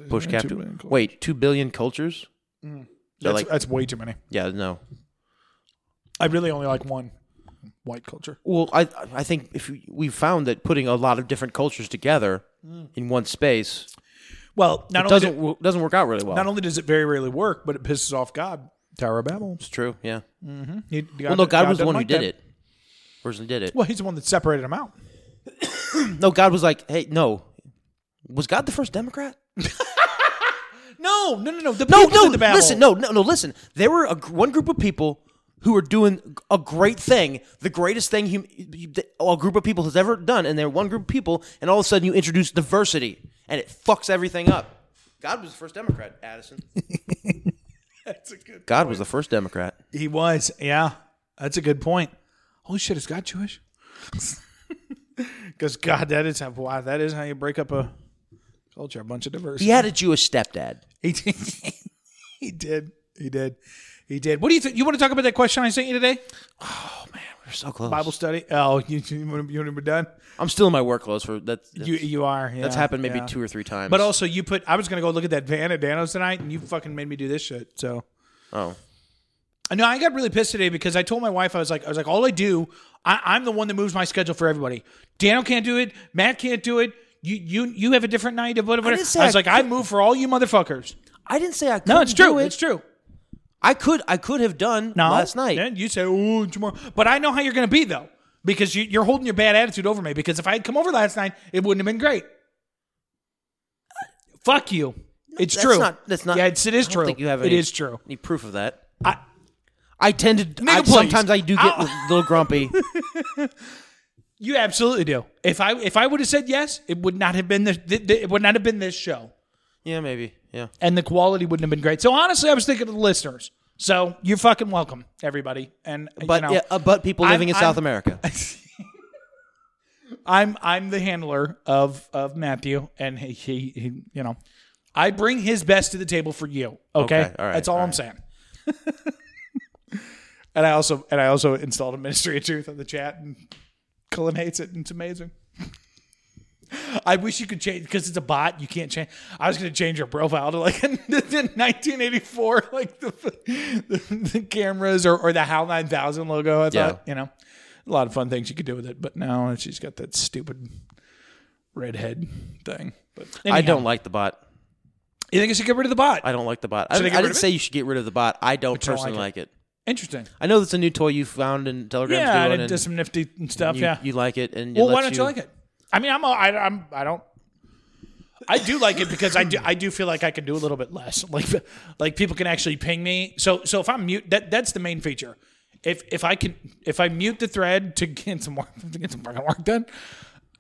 Speaker 2: Bush captain. Wait, two billion cultures? They're
Speaker 1: That's,
Speaker 2: like,
Speaker 1: that's way too many.
Speaker 2: yeah, no.
Speaker 1: I really only like one white culture.
Speaker 2: Well, I I think if we- we found that putting a lot of different cultures together in one space
Speaker 1: Well, Mm. not
Speaker 2: it
Speaker 1: only do-
Speaker 2: doesn't wo- doesn't work out really well.
Speaker 1: not only does it very rarely work, but it pisses off God. Tower of Babel.
Speaker 2: It's true. Yeah.
Speaker 1: He-
Speaker 2: Well, no, God, was the
Speaker 1: doesn't
Speaker 2: one who
Speaker 1: like
Speaker 2: did
Speaker 1: that.
Speaker 2: it. Originally did it.
Speaker 1: Well, he's the one that separated them out.
Speaker 2: No, God was like, hey, no. Was God the first Democrat?
Speaker 1: No, no, no, no. The
Speaker 2: No,
Speaker 1: people
Speaker 2: no.
Speaker 1: did the Babel.
Speaker 2: Listen, no, no, no. Listen, there were a, gr- one group of people who were doing a great thing, the greatest thing hum, that a group of people has ever done, and they're one group of people, and all of a sudden you introduce diversity, and it fucks everything up. God was the first Democrat, Addison.
Speaker 1: That's a good.
Speaker 2: God was the first Democrat.
Speaker 1: He was, yeah. That's a good point. Holy shit, is God Jewish? Because God, that is how wow, that is how you break up a culture, a bunch of diversity.
Speaker 2: He had a Jewish stepdad.
Speaker 1: he did. he did. He did. He did. What do you think? You want to talk about that question I sent you today?
Speaker 2: We're so close.
Speaker 1: Bible study. Oh, you you want to be done?
Speaker 2: I'm still in my work clothes for that's, that's
Speaker 1: You you are.
Speaker 2: that's
Speaker 1: yeah,
Speaker 2: happened maybe
Speaker 1: yeah.
Speaker 2: two or three times.
Speaker 1: But also, you put. I was gonna go look at that van at Danos tonight, and you fucking made me do this shit. So
Speaker 2: oh,
Speaker 1: No, I got really pissed today because I told my wife I was like, I was like, all I do, I, I'm the one that moves my schedule for everybody. Daniel can't do it. Matt can't do it. You you you have a different night of whatever. I,
Speaker 2: didn't say
Speaker 1: was
Speaker 2: I
Speaker 1: like, I move for all you motherfuckers.
Speaker 2: I didn't say I. Couldn't
Speaker 1: No, it's
Speaker 2: do
Speaker 1: true.
Speaker 2: it.
Speaker 1: It's true.
Speaker 2: I could I could have done
Speaker 1: No,
Speaker 2: last night.
Speaker 1: Then you say, oh tomorrow, but I know how you're going to be though because you, you're holding your bad attitude over me. Because if I had come over last night, it wouldn't have been great. Fuck you. It's
Speaker 2: that's
Speaker 1: true.
Speaker 2: not- that's not-
Speaker 1: Yeah, it's, it is
Speaker 2: I don't
Speaker 1: true.
Speaker 2: think you have
Speaker 1: it
Speaker 2: any-
Speaker 1: is true.
Speaker 2: Any proof of that?
Speaker 1: I-
Speaker 2: I tend to. I,
Speaker 1: Nigga, please.
Speaker 2: sometimes I do get
Speaker 1: Ow.
Speaker 2: a little grumpy.
Speaker 1: You absolutely do. If I if I would have said yes, it would not have been this. th- th- it would not have been this show,
Speaker 2: yeah, maybe. Yeah.
Speaker 1: and the quality wouldn't have been great. So honestly, I was thinking of the listeners. So you're fucking welcome, everybody. And
Speaker 2: But
Speaker 1: you know,
Speaker 2: yeah, uh, but people
Speaker 1: I'm-
Speaker 2: living in
Speaker 1: I'm-
Speaker 2: South America.
Speaker 1: I'm I'm the handler of of Matthew, and he, he, he you know, I bring his best to the table for you. Okay,
Speaker 2: Okay, all right,
Speaker 1: that's all,
Speaker 2: all
Speaker 1: I'm
Speaker 2: right.
Speaker 1: saying. and I also and I also installed a Ministry of Truth on the chat, and Cullen hates it, and it's amazing. I wish you could change because it's a bot. You can't change. I was going to change your profile to like 1984, like the, the, the cameras or, or the HAL 9000 logo.
Speaker 2: Yeah.
Speaker 1: I thought, you know, a lot of fun things you could do with it. But now she's got that stupid redhead thing. But
Speaker 2: I
Speaker 1: anyhow.
Speaker 2: don't like the bot.
Speaker 1: You think I should get rid of the bot?
Speaker 2: I don't like the bot. I, I
Speaker 1: Should I get rid
Speaker 2: didn't
Speaker 1: of it?
Speaker 2: say you should get rid of the bot. I don't
Speaker 1: you don't
Speaker 2: personally
Speaker 1: like
Speaker 2: like it.
Speaker 1: Interesting.
Speaker 2: I know that's a new toy you found in Telegram's
Speaker 1: Yeah, and
Speaker 2: doing,
Speaker 1: it
Speaker 2: and
Speaker 1: does some nifty stuff.
Speaker 2: you,
Speaker 1: yeah.
Speaker 2: you like it, and it
Speaker 1: well, why
Speaker 2: lets
Speaker 1: don't you, like it? I mean, I'm a, I, I'm I don't. I do like it because I do I do feel like I can do a little bit less. Like like people can actually ping me. So so if I'm mute, that that's the main feature. If if I can if I mute the thread to get some work to get some fucking work done,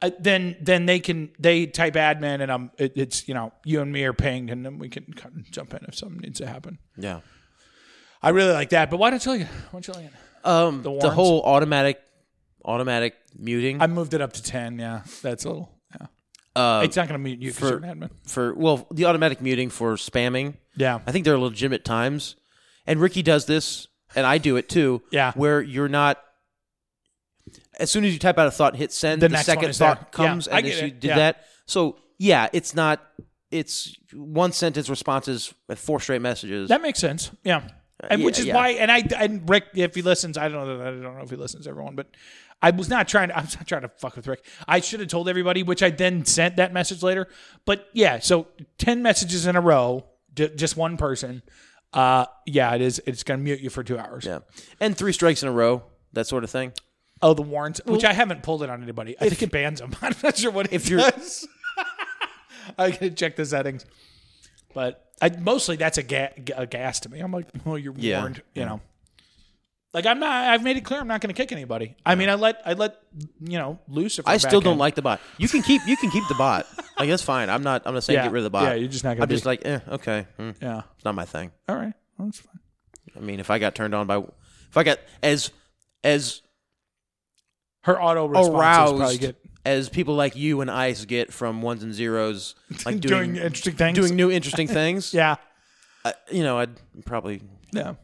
Speaker 1: uh, then then they can they type admin and I'm it, it's you know you and me are pinged and then we can kind of jump in if something needs to happen.
Speaker 2: Yeah.
Speaker 1: I really like that. But why don't you like it? Why don't you like it?
Speaker 2: Um, the,
Speaker 1: warrants?
Speaker 2: whole automatic, automatic muting
Speaker 1: I moved it up to ten. Yeah, that's a little. Yeah,
Speaker 2: uh,
Speaker 1: it's not going to mute you for
Speaker 2: for-
Speaker 1: certain admin.
Speaker 2: for well, the automatic muting for spamming.
Speaker 1: Yeah.
Speaker 2: I think there are legitimate times, and Ricky does this, and I do it too.
Speaker 1: Yeah.
Speaker 2: where you're not. As soon as you type out a thought, hit send.
Speaker 1: The
Speaker 2: The,
Speaker 1: next one
Speaker 2: second
Speaker 1: is
Speaker 2: thought
Speaker 1: there.
Speaker 2: comes,
Speaker 1: Yeah, I
Speaker 2: and
Speaker 1: get
Speaker 2: if you
Speaker 1: it.
Speaker 2: did
Speaker 1: Yeah.
Speaker 2: that, so yeah, it's not. It's one sentence responses with four straight messages.
Speaker 1: That makes sense. Yeah. And which
Speaker 2: Uh, yeah,
Speaker 1: is
Speaker 2: yeah.
Speaker 1: why, and I and Rick, if he listens, I don't know. I don't know if he listens, to everyone, but I was not trying. To, I was not trying to fuck with Rick. I should have told everybody, which I then sent that message later. But yeah, so ten messages in a row, j- just one person. Uh, yeah, it is. It's going to mute you for two hours.
Speaker 2: yeah, and three strikes in a row, that sort of thing.
Speaker 1: Oh, the warrants, which I haven't pulled it on anybody. I think it bans them. I'm not sure what it
Speaker 2: If
Speaker 1: if
Speaker 2: you're-
Speaker 1: does. I gotta check the settings, but I, mostly that's a, ga- a gas to me. I'm like, oh, you're
Speaker 2: Yeah.
Speaker 1: warned, you know. Like I'm not. I've made it clear I'm not going to kick anybody. I mean, I let I let you know loose. If
Speaker 2: I
Speaker 1: we're
Speaker 2: still
Speaker 1: back
Speaker 2: don't
Speaker 1: in.
Speaker 2: like the bot. You can keep you can keep the bot. Like that's fine. I'm not I'm not saying
Speaker 1: Yeah.
Speaker 2: get rid of the bot.
Speaker 1: Yeah, you're just not gonna
Speaker 2: I'm just
Speaker 1: be-
Speaker 2: like eh, okay. mm,
Speaker 1: Yeah.
Speaker 2: It's not my thing.
Speaker 1: All right. Well, that's fine.
Speaker 2: I mean, if I got turned on by if I got as as
Speaker 1: Her auto response is probably
Speaker 2: aroused
Speaker 1: good.
Speaker 2: as people like you and Ice get from ones and zeros, like
Speaker 1: Doing,
Speaker 2: doing
Speaker 1: interesting things.
Speaker 2: doing new interesting things.
Speaker 1: yeah.
Speaker 2: I- you know, I'd probably
Speaker 1: Yeah.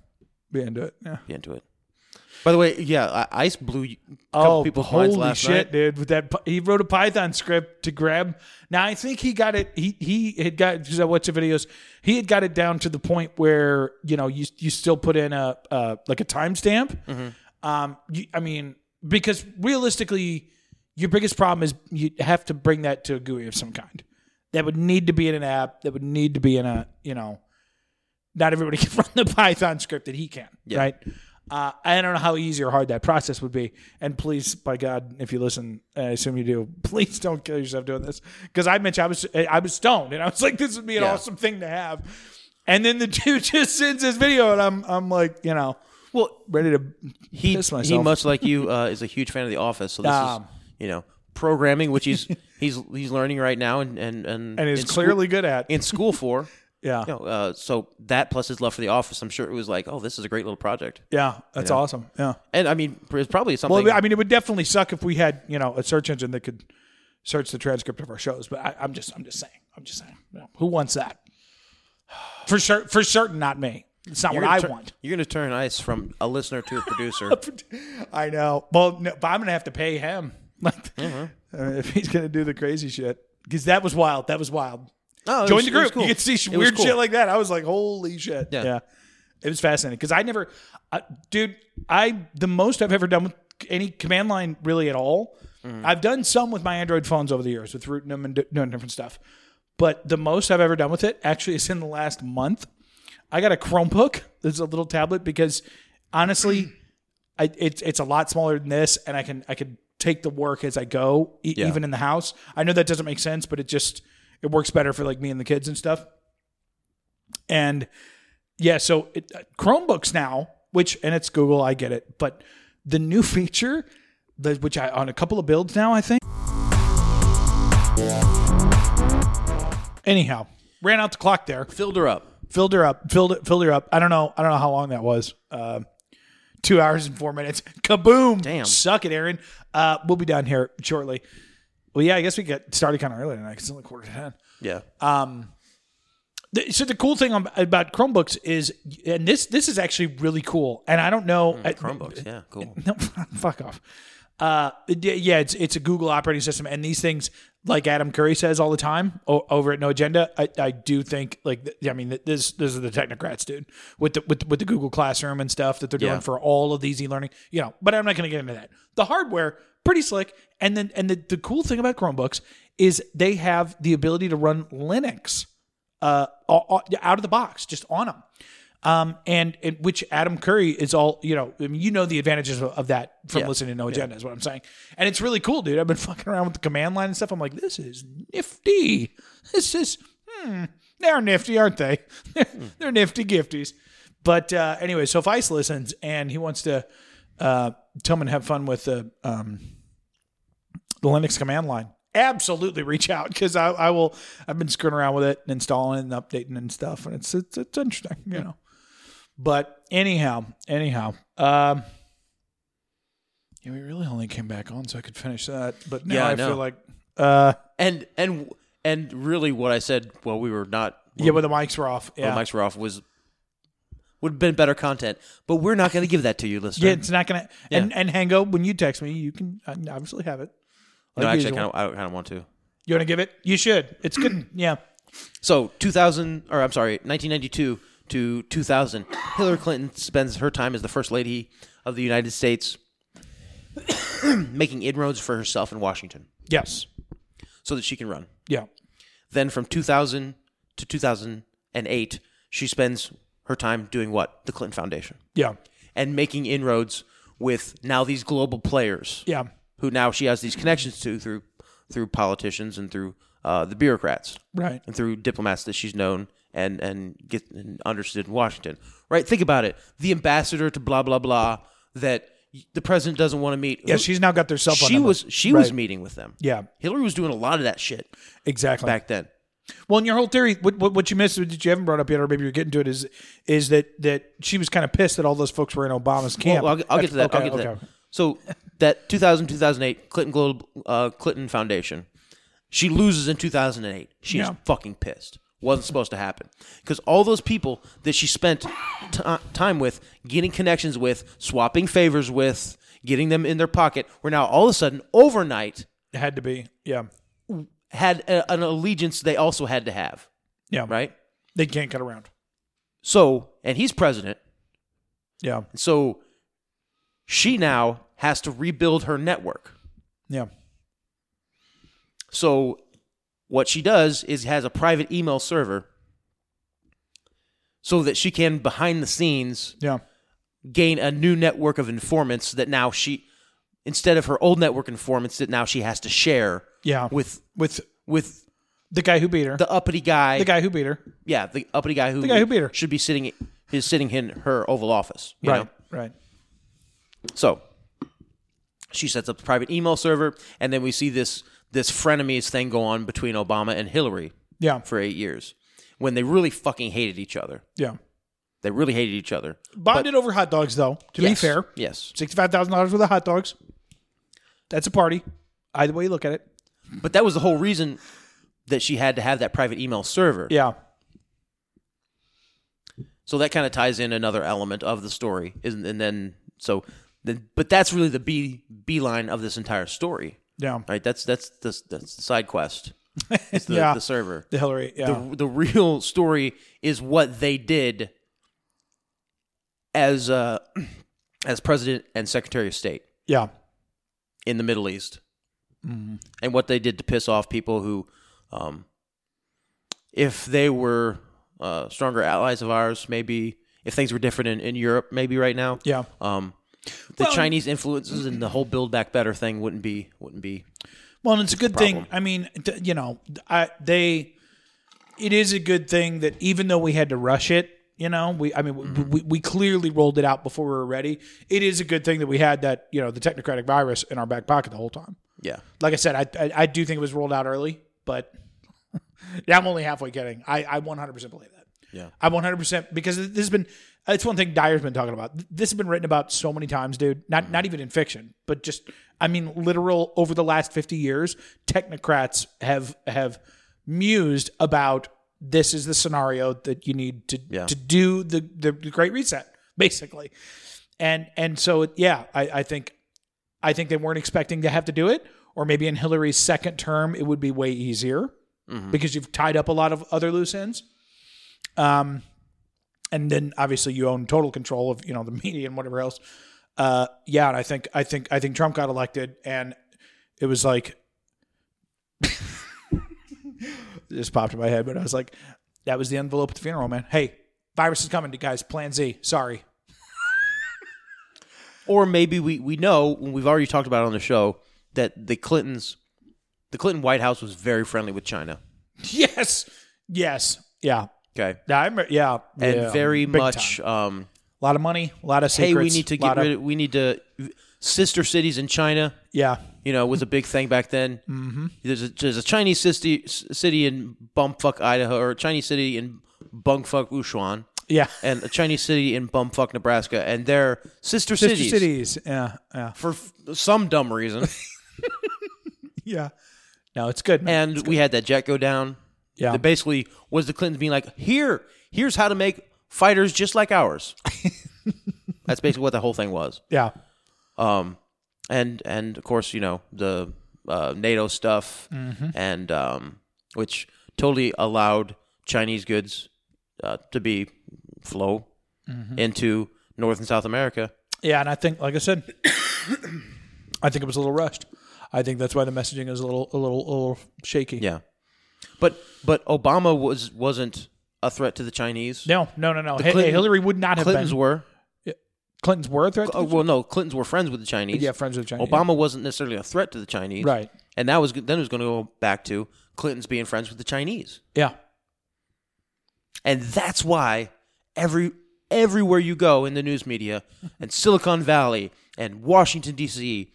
Speaker 1: Be into it. Yeah.
Speaker 2: be into it. By the way, yeah, I- Ice blew you- a couple
Speaker 1: Oh,
Speaker 2: people's minds
Speaker 1: holy
Speaker 2: last
Speaker 1: shit,
Speaker 2: night.
Speaker 1: dude! With that, he wrote a Python script to grab. Now I think he got it. He he had got because I watched the videos. He had got it down to the point where you know you you still put in a uh, like a timestamp.
Speaker 2: Mm-hmm.
Speaker 1: Um, you, I mean, because realistically, your biggest problem is you have to bring that to a GUI of some kind. That would need to be in an app. That would need to be in a you know. Not everybody can run the Python script that he can, right? Uh, I don't know how easy or hard that process would be. And please, by God, if you listen, I assume you do. Please don't kill yourself doing this because I mentioned I was I was stoned and I was like, this would be an
Speaker 2: Yeah.
Speaker 1: awesome thing to have. And then the dude just sends this video, and I'm I'm like, you know,
Speaker 2: Well,
Speaker 1: ready to
Speaker 2: he
Speaker 1: piss myself.
Speaker 2: he much like you uh, is a huge fan of The Office. So this
Speaker 1: Um.
Speaker 2: is you know programming, which he's he's he's learning right now and and and,
Speaker 1: and is
Speaker 2: in school-
Speaker 1: clearly good at
Speaker 2: in school for.
Speaker 1: yeah
Speaker 2: You know, uh, so that plus his love for The Office, I'm sure it was like, oh, this is a great little project.
Speaker 1: yeah that's awesome yeah.
Speaker 2: And I mean, it's probably something.
Speaker 1: Well, I mean, it would definitely suck if we had you know a search engine that could search the transcript of our shows. But I, I'm just I'm just saying I'm just saying you know, who wants that? For sure, for certain, not me. It's not
Speaker 2: You're
Speaker 1: what
Speaker 2: gonna
Speaker 1: I
Speaker 2: tur-
Speaker 1: want.
Speaker 2: You're going to turn ice from a listener to a producer.
Speaker 1: I know. Well, no, but I'm gonna have to pay him. Like, uh, if he's gonna do the crazy shit, because that was wild. That was wild.
Speaker 2: No, Oh, it
Speaker 1: Join
Speaker 2: was-
Speaker 1: the
Speaker 2: it was
Speaker 1: group.
Speaker 2: cool.
Speaker 1: You could see sh-
Speaker 2: It was
Speaker 1: weird
Speaker 2: cool.
Speaker 1: shit like that. I was like, holy shit.
Speaker 2: Yeah.
Speaker 1: It was fascinating because I never, I, dude, I, the most I've ever done with any command line really at all,
Speaker 2: Mm-hmm.
Speaker 1: I've done some with my Android phones over the years with rooting them and do- doing different stuff. But the most I've ever done with it actually is in the last month. I got a Chromebook. It's a little tablet because honestly, I, it's it's a lot smaller than this, and I can I can take the work as I go, e-
Speaker 2: Yeah.
Speaker 1: even in the house. I know that doesn't make sense, but it just it works better for like me and the kids and stuff. And yeah, so it, uh, Chromebooks now, which and it's Google, I get it, but the new feature, the, which I on a couple of builds now, I think. Anyhow, ran out the clock there
Speaker 2: Filled her up.
Speaker 1: filled her up, filled it, filled her up. I don't know, I don't know how long that was. Uh, two hours and four minutes. Kaboom!
Speaker 2: Damn.
Speaker 1: suck it, Aaron. Uh, we'll be down here shortly. Well, yeah, I guess we got started kind of early tonight. 'cause It's only quarter to ten.
Speaker 2: Yeah.
Speaker 1: The- So the cool thing on- about Chromebooks is, and this this is actually really cool. And I don't know I-
Speaker 2: Mm, Chromebooks. Yeah, cool.
Speaker 1: no, fuck off. Uh, it- yeah, it's it's a Google operating system, and these things, like Adam Curry says all the time o- over at No Agenda, I, I do think like th- I mean th- this this is the technocrats, dude, with the with with the Google Classroom and stuff that they're doing
Speaker 2: Yeah.
Speaker 1: for all of these e-learning, you know. But I'm not going to get into that. The hardware pretty slick, and then and the, the cool thing about Chromebooks is they have the ability to run Linux uh, o- o- out of the box, just on them. Um, and, and which Adam Curry is all you know. I mean, you know the advantages of, of that from
Speaker 2: Yeah.
Speaker 1: listening to No Agenda is what I'm saying, and it's really cool, dude. I've been fucking around with the command line and stuff. I'm like, this is nifty. This is hmm, they're nifty, aren't they? they're nifty gifties. But uh, anyway, so if Ice listens and he wants to uh, come and have fun with the um, the Linux command line, absolutely reach out because I, I will. I've been screwing around with it and installing and updating and stuff, and it's it's, it's interesting, you know. But anyhow, anyhow, um, yeah, we really only came back on so I could finish that. But now
Speaker 2: Yeah, I
Speaker 1: I,
Speaker 2: know.
Speaker 1: feel like, uh,
Speaker 2: And and and really, what I said while we were not,
Speaker 1: yeah, but the mics were off.
Speaker 2: while
Speaker 1: Yeah,
Speaker 2: mics were off, was would have been better content. But we're not going to give that to you, listener.
Speaker 1: yeah, it's not gonna. And and Hango, when you text me, you can uh, obviously have it.
Speaker 2: no,
Speaker 1: Like
Speaker 2: actually, I
Speaker 1: usual.
Speaker 2: kind of I kind of want to.
Speaker 1: you want to give it? You should. It's good. yeah.
Speaker 2: So 2000, or I'm sorry, 1992 to 2000, Hillary Clinton spends her time as the first lady of the United States, making inroads for herself in Washington
Speaker 1: Yes.
Speaker 2: so that she can run.
Speaker 1: Yeah.
Speaker 2: Then from 2000 to 2008, she spends her time doing what? The Clinton Foundation
Speaker 1: Yeah.
Speaker 2: and making inroads with now these global players
Speaker 1: Yeah.
Speaker 2: who now she has these connections to through through politicians and through uh, the bureaucrats
Speaker 1: Right.
Speaker 2: and through diplomats that she's known and and get and understood in Washington. Right? Think about it. The ambassador to blah blah blah that y- the president doesn't want to meet.
Speaker 1: Yeah. She's now got their cell phone.
Speaker 2: she
Speaker 1: number.
Speaker 2: was she was
Speaker 1: Right.
Speaker 2: meeting with them.
Speaker 1: Yeah.
Speaker 2: Hillary was doing a lot of that shit
Speaker 1: Exactly.
Speaker 2: back then.
Speaker 1: Well, and your whole theory, what, what, what you missed that you haven't brought up yet, or maybe you're getting to it, is is that that she was kind of pissed that all those folks were in Obama's camp.
Speaker 2: Well, I'll, I'll get to that. I'll
Speaker 1: Okay,
Speaker 2: get to
Speaker 1: okay.
Speaker 2: that. So that 2000 2008 Clinton Global uh, Clinton Foundation, she loses in 2008. She's
Speaker 1: Yeah.
Speaker 2: fucking pissed. Wasn't supposed to happen because all those people that she spent t- time with, getting connections with, swapping favors with, getting them in their pocket, were now all of a sudden overnight
Speaker 1: It had to be. Yeah.
Speaker 2: had a, an allegiance they also had to have.
Speaker 1: Yeah.
Speaker 2: Right.
Speaker 1: They can't cut around.
Speaker 2: So and he's president.
Speaker 1: Yeah.
Speaker 2: So she now has to rebuild her network.
Speaker 1: Yeah.
Speaker 2: So what she does is has a private email server so that she can behind the scenes
Speaker 1: Yeah.
Speaker 2: gain a new network of informants that now she instead of her old network informants that now she has to share
Speaker 1: Yeah.
Speaker 2: with
Speaker 1: With
Speaker 2: with
Speaker 1: the guy who beat her.
Speaker 2: the uppity guy
Speaker 1: the guy who beat her.
Speaker 2: yeah the uppity guy who
Speaker 1: The guy who beat her.
Speaker 2: should be sitting is sitting in her oval office you
Speaker 1: Right.
Speaker 2: know?
Speaker 1: Right.
Speaker 2: So she sets up the private email server, and then we see this this frenemies thing go on between Obama and Hillary
Speaker 1: Yeah.
Speaker 2: for eight years when they really fucking hated each other.
Speaker 1: Yeah.
Speaker 2: They really hated each other.
Speaker 1: Bonded over hot dogs, though. To be
Speaker 2: Yes.
Speaker 1: fair,
Speaker 2: Yes.
Speaker 1: sixty-five thousand dollars worth of hot dogs. That's a party. Either way you look at it.
Speaker 2: But that was the whole reason that she had to have that private email server.
Speaker 1: Yeah.
Speaker 2: So that kind of ties in another element of the story, isn't? And then so, then, but that's really the B B line of this entire story,
Speaker 1: Yeah.
Speaker 2: right? That's that's the that's the side quest. It's the,
Speaker 1: Yeah.
Speaker 2: the server.
Speaker 1: The Hillary. Yeah.
Speaker 2: The the real story is what they did as uh as president and secretary of state
Speaker 1: yeah.
Speaker 2: in the Middle East,
Speaker 1: Mm-hmm.
Speaker 2: and what they did to piss off people who, um, if they were uh, stronger allies of ours, maybe if things were different in, in Europe, maybe right now,
Speaker 1: Yeah.
Speaker 2: um, the Chinese influences and the whole Build Back Better thing wouldn't be wouldn't be.
Speaker 1: Well, and it's a good thing. I mean, d- you know, I, they. It is a good thing that even though we had to rush it, you know, we. I mean, we, we, we clearly rolled it out before we were ready. It is a good thing that we had that, you know, the technocratic virus in our back pocket the whole time.
Speaker 2: Yeah,
Speaker 1: Like I said, I I, I do think it was rolled out early, but yeah, I'm only halfway kidding. I I 100 percent believe that.
Speaker 2: Yeah.
Speaker 1: I 100 percent because this has been. It's one thing Dyer's been talking about. This has been written about so many times, dude. Not not
Speaker 2: Mm-hmm.
Speaker 1: even in fiction, but just I mean, literal over the last 50 years, technocrats have have mused about this is the scenario that you need to
Speaker 2: Yeah.
Speaker 1: to do the, the the Great Reset, basically. And and so yeah, I, I think I think they weren't expecting to have to do it, or maybe in Hillary's second term, it would be way easier because you've tied up a lot of other loose ends. Um, and then obviously you own total control of you know the media and whatever else. Uh, yeah, and I think I think I think Trump got elected, and it was like it just popped in my head, but I was like, that was the envelope at the funeral, man. Hey, virus is coming, guys. Plan Z. Sorry.
Speaker 2: or maybe we we know and we've already talked about it on the show that the Clintons, the Clinton White House was very friendly with China.
Speaker 1: Yes. Yes. Yeah.
Speaker 2: Okay.
Speaker 1: Yeah, I remember, yeah,
Speaker 2: And
Speaker 1: yeah,
Speaker 2: very
Speaker 1: big
Speaker 2: much,
Speaker 1: time.
Speaker 2: um,
Speaker 1: A lot of money, a lot of secrets.
Speaker 2: hey, we need to get
Speaker 1: lot of-
Speaker 2: rid. Of, we need to sister cities in China.
Speaker 1: yeah,
Speaker 2: you know, was a big thing back then. Mm-hmm. There's a, there's a Chinese city, city in bumfuck Idaho, or a Chinese city in bumfuck Ushuan,
Speaker 1: yeah.
Speaker 2: and a Chinese city in bumfuck Nebraska, and they're sister,
Speaker 1: Sister
Speaker 2: cities
Speaker 1: cities. Yeah, yeah,
Speaker 2: for f- some dumb reason.
Speaker 1: yeah. No, it's good. man.
Speaker 2: and we had that jet go down.
Speaker 1: yeah,
Speaker 2: That basically was the Clintons being like, here, here's how to make fighters just like ours. That's basically what the whole thing was.
Speaker 1: yeah,
Speaker 2: Um, and and of course, you know the uh, NATO stuff,
Speaker 1: Mm-hmm.
Speaker 2: and um, which totally allowed Chinese goods uh, to be flow
Speaker 1: Mm-hmm.
Speaker 2: into North and South America.
Speaker 1: yeah. And I think, like I said, I think it was a little rushed. I think that's why the messaging is a little, a little, a little shaky.
Speaker 2: Yeah, but but Obama was wasn't a threat to the Chinese.
Speaker 1: No, no, no, no. Hi-
Speaker 2: Clinton-
Speaker 1: Hillary would not have
Speaker 2: Clintons
Speaker 1: been.
Speaker 2: were.
Speaker 1: Clinton's were a threat. to
Speaker 2: Oh,
Speaker 1: the-
Speaker 2: well, no, Clintons were friends with the Chinese.
Speaker 1: yeah, friends with China.
Speaker 2: Obama wasn't necessarily a threat to the Chinese.
Speaker 1: Right.
Speaker 2: And that was then it was going to go back to Clintons being friends with the Chinese.
Speaker 1: Yeah,
Speaker 2: And that's why every everywhere you go in the news media and Silicon Valley and Washington DC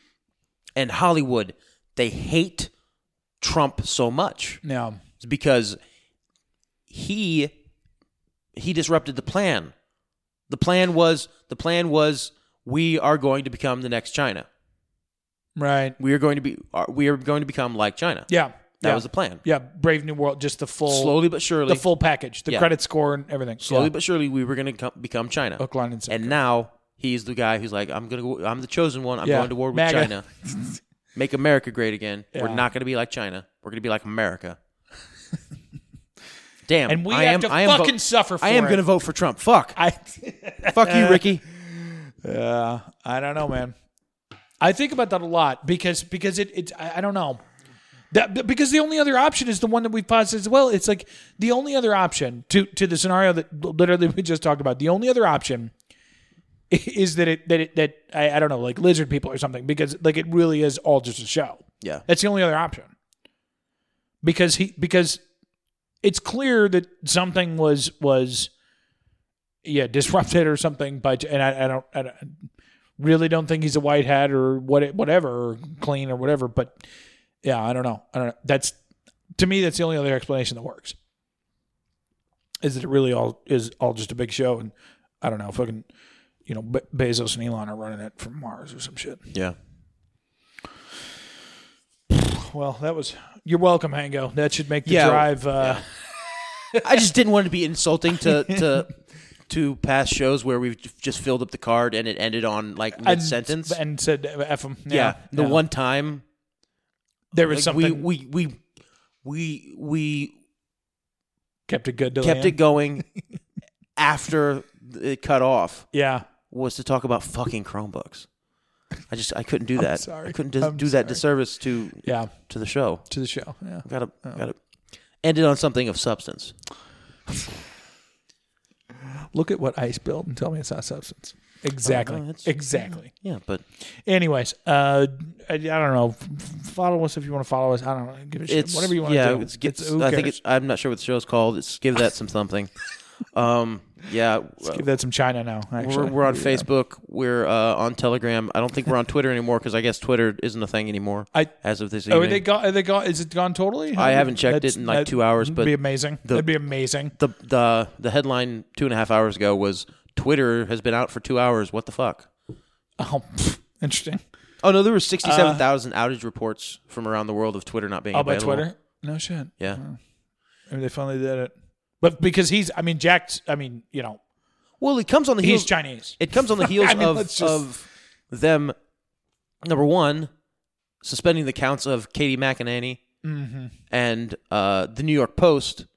Speaker 2: and Hollywood, they hate Trump so much.
Speaker 1: yeah,
Speaker 2: It's because he he disrupted the plan. The plan was the plan was we are going to become the next China.
Speaker 1: right.
Speaker 2: We are going to be are- we are going to become like China.
Speaker 1: Yeah,
Speaker 2: That
Speaker 1: yeah.
Speaker 2: was the plan.
Speaker 1: Yeah, Brave New World, just the full,
Speaker 2: Slowly but surely.
Speaker 1: the full package, the
Speaker 2: Yeah.
Speaker 1: credit score and everything.
Speaker 2: slowly
Speaker 1: yeah.
Speaker 2: but surely we were going to com- become China.
Speaker 1: Hook, line, and sinker.
Speaker 2: and now he's the guy who's like, I'm gonna, go, I'm the chosen one. I'm
Speaker 1: Yeah.
Speaker 2: going to war with
Speaker 1: MAGA.
Speaker 2: China. Make America great again. We're
Speaker 1: Yeah.
Speaker 2: not gonna be like China. We're gonna be like America. Damn.
Speaker 1: And we
Speaker 2: I
Speaker 1: have
Speaker 2: am,
Speaker 1: to
Speaker 2: I am vo-
Speaker 1: fucking suffer
Speaker 2: I am
Speaker 1: for it.
Speaker 2: gonna vote for Trump. Fuck.
Speaker 1: I. uh,
Speaker 2: Fuck you, Ricky.
Speaker 1: Yeah, uh, I don't know, man. I think about that a lot because because it it I I don't know that because the only other option is the one that we paused as well. It's like the only other option to to the scenario that literally we just talked about. The only other option is that it that it that I, I don't know like lizard people or something because like it really is all just a show.
Speaker 2: Yeah.
Speaker 1: That's the only other option. Because he because it's clear that something was was yeah disrupted or something by and I, I don't I don't, really don't think he's a white hat or what it- whatever or clean or whatever but yeah I don't know I don't know that's to me that's the only other explanation that works is that it really all is all just a big show and I don't know fucking you know Be- Bezos and Elon are running it from Mars or some shit
Speaker 2: Yeah.
Speaker 1: well, that was. You're welcome, Hango. That should make the
Speaker 2: Yeah.
Speaker 1: drive. Uh,
Speaker 2: I just didn't want to be insulting to to to past shows where we've j- just filled up the card and it ended on like
Speaker 1: And-
Speaker 2: mid sentence.
Speaker 1: and said uh, "f 'em." Yeah,
Speaker 2: yeah, the
Speaker 1: yeah.
Speaker 2: one time
Speaker 1: there was
Speaker 2: like, we
Speaker 1: something we
Speaker 2: we we we we
Speaker 1: kept it good. To
Speaker 2: kept
Speaker 1: land.
Speaker 2: it going after it cut off
Speaker 1: Yeah,
Speaker 2: was to talk about fucking Chromebooks. I just I couldn't do that.
Speaker 1: sorry.
Speaker 2: I couldn't dis-
Speaker 1: I'm
Speaker 2: do
Speaker 1: sorry.
Speaker 2: that disservice to
Speaker 1: yeah,
Speaker 2: to the show.
Speaker 1: to the show. Yeah,
Speaker 2: Got to got to end it on something of substance.
Speaker 1: look at what ice built and tell me it's not substance. Exactly,
Speaker 2: Oh, that's-
Speaker 1: exactly.
Speaker 2: Yeah, but
Speaker 1: Anyways, uh, I, I don't know. F- f- Follow us if you want to follow us. I don't know. Give a shit.
Speaker 2: it's
Speaker 1: Whatever you want
Speaker 2: yeah,
Speaker 1: to do.
Speaker 2: It's, it's,
Speaker 1: who
Speaker 2: I think
Speaker 1: cares?
Speaker 2: it's, I'm not sure what the show's called. It's give that some something. um, yeah,
Speaker 1: give that some China now. Actually,
Speaker 2: we're, we're on
Speaker 1: Yeah.
Speaker 2: Facebook. We're uh, on Telegram. I don't think we're on Twitter anymore because I guess Twitter isn't a thing anymore
Speaker 1: I-
Speaker 2: as of this
Speaker 1: Oh,
Speaker 2: evening.
Speaker 1: are they gone? Are they gone? Is it gone totally?
Speaker 2: I haven't checked
Speaker 1: That's-
Speaker 2: it in like
Speaker 1: that-
Speaker 2: two hours, but
Speaker 1: That'd be amazing.
Speaker 2: the-
Speaker 1: That'd be amazing.
Speaker 2: the the the headline two and a half hours ago was Twitter has been out for two hours. What the fuck?
Speaker 1: Oh, pff, interesting.
Speaker 2: Oh no, there were sixty-seven thousand outage reports from around the world of Twitter not being
Speaker 1: Oh, by
Speaker 2: available.
Speaker 1: Twitter? Hmm. No shit.
Speaker 2: Yeah,
Speaker 1: I mean, they finally did it. But because he's, I mean, Jack's, I mean, you know,
Speaker 2: well, it comes on the
Speaker 1: he's
Speaker 2: heels.
Speaker 1: Chinese.
Speaker 2: It comes on the heels
Speaker 1: I mean,
Speaker 2: of
Speaker 1: let's just-
Speaker 2: of them. Number one, suspending the counts of Katie McEnany
Speaker 1: Mm-hmm.
Speaker 2: and uh, the New York Post,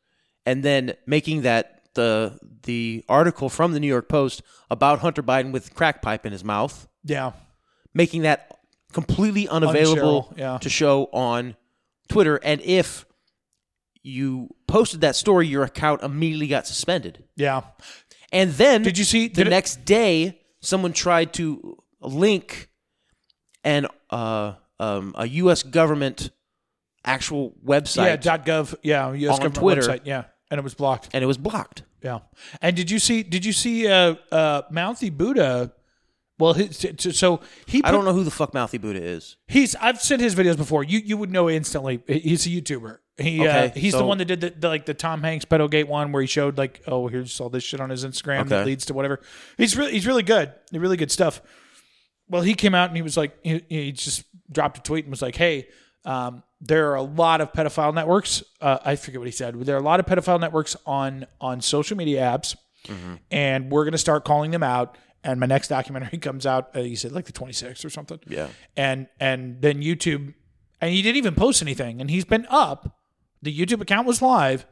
Speaker 2: and then making that the the article from the New York Post about Hunter Biden with crack pipe in his mouth.
Speaker 1: Yeah.
Speaker 2: making that completely unavailable
Speaker 1: Unshareable, yeah.
Speaker 2: to show on Twitter. And if you posted that story, your account immediately got suspended.
Speaker 1: Yeah.
Speaker 2: And then
Speaker 1: Did you see-
Speaker 2: the
Speaker 1: did it-
Speaker 2: next day someone tried to link an uh, um, a U.S. government actual website,
Speaker 1: Yeah. Dot gov. Yeah. US
Speaker 2: On
Speaker 1: government
Speaker 2: Twitter.
Speaker 1: Website, yeah. And it was blocked.
Speaker 2: and it was blocked.
Speaker 1: Yeah. And did you see, did you see, uh, uh, Mouthy Buddha? Well, his, so he,
Speaker 2: I
Speaker 1: put-
Speaker 2: don't know who the fuck Mouthy Buddha is.
Speaker 1: He's I've seen his videos before. You you would know instantly. He's a YouTuber. He uh,
Speaker 2: Okay,
Speaker 1: he's the
Speaker 2: so-
Speaker 1: one that did the, the like the Tom Hanks Pedalgate one where he showed like oh here's all this shit on his Instagram that
Speaker 2: Okay.
Speaker 1: leads to whatever. He's really he's really good. Really good stuff. Well, he came out and he was like he, he just dropped a tweet and was like hey. Um, there are a lot of pedophile networks. Uh, I forget what he said. There are a lot of pedophile networks on on social media apps and we're going to start calling them out. And my next documentary comes out, uh, you said like the 26th or something.
Speaker 2: Yeah.
Speaker 1: And and then YouTube, and he didn't even post anything. And he's been up. The YouTube account was live,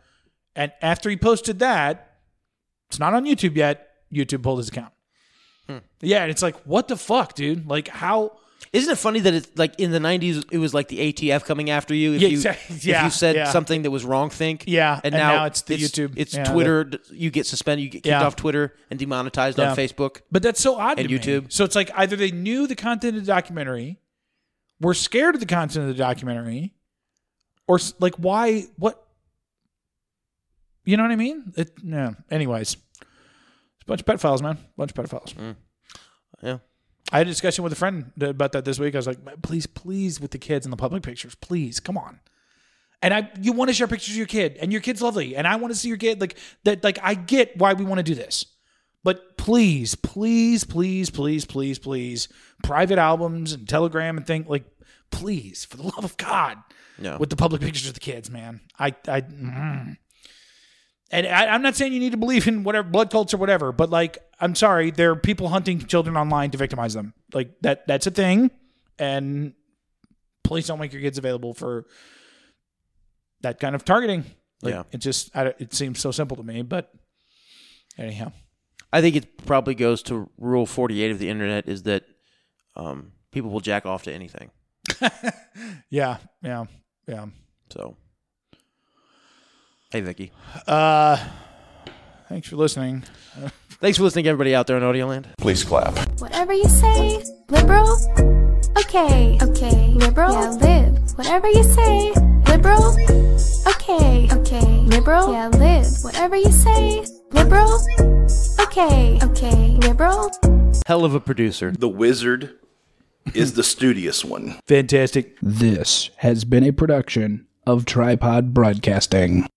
Speaker 1: and after he posted that, it's not on YouTube yet. YouTube pulled his account. Yeah, and it's like, what the fuck, dude? Like how?
Speaker 2: Isn't it funny that it's like in the '90s it was like the ATF coming after you if
Speaker 1: Yeah,
Speaker 2: you
Speaker 1: exactly.
Speaker 2: if
Speaker 1: Yeah,
Speaker 2: you said
Speaker 1: yeah.
Speaker 2: something that was wrong? Think
Speaker 1: Yeah, and now it's the YouTube.
Speaker 2: it's
Speaker 1: Yeah,
Speaker 2: Twitter. d- You get suspended, you get kicked
Speaker 1: Yeah.
Speaker 2: off Twitter and demonetized
Speaker 1: Yeah.
Speaker 2: on Facebook.
Speaker 1: But that's so odd
Speaker 2: And
Speaker 1: to me.
Speaker 2: YouTube.
Speaker 1: So it's like either they knew the content of the documentary, were scared of the content of the documentary, or s- like why what? You know what I mean? It, no. Anyways, it's a bunch of pedophiles, man. bunch of pedophiles.
Speaker 2: Mm. Yeah.
Speaker 1: I had a discussion with a friend th- about that this week. I was like, "Man, please, please, with the kids and the public pictures, please, come on. And I, you want to share pictures of your kid, and your kid's lovely, and I want to see your kid. Like that, like I get why we want to do this, but please, please, please, please, please, please, private albums and Telegram and thing, like, please, for the love of God,
Speaker 2: No.
Speaker 1: with the public pictures of the kids, man. I, I. mm. And I, I'm not saying you need to believe in whatever blood cults or whatever, but like, I'm sorry, there are people hunting children online to victimize them. Like that, that's a thing. And please don't make your kids available for that kind of targeting. Like,
Speaker 2: Yeah.
Speaker 1: it just, I, don't- it seems so simple to me, but anyhow,
Speaker 2: I think it probably goes to Rule 48 of the internet is that um, people will jack off to anything.
Speaker 1: yeah, yeah, yeah.
Speaker 2: So, hey Vicky,
Speaker 1: Uh, thanks for listening.
Speaker 2: thanks for listening, everybody out there in Audioland.
Speaker 3: Please clap.
Speaker 4: Whatever you say, liberal. Okay, okay, liberal. Yeah, live. Whatever you say, liberal. Okay, okay, liberal. Yeah, live. Whatever you say, liberal. Okay, okay, liberal.
Speaker 2: Hell of a producer.
Speaker 5: The wizard is the studious one.
Speaker 1: Fantastic.
Speaker 6: This has been a production of Tripod Broadcasting.